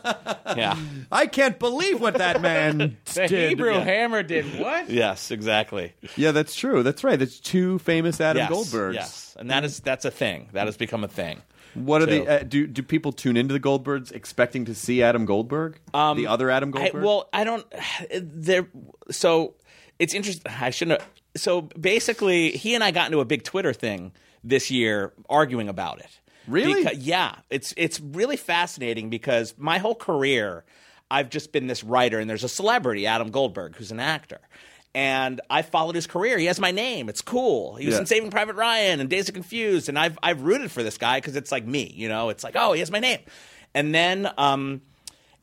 Speaker 3: yeah,
Speaker 1: I can't believe what that man
Speaker 4: the
Speaker 1: did.
Speaker 4: Hebrew
Speaker 1: yeah.
Speaker 4: Hammer did what?
Speaker 3: yes, exactly.
Speaker 1: Yeah, that's true. That's right. That's two famous Adam
Speaker 3: yes,
Speaker 1: Goldbergs.
Speaker 3: Yes, and that is that's a thing. That has become a thing.
Speaker 1: What are
Speaker 3: So-
Speaker 1: the uh, do? Do people tune into the Goldbergs expecting to see Adam Goldberg, the other Adam
Speaker 3: Um, I,
Speaker 1: Goldberg?
Speaker 3: well, I don't. There. So it's interesting. I shouldn't. Have, so basically, he and I got into a big Twitter thing this year, arguing about it.
Speaker 1: Really?
Speaker 3: Beca- yeah. It's it's really fascinating because my whole career, I've just been this writer, and there's a celebrity, Adam Goldberg, who's an actor. And I followed his career. He has my name. It's cool. He was
Speaker 1: Yeah.
Speaker 3: in Saving Private Ryan and Days of Confused, and I've I've rooted for this guy because it's like me, you know. It's like, oh, he has my name. And then um,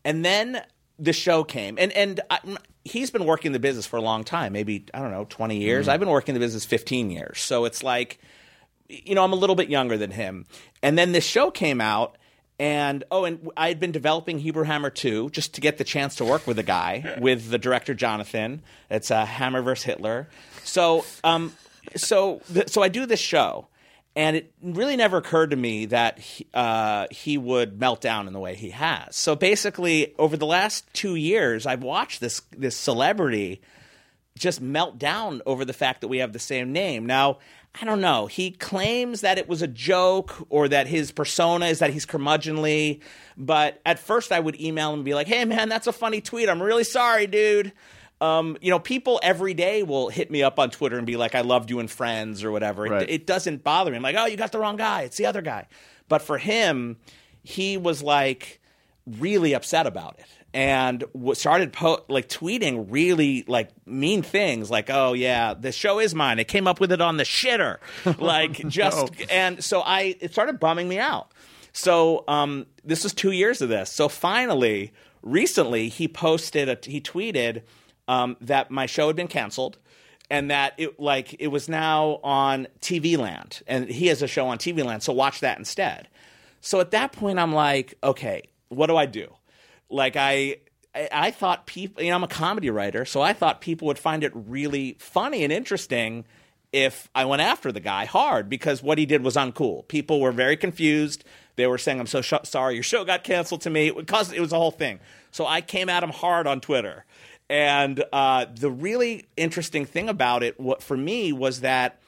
Speaker 3: and then the show came, and and I, m- he's been working the business for a long time, maybe I don't know, twenty years. I've been working the business fifteen years, so it's like, you know, I'm a little bit younger than him. And then this show came out, and oh, and I had been developing Hebrew Hammer two just to get the chance to work with the guy with the director Jonathan. It's uh, Hammer versus Hitler. So um, so th- so I do this show. And it really never occurred to me that he, uh, he would melt down in the way he has. So basically, over the last two years, I've watched this this celebrity just melt down over the fact that we have the same name. Now, I don't know. He claims that it was a joke or that his persona is that he's curmudgeonly. But at first, I would email him and be like, hey, man, that's a funny tweet. I'm really sorry, dude. Um, you know, people every day will hit me up on Twitter and be like, I loved you in Friends or whatever. It-
Speaker 1: Right.
Speaker 3: It, doesn't bother me. I'm like, oh, you got the wrong guy. It's the other guy. But for him, he was like, really upset about it and w- started po- like tweeting really like mean things like oh yeah the show is mine i came up with it on the shitter like just and so i it started bumming me out so um this was two years of this so finally recently he posted a, he tweeted um, that my show had been canceled and that it like it was now on TV Land, and he has a show on TV Land, so watch that instead. So at that point, I'm like, okay, what do I do? Like I. I- I thought people, you know, I'm a comedy writer, so I thought people would find it really funny and interesting if I went after the guy hard because what he did was uncool. People were very confused. They were saying, "I'm so sh- sorry, your show got canceled to me." It caused, it was a whole thing. So I came at him hard on Twitter, and uh, the really interesting thing about it, what for me was that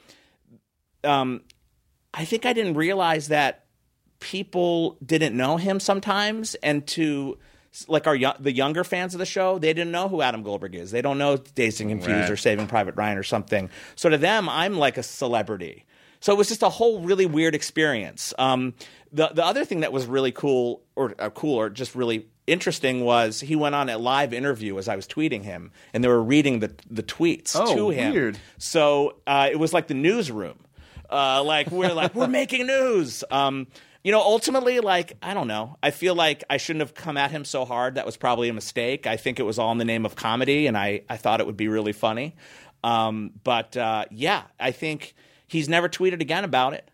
Speaker 3: I think I didn't realize that people didn't know him sometimes, and to like our yo- the younger fans of the show, they didn't know who Adam Goldberg is. They don't know Dazed and Confused
Speaker 4: Right.
Speaker 3: or Saving Private Ryan or something. So to them, I'm like a celebrity. So it was just a whole really weird experience. Um, the the other thing that was really cool or uh, cool or just really interesting was he went on a live interview as I was tweeting him, and they were reading the the tweets
Speaker 1: Oh,
Speaker 3: to him.
Speaker 1: weird.
Speaker 3: So uh, it was like the newsroom. Uh, like we're like we're making news. Um, you know, ultimately, like I don't know. I feel like I shouldn't have come at him so hard. That was probably a mistake. I think it was all in the name of comedy, and I I thought it would be really funny. Um, but uh, yeah, I think he's never tweeted again about it.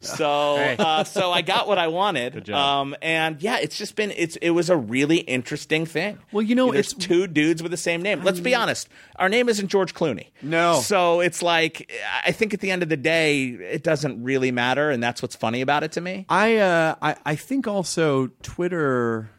Speaker 3: So uh, so I got what I wanted. Um, and yeah, it's just been it's it was a really interesting thing.
Speaker 1: Well, you know,
Speaker 3: there's
Speaker 1: it's-
Speaker 3: two dudes with the same name. Let's be honest. Our name isn't George Clooney.
Speaker 1: No.
Speaker 3: So it's like I think at the end of the day, it doesn't really matter, and that's what's funny about it to me.
Speaker 1: I, uh, I I think also Twitter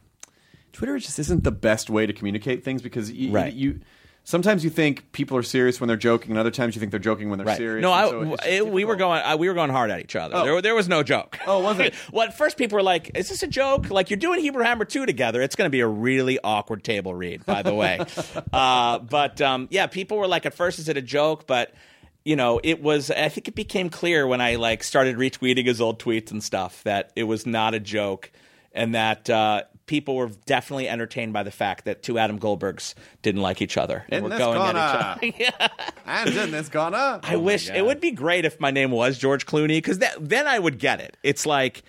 Speaker 1: Twitter just isn't the best way to communicate things because you,
Speaker 3: Right.
Speaker 1: you sometimes you think people are serious when they're joking and other times you think they're joking when they're
Speaker 3: Right.
Speaker 1: serious.
Speaker 3: No,
Speaker 1: and
Speaker 3: I,
Speaker 1: so it's just
Speaker 3: it- we were
Speaker 1: difficult.
Speaker 3: going I, we were going hard at each other. There, there was no joke.
Speaker 1: Oh, was it?
Speaker 3: well, at first people were like, "Is this a joke? Like you're doing Hebrew Hammer two together? It's going to be a really awkward table read, by the way." uh, but um, yeah, people were like, "At first, is it a joke?" But you know, it was. I think it became clear when I like started retweeting his old tweets and stuff that it was not a joke, and that. Uh, People were definitely entertained by the fact that two Adam Goldbergs didn't like each other and
Speaker 1: In
Speaker 3: were
Speaker 1: this
Speaker 3: going
Speaker 1: corner,
Speaker 3: at each other.
Speaker 1: and in this corner,
Speaker 3: I wish it would be great if my name was George Clooney because then I would get it. It's like,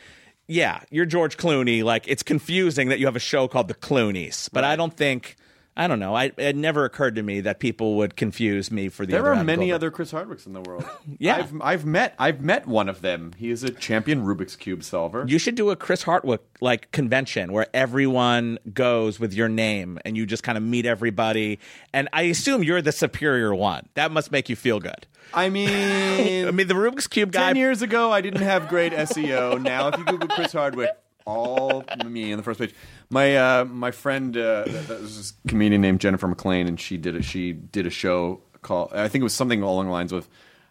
Speaker 3: yeah, you're George Clooney. Like it's confusing that you have a show called The Cloonies, but I don't think I don't know. I it never occurred to me that people would confuse me for the.
Speaker 1: There
Speaker 3: other
Speaker 1: are
Speaker 3: Adam
Speaker 1: many
Speaker 3: Goldberg.
Speaker 1: other Chris Hardwicks in the world.
Speaker 3: Yeah.
Speaker 1: I've I've met I've met one of them. He is a champion Rubik's cube solver.
Speaker 3: You should do a Chris Hartwick like convention where everyone goes with your name and you just kind of meet everybody. And I assume you're the superior one. That must make you feel good.
Speaker 1: I mean,
Speaker 3: I mean, the Rubik's cube guy.
Speaker 1: ten years ago I didn't have great SEO. Now, if you Google Chris Hardwick, all me on the first page. My uh, my friend, uh, th- th- there's this comedian named Jennifer McLean, and she did a, she did a show called I think it was something along the lines with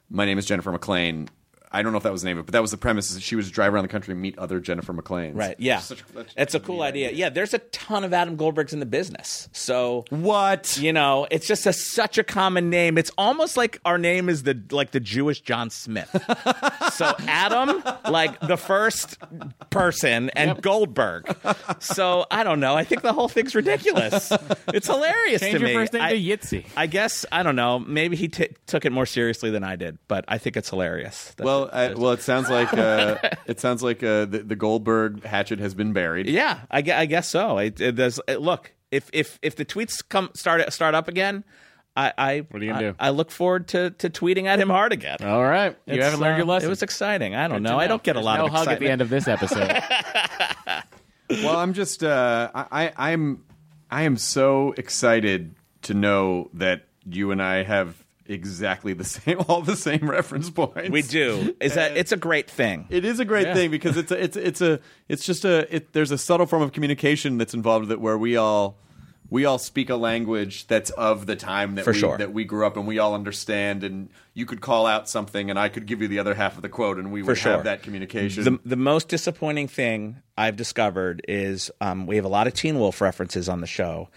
Speaker 1: "My name is Jennifer McLean." I don't know if that was the name of it, but that was the premise. Is that she was drive around the country and meet other Jennifer McLeans.
Speaker 3: Right. Yeah.
Speaker 1: Such a- such
Speaker 3: it's a cool idea. Yeah. There's a ton of Adam Goldbergs in the business. So,
Speaker 1: What?
Speaker 3: you know, it's just a, such a common name. It's almost like our name is the like the Jewish John Smith. so Adam, like the first person, and Goldberg. So I don't know. I think the whole thing's ridiculous. It's hilarious
Speaker 7: Change
Speaker 3: to
Speaker 7: your
Speaker 3: me.
Speaker 7: first name
Speaker 3: I,
Speaker 7: to Yitzi.
Speaker 3: I guess I don't know. Maybe he t- took it more seriously than I did, but I think it's hilarious. That's
Speaker 1: Well, I, well, it sounds like uh, it sounds like uh, the, the Goldberg hatchet has been buried.
Speaker 3: Yeah, I, gue- I guess so. It, it, there's, it- look, if if if the tweets come start start up again, I I
Speaker 4: What are you gonna
Speaker 3: I,
Speaker 4: do?
Speaker 3: I look forward to to tweeting at him hard again.
Speaker 4: All right, you
Speaker 3: It's,
Speaker 4: haven't learned your
Speaker 3: uh,
Speaker 4: lesson.
Speaker 3: It was exciting. I don't know.
Speaker 4: to
Speaker 3: I don't get a
Speaker 4: There's
Speaker 3: lot
Speaker 4: no
Speaker 3: of
Speaker 4: hug
Speaker 3: excitement.
Speaker 4: at the end of this episode.
Speaker 1: Well, I'm just uh, I, I I'm I am so excited to know that you and I have exactly the same all the same reference points.
Speaker 3: we do. Is that it's a great thing.
Speaker 1: It is a great thing because it's a, it's it's a it's just a it, there's a subtle form of communication that's involved with it where we all we all speak a language that's of the time that
Speaker 3: For
Speaker 1: we
Speaker 3: sure.
Speaker 1: that we grew up and we all understand and you could call out something and I could give you the other half of the quote and we would
Speaker 3: sure.
Speaker 1: have that communication.
Speaker 3: The, the most disappointing thing I've discovered is um, we have a lot of Teen Wolf references on the show,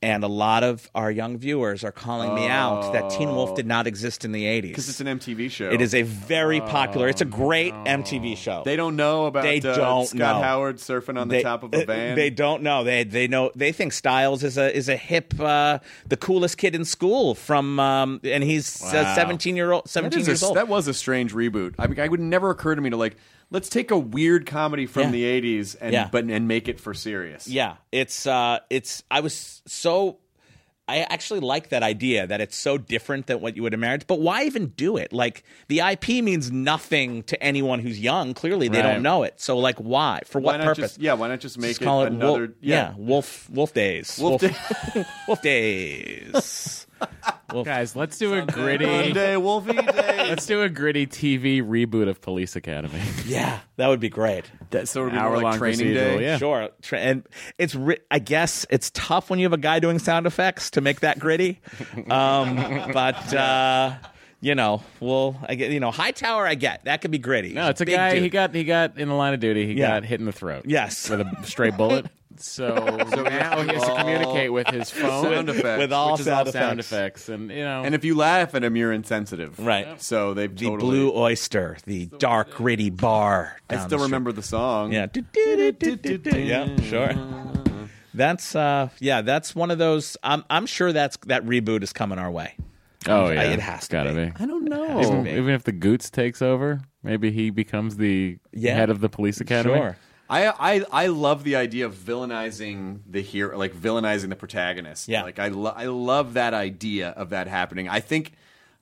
Speaker 3: and a lot of our young viewers are calling me out that Teen Wolf did not exist in the 80s.
Speaker 4: Oh.
Speaker 1: because it's an MTV show.
Speaker 3: It is a very popular. It's a great MTV show.
Speaker 1: They don't know about
Speaker 3: They
Speaker 1: uh,
Speaker 3: don't
Speaker 1: Scott
Speaker 3: know.
Speaker 1: Howard surfing on the top of a van.
Speaker 3: They don't know. They they know. They think Styles is a is a hip, uh, the coolest kid in school from, um, and he's uh, seventeen year old,
Speaker 1: That,
Speaker 3: seventeen
Speaker 1: is
Speaker 3: years
Speaker 1: a,
Speaker 3: old.
Speaker 1: that was a strange reboot. I mean, I would never occur to me to like let's take a weird comedy from
Speaker 3: Yeah.
Speaker 1: the '80s and
Speaker 3: Yeah.
Speaker 1: but and make it for serious.
Speaker 3: yeah, it's uh, it's. I was so. I actually like that idea that it's so different than what you would imagine. But why even do it? Like the IP means nothing to anyone who's young. Clearly, they
Speaker 1: Right.
Speaker 3: don't know it. So, like, why? For
Speaker 1: Why
Speaker 3: what
Speaker 1: not
Speaker 3: purpose?
Speaker 1: just yeah? Why not just make
Speaker 3: Just
Speaker 1: it
Speaker 3: call it
Speaker 1: another
Speaker 3: Wolf, yeah. Wolf Wolf Days.
Speaker 1: Wolf
Speaker 3: Wolf Days. Wolf.
Speaker 4: Guys, let's do a
Speaker 1: One
Speaker 4: gritty.
Speaker 1: day, Wolfie Day.
Speaker 4: Let's do a gritty TV reboot of Police Academy.
Speaker 3: Yeah, that would be great.
Speaker 1: That's sort of
Speaker 4: Hour long
Speaker 1: training day.
Speaker 4: Yeah.
Speaker 3: Sure. Tra- And it's ri- I guess it's tough when you have a guy doing sound effects to make that gritty. Um, but uh, you know, well, I get you know, Hightower I get. That could be gritty.
Speaker 4: No, it's a
Speaker 3: Big
Speaker 4: guy.
Speaker 3: dude.
Speaker 4: He got he got in the line of duty. He
Speaker 3: Yeah.
Speaker 4: got hit in the throat.
Speaker 3: Yes.
Speaker 4: with a stray bullet. So, now he has to
Speaker 1: all
Speaker 4: communicate with his phone,
Speaker 1: Sound effects.
Speaker 3: with all
Speaker 4: which is all
Speaker 3: sound
Speaker 4: sound
Speaker 3: effects.
Speaker 4: effects, and you know,
Speaker 1: and if you laugh at him, you're insensitive.
Speaker 3: Right.
Speaker 1: So they've
Speaker 3: the
Speaker 1: totally.
Speaker 3: Blue Oyster, the dark gritty bar.
Speaker 1: I still
Speaker 3: down the street.
Speaker 1: remember the song.
Speaker 3: Yeah. Yeah, sure. That's uh yeah, that's one of those I'm I'm sure that's that reboot is coming our way.
Speaker 4: oh yeah,
Speaker 3: it has to
Speaker 4: gotta
Speaker 3: be.
Speaker 4: be.
Speaker 1: I don't
Speaker 4: Even,
Speaker 1: know.
Speaker 4: even if the Goots takes over, maybe he becomes the
Speaker 3: Yeah.
Speaker 4: head of the police academy.
Speaker 3: Sure.
Speaker 1: I, I I love the idea of villainizing the hero, like villainizing the protagonist.
Speaker 3: Yeah.
Speaker 1: like I lo- I love that idea of that happening. I think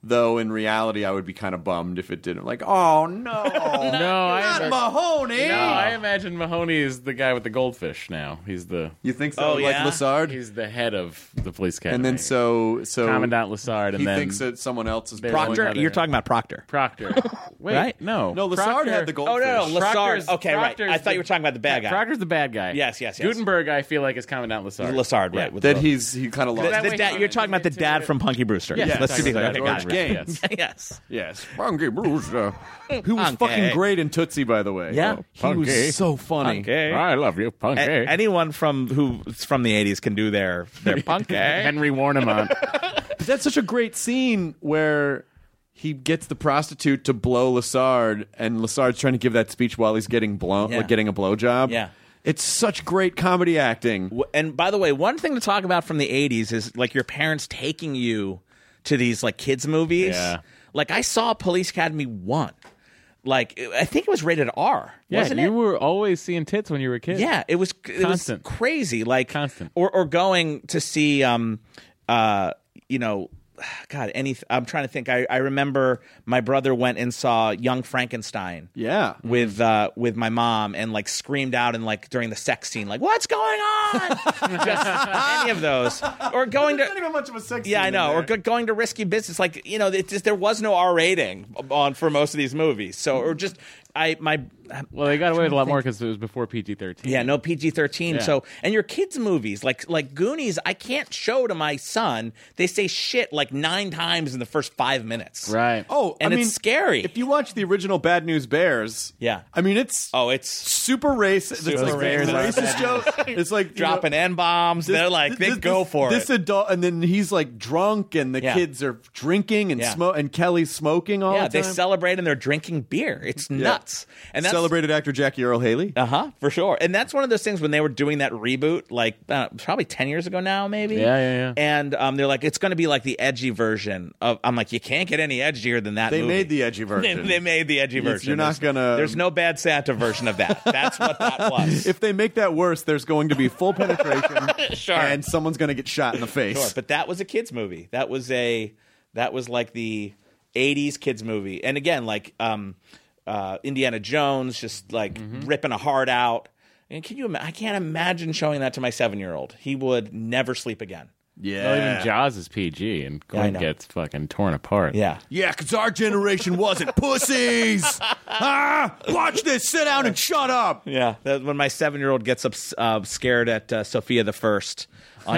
Speaker 1: Though in reality, I would be kind of bummed if it didn't. Like, oh no,
Speaker 4: No, I,
Speaker 1: not
Speaker 4: imagine,
Speaker 1: Mahoney.
Speaker 4: no, I imagine Mahoney is the guy with the goldfish now. He's the
Speaker 1: You think so?
Speaker 3: Oh,
Speaker 1: like
Speaker 3: yeah?
Speaker 1: Lassard?
Speaker 4: he's the head of the police academy.
Speaker 1: and then so so
Speaker 4: Commandant Lassard, and
Speaker 1: he
Speaker 4: then
Speaker 1: thinks that someone else is
Speaker 4: There's
Speaker 1: Proctor.
Speaker 4: another-
Speaker 3: You're talking about Proctor.
Speaker 4: Proctor. Wait,
Speaker 3: Right?
Speaker 4: no,
Speaker 1: No, Lassard
Speaker 4: Proctor-
Speaker 1: had the gold.
Speaker 3: Oh no, no,
Speaker 1: Goldfish.
Speaker 3: Lassard.
Speaker 4: Proctor's-
Speaker 3: Okay,
Speaker 4: Proctor's
Speaker 3: right. I thought you were talking about the bad guy.
Speaker 4: Proctor's the bad guy.
Speaker 3: Yes, yes, yes.
Speaker 4: Gutenberg, I feel like is Commandant Lassard.
Speaker 3: Lassard, right? with
Speaker 1: that
Speaker 3: the-
Speaker 1: he's he kind of
Speaker 3: The-
Speaker 1: lost.
Speaker 4: that
Speaker 3: the
Speaker 4: way
Speaker 3: dad-
Speaker 4: he
Speaker 3: you're
Speaker 4: kinda
Speaker 3: talking about the
Speaker 4: gets
Speaker 3: dad
Speaker 4: into
Speaker 3: from Punky Brewster.
Speaker 4: Yeah,
Speaker 3: Let's be
Speaker 4: talking
Speaker 3: clear.
Speaker 4: about
Speaker 3: Okay,
Speaker 4: George
Speaker 3: got it.
Speaker 1: Gaines.
Speaker 3: Yes. yes.
Speaker 1: Yes, Punky Brewster, who was
Speaker 3: Punky.
Speaker 1: fucking great in Tootsie, by the way. Oh,
Speaker 3: Yeah.
Speaker 1: he
Speaker 4: Punky. Oh,
Speaker 1: was so funny.
Speaker 3: Punky.
Speaker 4: I love you, punk.
Speaker 3: A-
Speaker 4: eh?
Speaker 3: anyone from who's from the '80s can do their their punk. eh?
Speaker 4: Henry Warnemont.
Speaker 1: But that's such a great scene where he gets the prostitute to blow Lassard, and Lassard's trying to give that speech while he's getting blown,
Speaker 3: Yeah.
Speaker 1: like getting a blowjob.
Speaker 3: Yeah.
Speaker 1: it's such great comedy acting.
Speaker 3: W- And by the way, one thing to talk about from the 80s is like your parents taking you to these like kids movies.
Speaker 4: Yeah.
Speaker 3: Like I saw Police Academy 1. Like I think it was rated R,
Speaker 4: yeah,
Speaker 3: wasn't
Speaker 4: you
Speaker 3: it?
Speaker 4: were always seeing tits when you were a kid.
Speaker 3: yeah, it was it
Speaker 4: Constant.
Speaker 3: was crazy like
Speaker 4: Constant.
Speaker 3: or or going to see um uh you know God, any I'm trying to think. I, I remember my brother went and saw Young Frankenstein
Speaker 1: Yeah,
Speaker 3: with uh with my mom and like screamed out and like during the sex scene like what's going on just any of those or going
Speaker 1: There's not
Speaker 3: to
Speaker 1: even much of a sex.
Speaker 3: yeah
Speaker 1: scene
Speaker 3: i
Speaker 1: in
Speaker 3: know or
Speaker 1: there.
Speaker 3: go- going to risky business like you know it just, there was no r rating on for most of these movies so or just i my
Speaker 4: Well, they got away with a lot more because it was before PG thirteen.
Speaker 3: yeah no pg-13 so and your kids movies like like goonies i can't show to my son they say shit like nine times in the first five minutes
Speaker 4: Right.
Speaker 1: Oh,
Speaker 3: and
Speaker 1: I
Speaker 3: it's
Speaker 1: mean,
Speaker 3: scary
Speaker 1: If you watch the original Bad News Bears,
Speaker 3: Yeah.
Speaker 1: I mean it's
Speaker 3: oh it's
Speaker 1: super racist. it's like
Speaker 3: Bears are
Speaker 1: racist joke. It's like you
Speaker 3: dropping
Speaker 1: know,
Speaker 3: n-bombs
Speaker 1: this-
Speaker 3: they're like they
Speaker 1: this-
Speaker 3: go
Speaker 1: this-
Speaker 3: for
Speaker 1: this
Speaker 3: it
Speaker 1: adult, and then he's like drunk, and the
Speaker 3: Yeah.
Speaker 1: kids are drinking and
Speaker 3: Yeah.
Speaker 1: smoke, and Kelly's smoking all
Speaker 3: Yeah,
Speaker 1: the
Speaker 3: they
Speaker 1: time.
Speaker 3: celebrate and they're drinking beer. It's nuts. And that's
Speaker 1: celebrated actor Jackie Earl Haley.
Speaker 3: Uh huh, for sure. And that's one of those things when they were doing that reboot, like uh, probably 10 years ago now, maybe.
Speaker 4: Yeah, yeah,
Speaker 3: yeah. And um, they're like, it's going to be like the edgy version of. I'm like, you can't get any edgier than that.
Speaker 1: they
Speaker 3: movie."
Speaker 1: made the edgy
Speaker 3: They,
Speaker 1: version.
Speaker 3: they made the edgy
Speaker 1: It's-
Speaker 3: version.
Speaker 1: you're not
Speaker 3: There's-
Speaker 1: gonna-
Speaker 3: There's no bad Santa version of that. That's what that was.
Speaker 1: if they make that worse, there's going to be full penetration,
Speaker 3: Sure.
Speaker 1: and someone's going to get shot in the face.
Speaker 3: Sure, but that was a kids movie. That was a that was like the '80s kids movie. And again, like um, uh, Indiana Jones, just like
Speaker 1: Mm-hmm.
Speaker 3: ripping a heart out. And can you? Ima- I can't imagine showing that to my seven year old. He would never sleep again.
Speaker 4: Well,
Speaker 1: yeah,
Speaker 4: even Jaws is PG, and
Speaker 3: I
Speaker 4: Glenn
Speaker 3: know.
Speaker 4: gets fucking torn apart.
Speaker 3: Yeah.
Speaker 1: yeah, because our generation wasn't pussies. ah, watch this. Sit down and shut up.
Speaker 3: Yeah, that, when my seven-year-old gets up, uh, scared at uh, Sophia the First on,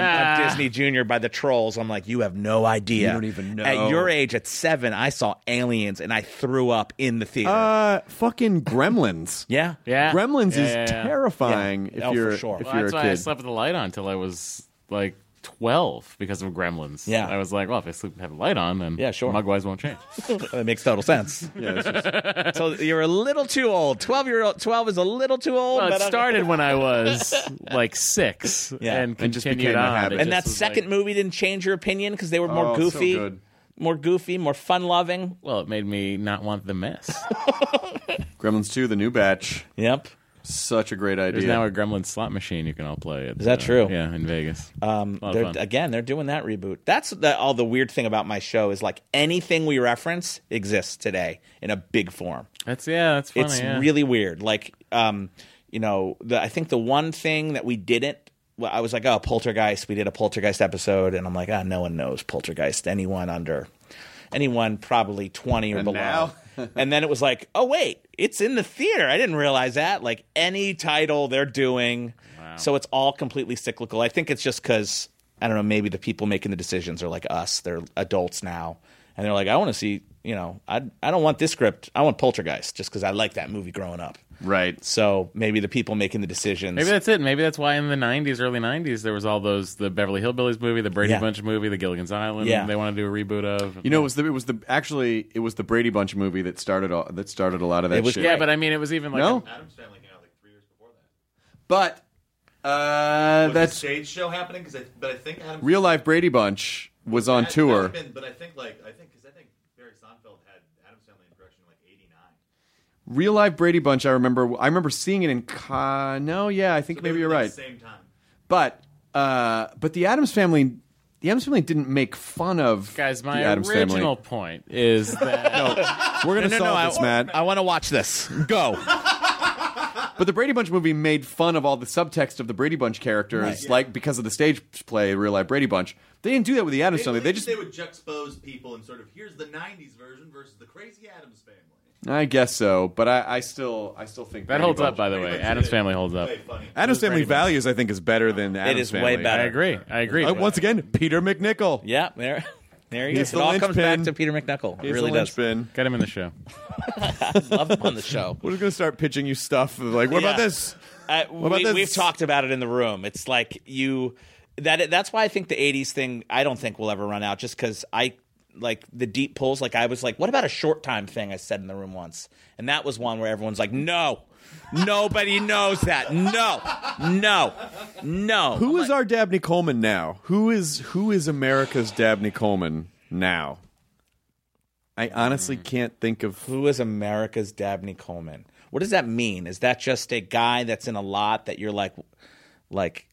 Speaker 3: on Disney Junior by the trolls, I'm like, you have no idea.
Speaker 1: You don't even know.
Speaker 3: At your age, at seven, I saw Aliens and I threw up in the theater.
Speaker 1: Uh, fucking Gremlins.
Speaker 3: yeah,
Speaker 4: yeah.
Speaker 1: Gremlins
Speaker 4: Yeah,
Speaker 1: is
Speaker 4: yeah, yeah.
Speaker 1: terrifying
Speaker 3: Yeah.
Speaker 1: if
Speaker 3: Oh, for
Speaker 1: you're
Speaker 3: sure.
Speaker 1: if
Speaker 4: Well,
Speaker 1: you're
Speaker 4: that's
Speaker 1: a
Speaker 4: why I
Speaker 1: kid.
Speaker 4: slept with the light on until I was like twelve because of Gremlins.
Speaker 3: Yeah.
Speaker 4: I was like, well, if I sleep have a light on, then
Speaker 3: Yeah, sure.
Speaker 4: Mugwise won't change.
Speaker 3: that makes total sense.
Speaker 1: Yeah, it's just-
Speaker 3: So you're a little too old. Twelve year old, twelve is a little too old.
Speaker 4: Well, it
Speaker 3: but I'm-
Speaker 4: started when I was like six,
Speaker 3: Yeah.
Speaker 4: and
Speaker 1: And just
Speaker 4: continued
Speaker 1: became a
Speaker 4: on.
Speaker 1: habit.
Speaker 4: It
Speaker 3: And
Speaker 4: just
Speaker 3: that
Speaker 4: was
Speaker 3: second
Speaker 4: like-
Speaker 3: movie didn't change your opinion because they were more
Speaker 1: Oh, so
Speaker 3: goofy,
Speaker 1: good.
Speaker 3: more goofy, more fun loving.
Speaker 4: well, it made me not want the mess.
Speaker 1: Gremlins Two, the new batch.
Speaker 3: Yep.
Speaker 1: Such a great
Speaker 4: There's
Speaker 1: idea.
Speaker 4: now a Gremlin slot machine you can all play. At,
Speaker 3: Is that true?
Speaker 4: Yeah, in Vegas.
Speaker 3: Um,
Speaker 4: A lot of
Speaker 3: they're,
Speaker 4: fun.
Speaker 3: again, they're doing that reboot. That's the, all the weird thing about my show is like anything we reference exists today in a big form.
Speaker 4: that's yeah. That's funny.
Speaker 3: it's
Speaker 4: yeah.
Speaker 3: really weird. Like, um, you know, the, I think the one thing that we didn't, well, I was like, oh, Poltergeist. We did a Poltergeist episode, and I'm like, ah, no one knows Poltergeist. Anyone under, anyone probably 20 or
Speaker 1: And
Speaker 3: below. and then it was like, oh wait, it's in the theater. I didn't realize that. Like any title they're doing, so it's all completely cyclical. I think it's just because I don't know. Maybe the people making the decisions are like us. They're adults now, and they're like, I want to see. You know, I I don't want this script. I want Poltergeist just because I like that movie growing up.
Speaker 1: right.
Speaker 3: So maybe the people making the decisions.
Speaker 4: Maybe that's it. Maybe that's why in the '90s, early '90s, there was all those the Beverly Hillbillies movie, the Brady
Speaker 3: Yeah.
Speaker 4: Bunch movie, the Gilligan's Island.
Speaker 3: Yeah.
Speaker 4: they want to do a reboot of.
Speaker 1: You know, it was the it was the actually it was the Brady Bunch movie that started all, that started a lot of that
Speaker 3: It was
Speaker 1: shit.
Speaker 4: yeah, but I mean, it was even like
Speaker 1: no,
Speaker 7: Adam's Family came out like three years before that.
Speaker 1: but uh,
Speaker 7: Was That's...
Speaker 1: that's
Speaker 7: stage show happening because I, but I think Adam
Speaker 1: real life Brady Bunch was on
Speaker 7: That-
Speaker 1: tour.
Speaker 7: that's been- but I think like I think because I think Barry Seinfeld had Adam's Family in production in like '89.
Speaker 1: Real life Brady Bunch. I remember I remember seeing it in. Con- no, yeah, I think maybe you're right.
Speaker 7: Same time.
Speaker 1: But uh, but the Adams Family the Adams Family didn't make fun of
Speaker 4: Guys, my
Speaker 1: the Adams
Speaker 4: original
Speaker 1: Family.
Speaker 4: point is that
Speaker 1: We're gonna
Speaker 3: No, no, no,
Speaker 1: solve
Speaker 3: I-
Speaker 1: this, Matt.
Speaker 3: I want to watch this. Go.
Speaker 1: But the Brady Bunch movie made fun of all the subtext of the Brady Bunch characters, like because of the stage play, real life Brady Bunch. They didn't do that with the Adams Family. They just,
Speaker 7: they would juxtapose people and sort of here's the '90s version versus the crazy Adams family.
Speaker 1: I guess so. But I, I still, I still think
Speaker 4: that
Speaker 1: Brady
Speaker 4: holds
Speaker 1: Bunch-
Speaker 4: up. By the way, Adam's Family holds up.
Speaker 7: Way funny.
Speaker 1: Adams Family Values, I think, is better than Adams
Speaker 3: is way better.
Speaker 4: I agree. I agree.
Speaker 1: Uh, once again, Peter McNichol.
Speaker 3: yeah, there, there you
Speaker 1: He's
Speaker 3: go. It
Speaker 1: the
Speaker 3: all comes back
Speaker 1: linchpin.
Speaker 3: to Peter McNichol. It
Speaker 1: He's
Speaker 3: really
Speaker 1: the
Speaker 3: does.
Speaker 1: linchpin.
Speaker 4: get him in the show.
Speaker 3: Love him on the show.
Speaker 1: We're just gonna start pitching you stuff. Like, what about
Speaker 3: Yeah.
Speaker 1: this?
Speaker 3: Uh,
Speaker 1: about
Speaker 3: we,
Speaker 1: this?
Speaker 3: We've talked about it in the room. It's like you that that's why I think the '80s thing I don't think will ever run out. Just because I like the deep pulls. Like I was like, what about a short time thing? I said in the room once, and that was one where everyone's like, no. Nobody knows that. No, no, no.
Speaker 1: Who is our Dabney Coleman now? Who is who is America's Dabney Coleman now? I honestly
Speaker 3: Hmm.
Speaker 1: can't think of
Speaker 3: Who is America's Dabney Coleman? What does that mean? Is that just a guy that's in a lot that you're like, like,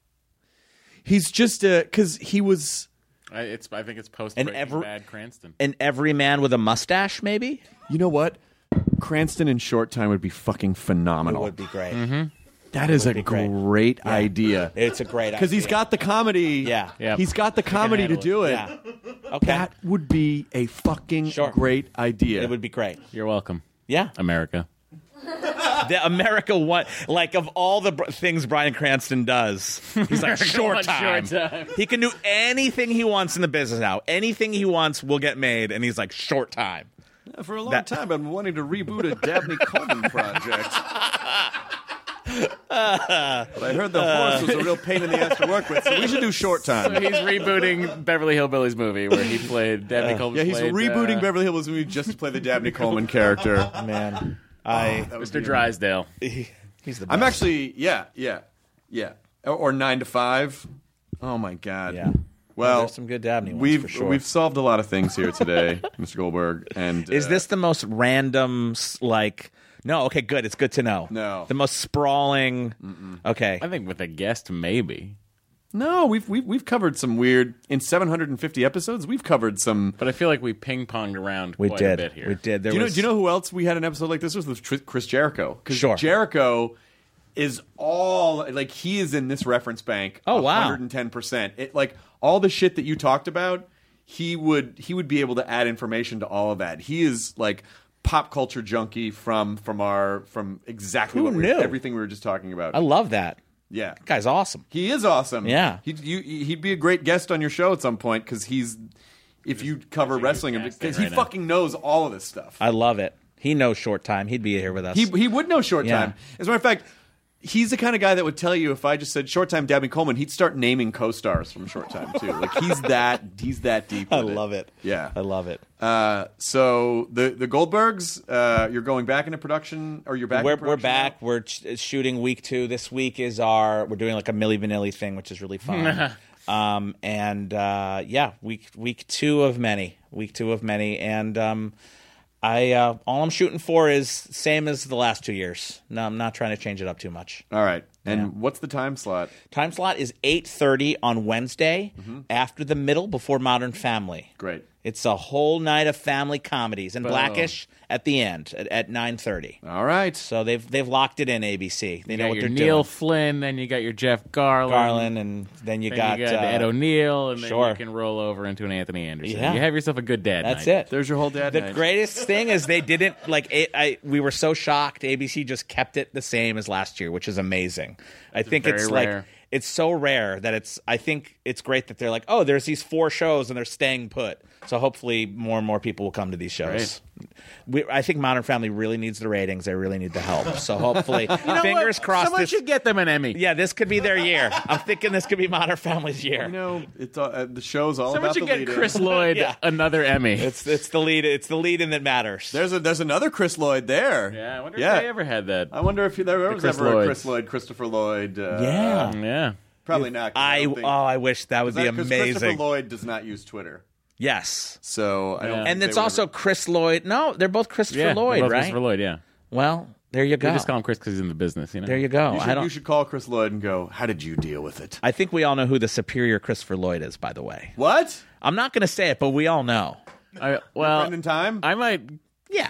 Speaker 1: He's just a because he was.
Speaker 4: I, it's. I think it's post
Speaker 3: And
Speaker 4: Breaking
Speaker 3: ever-
Speaker 4: Bad Cranston.
Speaker 3: an everyman with a mustache? Maybe
Speaker 1: You know what? Cranston in short time would be fucking
Speaker 3: it
Speaker 1: phenomenal. Mm-hmm.
Speaker 3: would be great.
Speaker 1: that is a
Speaker 3: great.
Speaker 1: great, idea
Speaker 3: It's a great
Speaker 1: because he's
Speaker 3: idea.
Speaker 1: got the comedy.
Speaker 3: Yeah.
Speaker 4: Yeah.
Speaker 1: he's got the comedy to
Speaker 4: handle
Speaker 1: do it.
Speaker 3: yeah. Okay,
Speaker 1: That would be a fucking
Speaker 3: Sure.
Speaker 1: great idea.
Speaker 3: it would be great.
Speaker 4: You're welcome,
Speaker 3: Yeah,
Speaker 4: America.
Speaker 3: the America one. Like of all the br- things Brian Cranston does, he's like short
Speaker 4: wants
Speaker 3: time.
Speaker 4: short time.
Speaker 3: He can do anything he wants in the business now. Anything he wants will get made, and he's like short time.
Speaker 1: For a long
Speaker 3: That-
Speaker 1: time, I've been wanting to reboot a Dabney Coleman project. but I heard the
Speaker 3: Uh,
Speaker 1: horse was a real pain in the ass to work with, so we should do short
Speaker 4: So
Speaker 1: time.
Speaker 4: he's rebooting Beverly Hillbillies movie where he played Dabney Coleman.
Speaker 1: Yeah, he's
Speaker 4: played,
Speaker 1: rebooting
Speaker 4: uh,
Speaker 1: Beverly Hills movie just to play the Dabney Coleman character.
Speaker 3: Man, I
Speaker 4: Mr. Drysdale.
Speaker 3: he's the best.
Speaker 1: I'm actually, yeah, yeah, yeah, or, or nine to five. Oh my god.
Speaker 3: Yeah.
Speaker 1: Well,
Speaker 3: There's some good Dabney ones
Speaker 1: We've
Speaker 3: for sure.
Speaker 1: we've solved a lot of things here today, Mr. Goldberg. And
Speaker 3: Is
Speaker 1: uh,
Speaker 3: this the most random, s- like, no, okay, good. It's good to know.
Speaker 1: No.
Speaker 3: The most sprawling, okay.
Speaker 4: I think with a guest, maybe.
Speaker 1: No, we've we've we've covered some weird in 750 episodes. We've covered some
Speaker 4: But I feel like we ping ponged around
Speaker 3: We
Speaker 4: quite
Speaker 3: did.
Speaker 4: a bit here.
Speaker 3: We did. There
Speaker 1: do you know?
Speaker 3: was-
Speaker 1: Do you know who else we had an episode like this with? was Tr- Chris Jericho? 'Cause
Speaker 3: Sure.
Speaker 1: Jericho is all like he is in this reference bank.
Speaker 3: Oh, wow.
Speaker 1: 110 percent. It like all the shit that you talked about. He would he would be able to add information to all of that. He is like pop culture junkie from from our from exactly
Speaker 3: Who
Speaker 1: what we-
Speaker 3: knew?
Speaker 1: everything we were just talking about.
Speaker 3: I love that.
Speaker 1: yeah,
Speaker 3: That guy's awesome.
Speaker 1: he is awesome.
Speaker 3: Yeah.
Speaker 1: he'd, you, he'd be a great guest on your show at some point because he's if you cover wrestling because he
Speaker 4: right now.
Speaker 1: fucking knows all of this stuff.
Speaker 3: I love it. He knows short time. He'd be here with us.
Speaker 1: He he would know short
Speaker 3: Yeah.
Speaker 1: time. As a matter of fact, he's the kind of guy that would tell you if I just said short time Dabney Coleman, he'd start naming co-stars from short time too. like he's that he's that deep.
Speaker 3: I
Speaker 1: with
Speaker 3: love it.
Speaker 1: Yeah.
Speaker 3: I love it.
Speaker 1: Uh, so the the Goldbergs, uh, you're going back into production, or you're back.
Speaker 3: we're,
Speaker 1: in
Speaker 3: we're
Speaker 1: production
Speaker 3: back.
Speaker 1: now?
Speaker 3: We're ch- shooting week two. This week is our. We're doing like a Milli Vanilli thing, which is really fun. um, and uh, yeah, week week two of many. Week two of many. And um, I uh, all I'm shooting for is same as the last two years. No, I'm not trying to change it up too much.
Speaker 1: All right. And what's the time slot?
Speaker 3: Time slot is 8:30 on Wednesday after the middle before Modern Family.
Speaker 1: Mm-hmm. Great.
Speaker 3: It's a whole night of family comedies and Blackish at the end at, at 9:30.
Speaker 1: All right.
Speaker 3: So they've they've locked it in ABC. They
Speaker 4: You
Speaker 3: know
Speaker 4: got
Speaker 3: what
Speaker 4: your
Speaker 3: they're
Speaker 4: Neil
Speaker 3: doing.
Speaker 4: Flynn, then you got your Jeff Garland,
Speaker 3: Garland, and then you
Speaker 4: then
Speaker 3: got,
Speaker 4: you got
Speaker 3: uh,
Speaker 4: Ed O'Neill, and then
Speaker 3: sure.
Speaker 4: you can roll over into an Anthony Anderson.
Speaker 3: Yeah.
Speaker 4: You have yourself a good dad.
Speaker 3: That's
Speaker 4: night.
Speaker 3: it.
Speaker 1: There's your whole dad.
Speaker 3: the
Speaker 1: night.
Speaker 3: greatest thing is they didn't like it. I we were so shocked. ABC just kept it the same as last year, which is amazing. I think
Speaker 4: very
Speaker 3: it's like
Speaker 4: rare.
Speaker 3: it's so rare that it's. I think it's great that they're like, oh, there's these four shows and they're staying put. So hopefully more and more people will come to these shows. We, I think Modern Family really needs the ratings. They really need the help. So hopefully,
Speaker 4: You know
Speaker 3: fingers
Speaker 4: what?
Speaker 3: crossed.
Speaker 4: Someone
Speaker 3: This,
Speaker 4: should get them an Emmy.
Speaker 3: yeah, this could be their year. I'm thinking this could be Modern Family's year.
Speaker 1: You know, it's all, uh, the show's all
Speaker 4: Someone
Speaker 1: about
Speaker 4: should
Speaker 1: the
Speaker 4: get
Speaker 1: lead-in.
Speaker 4: Chris Lloyd
Speaker 3: Yeah.
Speaker 4: another Emmy.
Speaker 3: It's it's the lead. It's the lead in that matters.
Speaker 1: There's a there's another Chris Lloyd there.
Speaker 4: yeah, I wonder
Speaker 1: Yeah.
Speaker 4: if they ever had that.
Speaker 1: I wonder if there was
Speaker 4: Chris
Speaker 1: ever a
Speaker 4: Lloyd.
Speaker 1: Chris Lloyd, Christopher Lloyd. Uh,
Speaker 3: yeah.
Speaker 4: yeah.
Speaker 1: Probably not. 'cause
Speaker 3: I
Speaker 1: don't
Speaker 3: oh
Speaker 1: think-
Speaker 3: I wish that would
Speaker 1: Is
Speaker 3: be
Speaker 1: that 'cause Christopher
Speaker 3: amazing.
Speaker 1: Lloyd does not use Twitter,
Speaker 3: Yes.
Speaker 1: so I don't.
Speaker 4: Yeah.
Speaker 1: think
Speaker 3: And
Speaker 1: they
Speaker 3: it's
Speaker 1: would
Speaker 3: also
Speaker 1: ever-
Speaker 3: Chris Lloyd. No, they're both Christopher
Speaker 4: yeah.
Speaker 3: Lloyd,
Speaker 4: both
Speaker 3: right?
Speaker 4: Christopher Lloyd, yeah.
Speaker 3: Well, there you go.
Speaker 4: We just call him Chris because he's in the business. You know.
Speaker 3: There you go.
Speaker 1: You should,
Speaker 3: I don't.
Speaker 1: you should call Chris Lloyd and go, How did you deal with it?
Speaker 3: I think we all know who the superior Christopher Lloyd is. By the way,
Speaker 1: What?
Speaker 3: I'm not going to say it, but we all know.
Speaker 4: I, well,
Speaker 1: Friend in time?
Speaker 4: I might. uh,
Speaker 3: Yeah.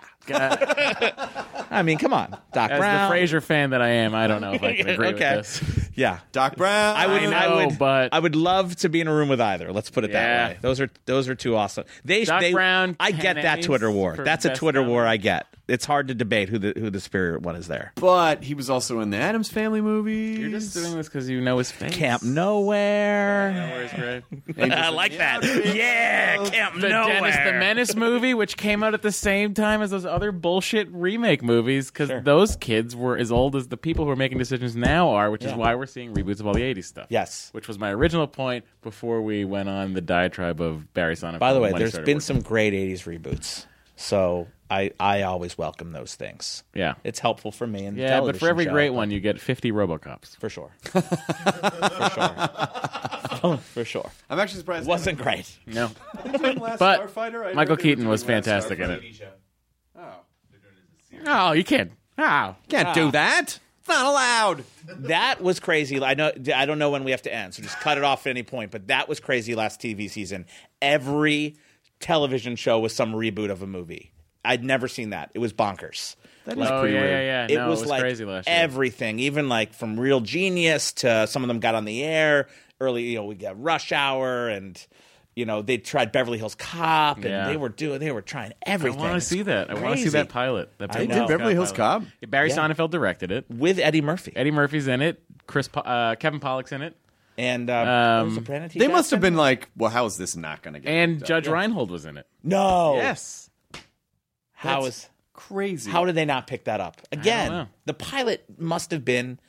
Speaker 3: I mean, come on, Doc
Speaker 4: As
Speaker 3: Brown.
Speaker 4: the Fraser fan that I am, I don't know if I can agree
Speaker 3: okay.
Speaker 4: with this.
Speaker 3: Yeah.
Speaker 1: Doc Brown.
Speaker 3: I would,
Speaker 4: I
Speaker 3: I,
Speaker 4: know,
Speaker 3: would,
Speaker 4: but-
Speaker 3: I would love to be in a room with either. Let's put it
Speaker 4: Yeah.
Speaker 3: that way. Those are those are two awesome. They,
Speaker 4: Doc
Speaker 3: they-
Speaker 4: Brown,
Speaker 3: I get
Speaker 4: ten
Speaker 3: that
Speaker 4: Emmys
Speaker 3: Twitter war.
Speaker 4: for
Speaker 3: That's a
Speaker 4: best
Speaker 3: Twitter war.
Speaker 4: comedy.
Speaker 3: I get. It's hard to debate who the who the superior one is there.
Speaker 1: But he was also in the Adams Family movie.
Speaker 4: You're just doing this because you know his face.
Speaker 3: Camp Nowhere.
Speaker 4: Nowhere's great.
Speaker 3: I like that. Yeah, Camp
Speaker 4: The
Speaker 3: Nowhere.
Speaker 4: Dennis the Menace movie, which came out at the same time as those other bullshit remake movies, because those kids were as old as the people who are making decisions now are, which is why we're seeing reboots of all the '80s stuff.
Speaker 3: Yes.
Speaker 4: which was my original point before we went on the diatribe of Barry Sonnenfeld.
Speaker 3: By the way,
Speaker 4: when he
Speaker 3: there's
Speaker 4: started
Speaker 3: been
Speaker 4: working.
Speaker 3: some great '80s reboots, so I I always welcome those things.
Speaker 4: Yeah.
Speaker 3: it's helpful for me. And
Speaker 4: Yeah, but for every great one, you get 50 RoboCops.
Speaker 3: for sure, for sure, for sure,
Speaker 1: I'm actually surprised.
Speaker 3: wasn't great.
Speaker 4: No,
Speaker 1: Last
Speaker 4: but
Speaker 1: Starfighter, I heard they
Speaker 4: Michael
Speaker 1: were
Speaker 4: Keaton was
Speaker 1: doing Last
Speaker 4: fantastic in
Speaker 1: Starfighter.
Speaker 4: it. Oh, you can't. Oh,
Speaker 1: Can't do that. It's not allowed.
Speaker 3: That was crazy. I know. I don't know when we have to end, so just cut it off at any point. But that was crazy last TV season. Every television show was some reboot of a movie. I'd never seen that. It was bonkers.
Speaker 1: That
Speaker 4: oh yeah, yeah, yeah.
Speaker 3: it,
Speaker 4: no,
Speaker 3: was
Speaker 4: it was
Speaker 3: like
Speaker 4: crazy last year.
Speaker 3: everything, even like from Real Genius to some of them got on the air early. You know, we got Rush Hour and. You know, they tried Beverly Hills Cop, and
Speaker 4: Yeah.
Speaker 3: they were doing, they were trying
Speaker 4: I
Speaker 3: everything.
Speaker 4: want to
Speaker 3: It's
Speaker 4: see that. I want to see
Speaker 3: crazy.
Speaker 4: that pilot. That
Speaker 3: I
Speaker 4: Beverly
Speaker 3: know.
Speaker 4: Hills
Speaker 1: Beverly Hills
Speaker 4: pilot.
Speaker 1: Cop?
Speaker 4: Yeah, Barry
Speaker 3: Yeah.
Speaker 4: Sonnenfeld directed it.
Speaker 3: with Eddie Murphy
Speaker 4: Eddie Murphy's in it. Chris, Po- uh, Kevin Pollock's in it,
Speaker 3: and uh,
Speaker 4: Um,
Speaker 3: was it Brandon T.
Speaker 1: They must
Speaker 3: Jackson?
Speaker 1: have been like, well, how is this not going to get
Speaker 4: and
Speaker 1: picked up?
Speaker 4: Judge Reinhold was in it.
Speaker 3: no.
Speaker 4: Yes,
Speaker 3: how is
Speaker 1: crazy?
Speaker 3: How did they not pick that up? Again,
Speaker 4: know.
Speaker 3: the pilot must have been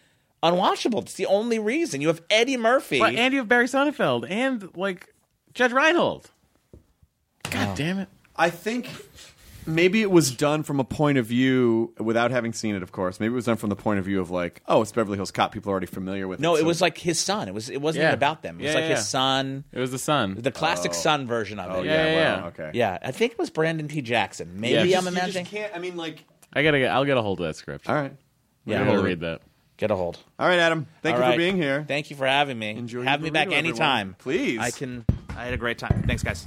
Speaker 3: unwatchable. It's the only reason. You have Eddie Murphy.
Speaker 4: but, and you have Barry Sonnenfeld and like Judge Reinhold. God damn it!
Speaker 1: I think maybe it was done from a point of view without having seen it, of course. Maybe it was done from the point of view of like, oh, it's Beverly Hills Cop. People are already familiar with it.
Speaker 3: no, it
Speaker 1: so-
Speaker 3: was like his son. It was it wasn't
Speaker 4: Yeah.
Speaker 3: even about them. It
Speaker 4: Yeah,
Speaker 3: was like
Speaker 4: yeah.
Speaker 3: his son.
Speaker 4: It was the son.
Speaker 3: The classic son version of
Speaker 1: Oh,
Speaker 3: it.
Speaker 1: yeah,
Speaker 4: Yeah, yeah,
Speaker 1: well,
Speaker 4: yeah.
Speaker 1: okay.
Speaker 3: Yeah, I think it was Brandon T. Jackson.
Speaker 4: Yeah.
Speaker 3: Maybe
Speaker 4: You
Speaker 3: I'm
Speaker 1: You
Speaker 3: imagining.
Speaker 1: just can't. I mean, like,
Speaker 4: I gotta. Get, I'll get a hold of that script.
Speaker 1: all right,
Speaker 4: Yeah,
Speaker 3: Yeah.
Speaker 4: I'll read that.
Speaker 3: Get a hold.
Speaker 1: all right, Adam. Thank
Speaker 3: All
Speaker 1: you
Speaker 3: right.
Speaker 1: for being here.
Speaker 3: Thank you for having me.
Speaker 1: Enjoy your
Speaker 3: Have me
Speaker 1: burrito,
Speaker 3: back
Speaker 1: everyone.
Speaker 3: anytime.
Speaker 1: Please.
Speaker 3: I can. I had a great time. Thanks, guys.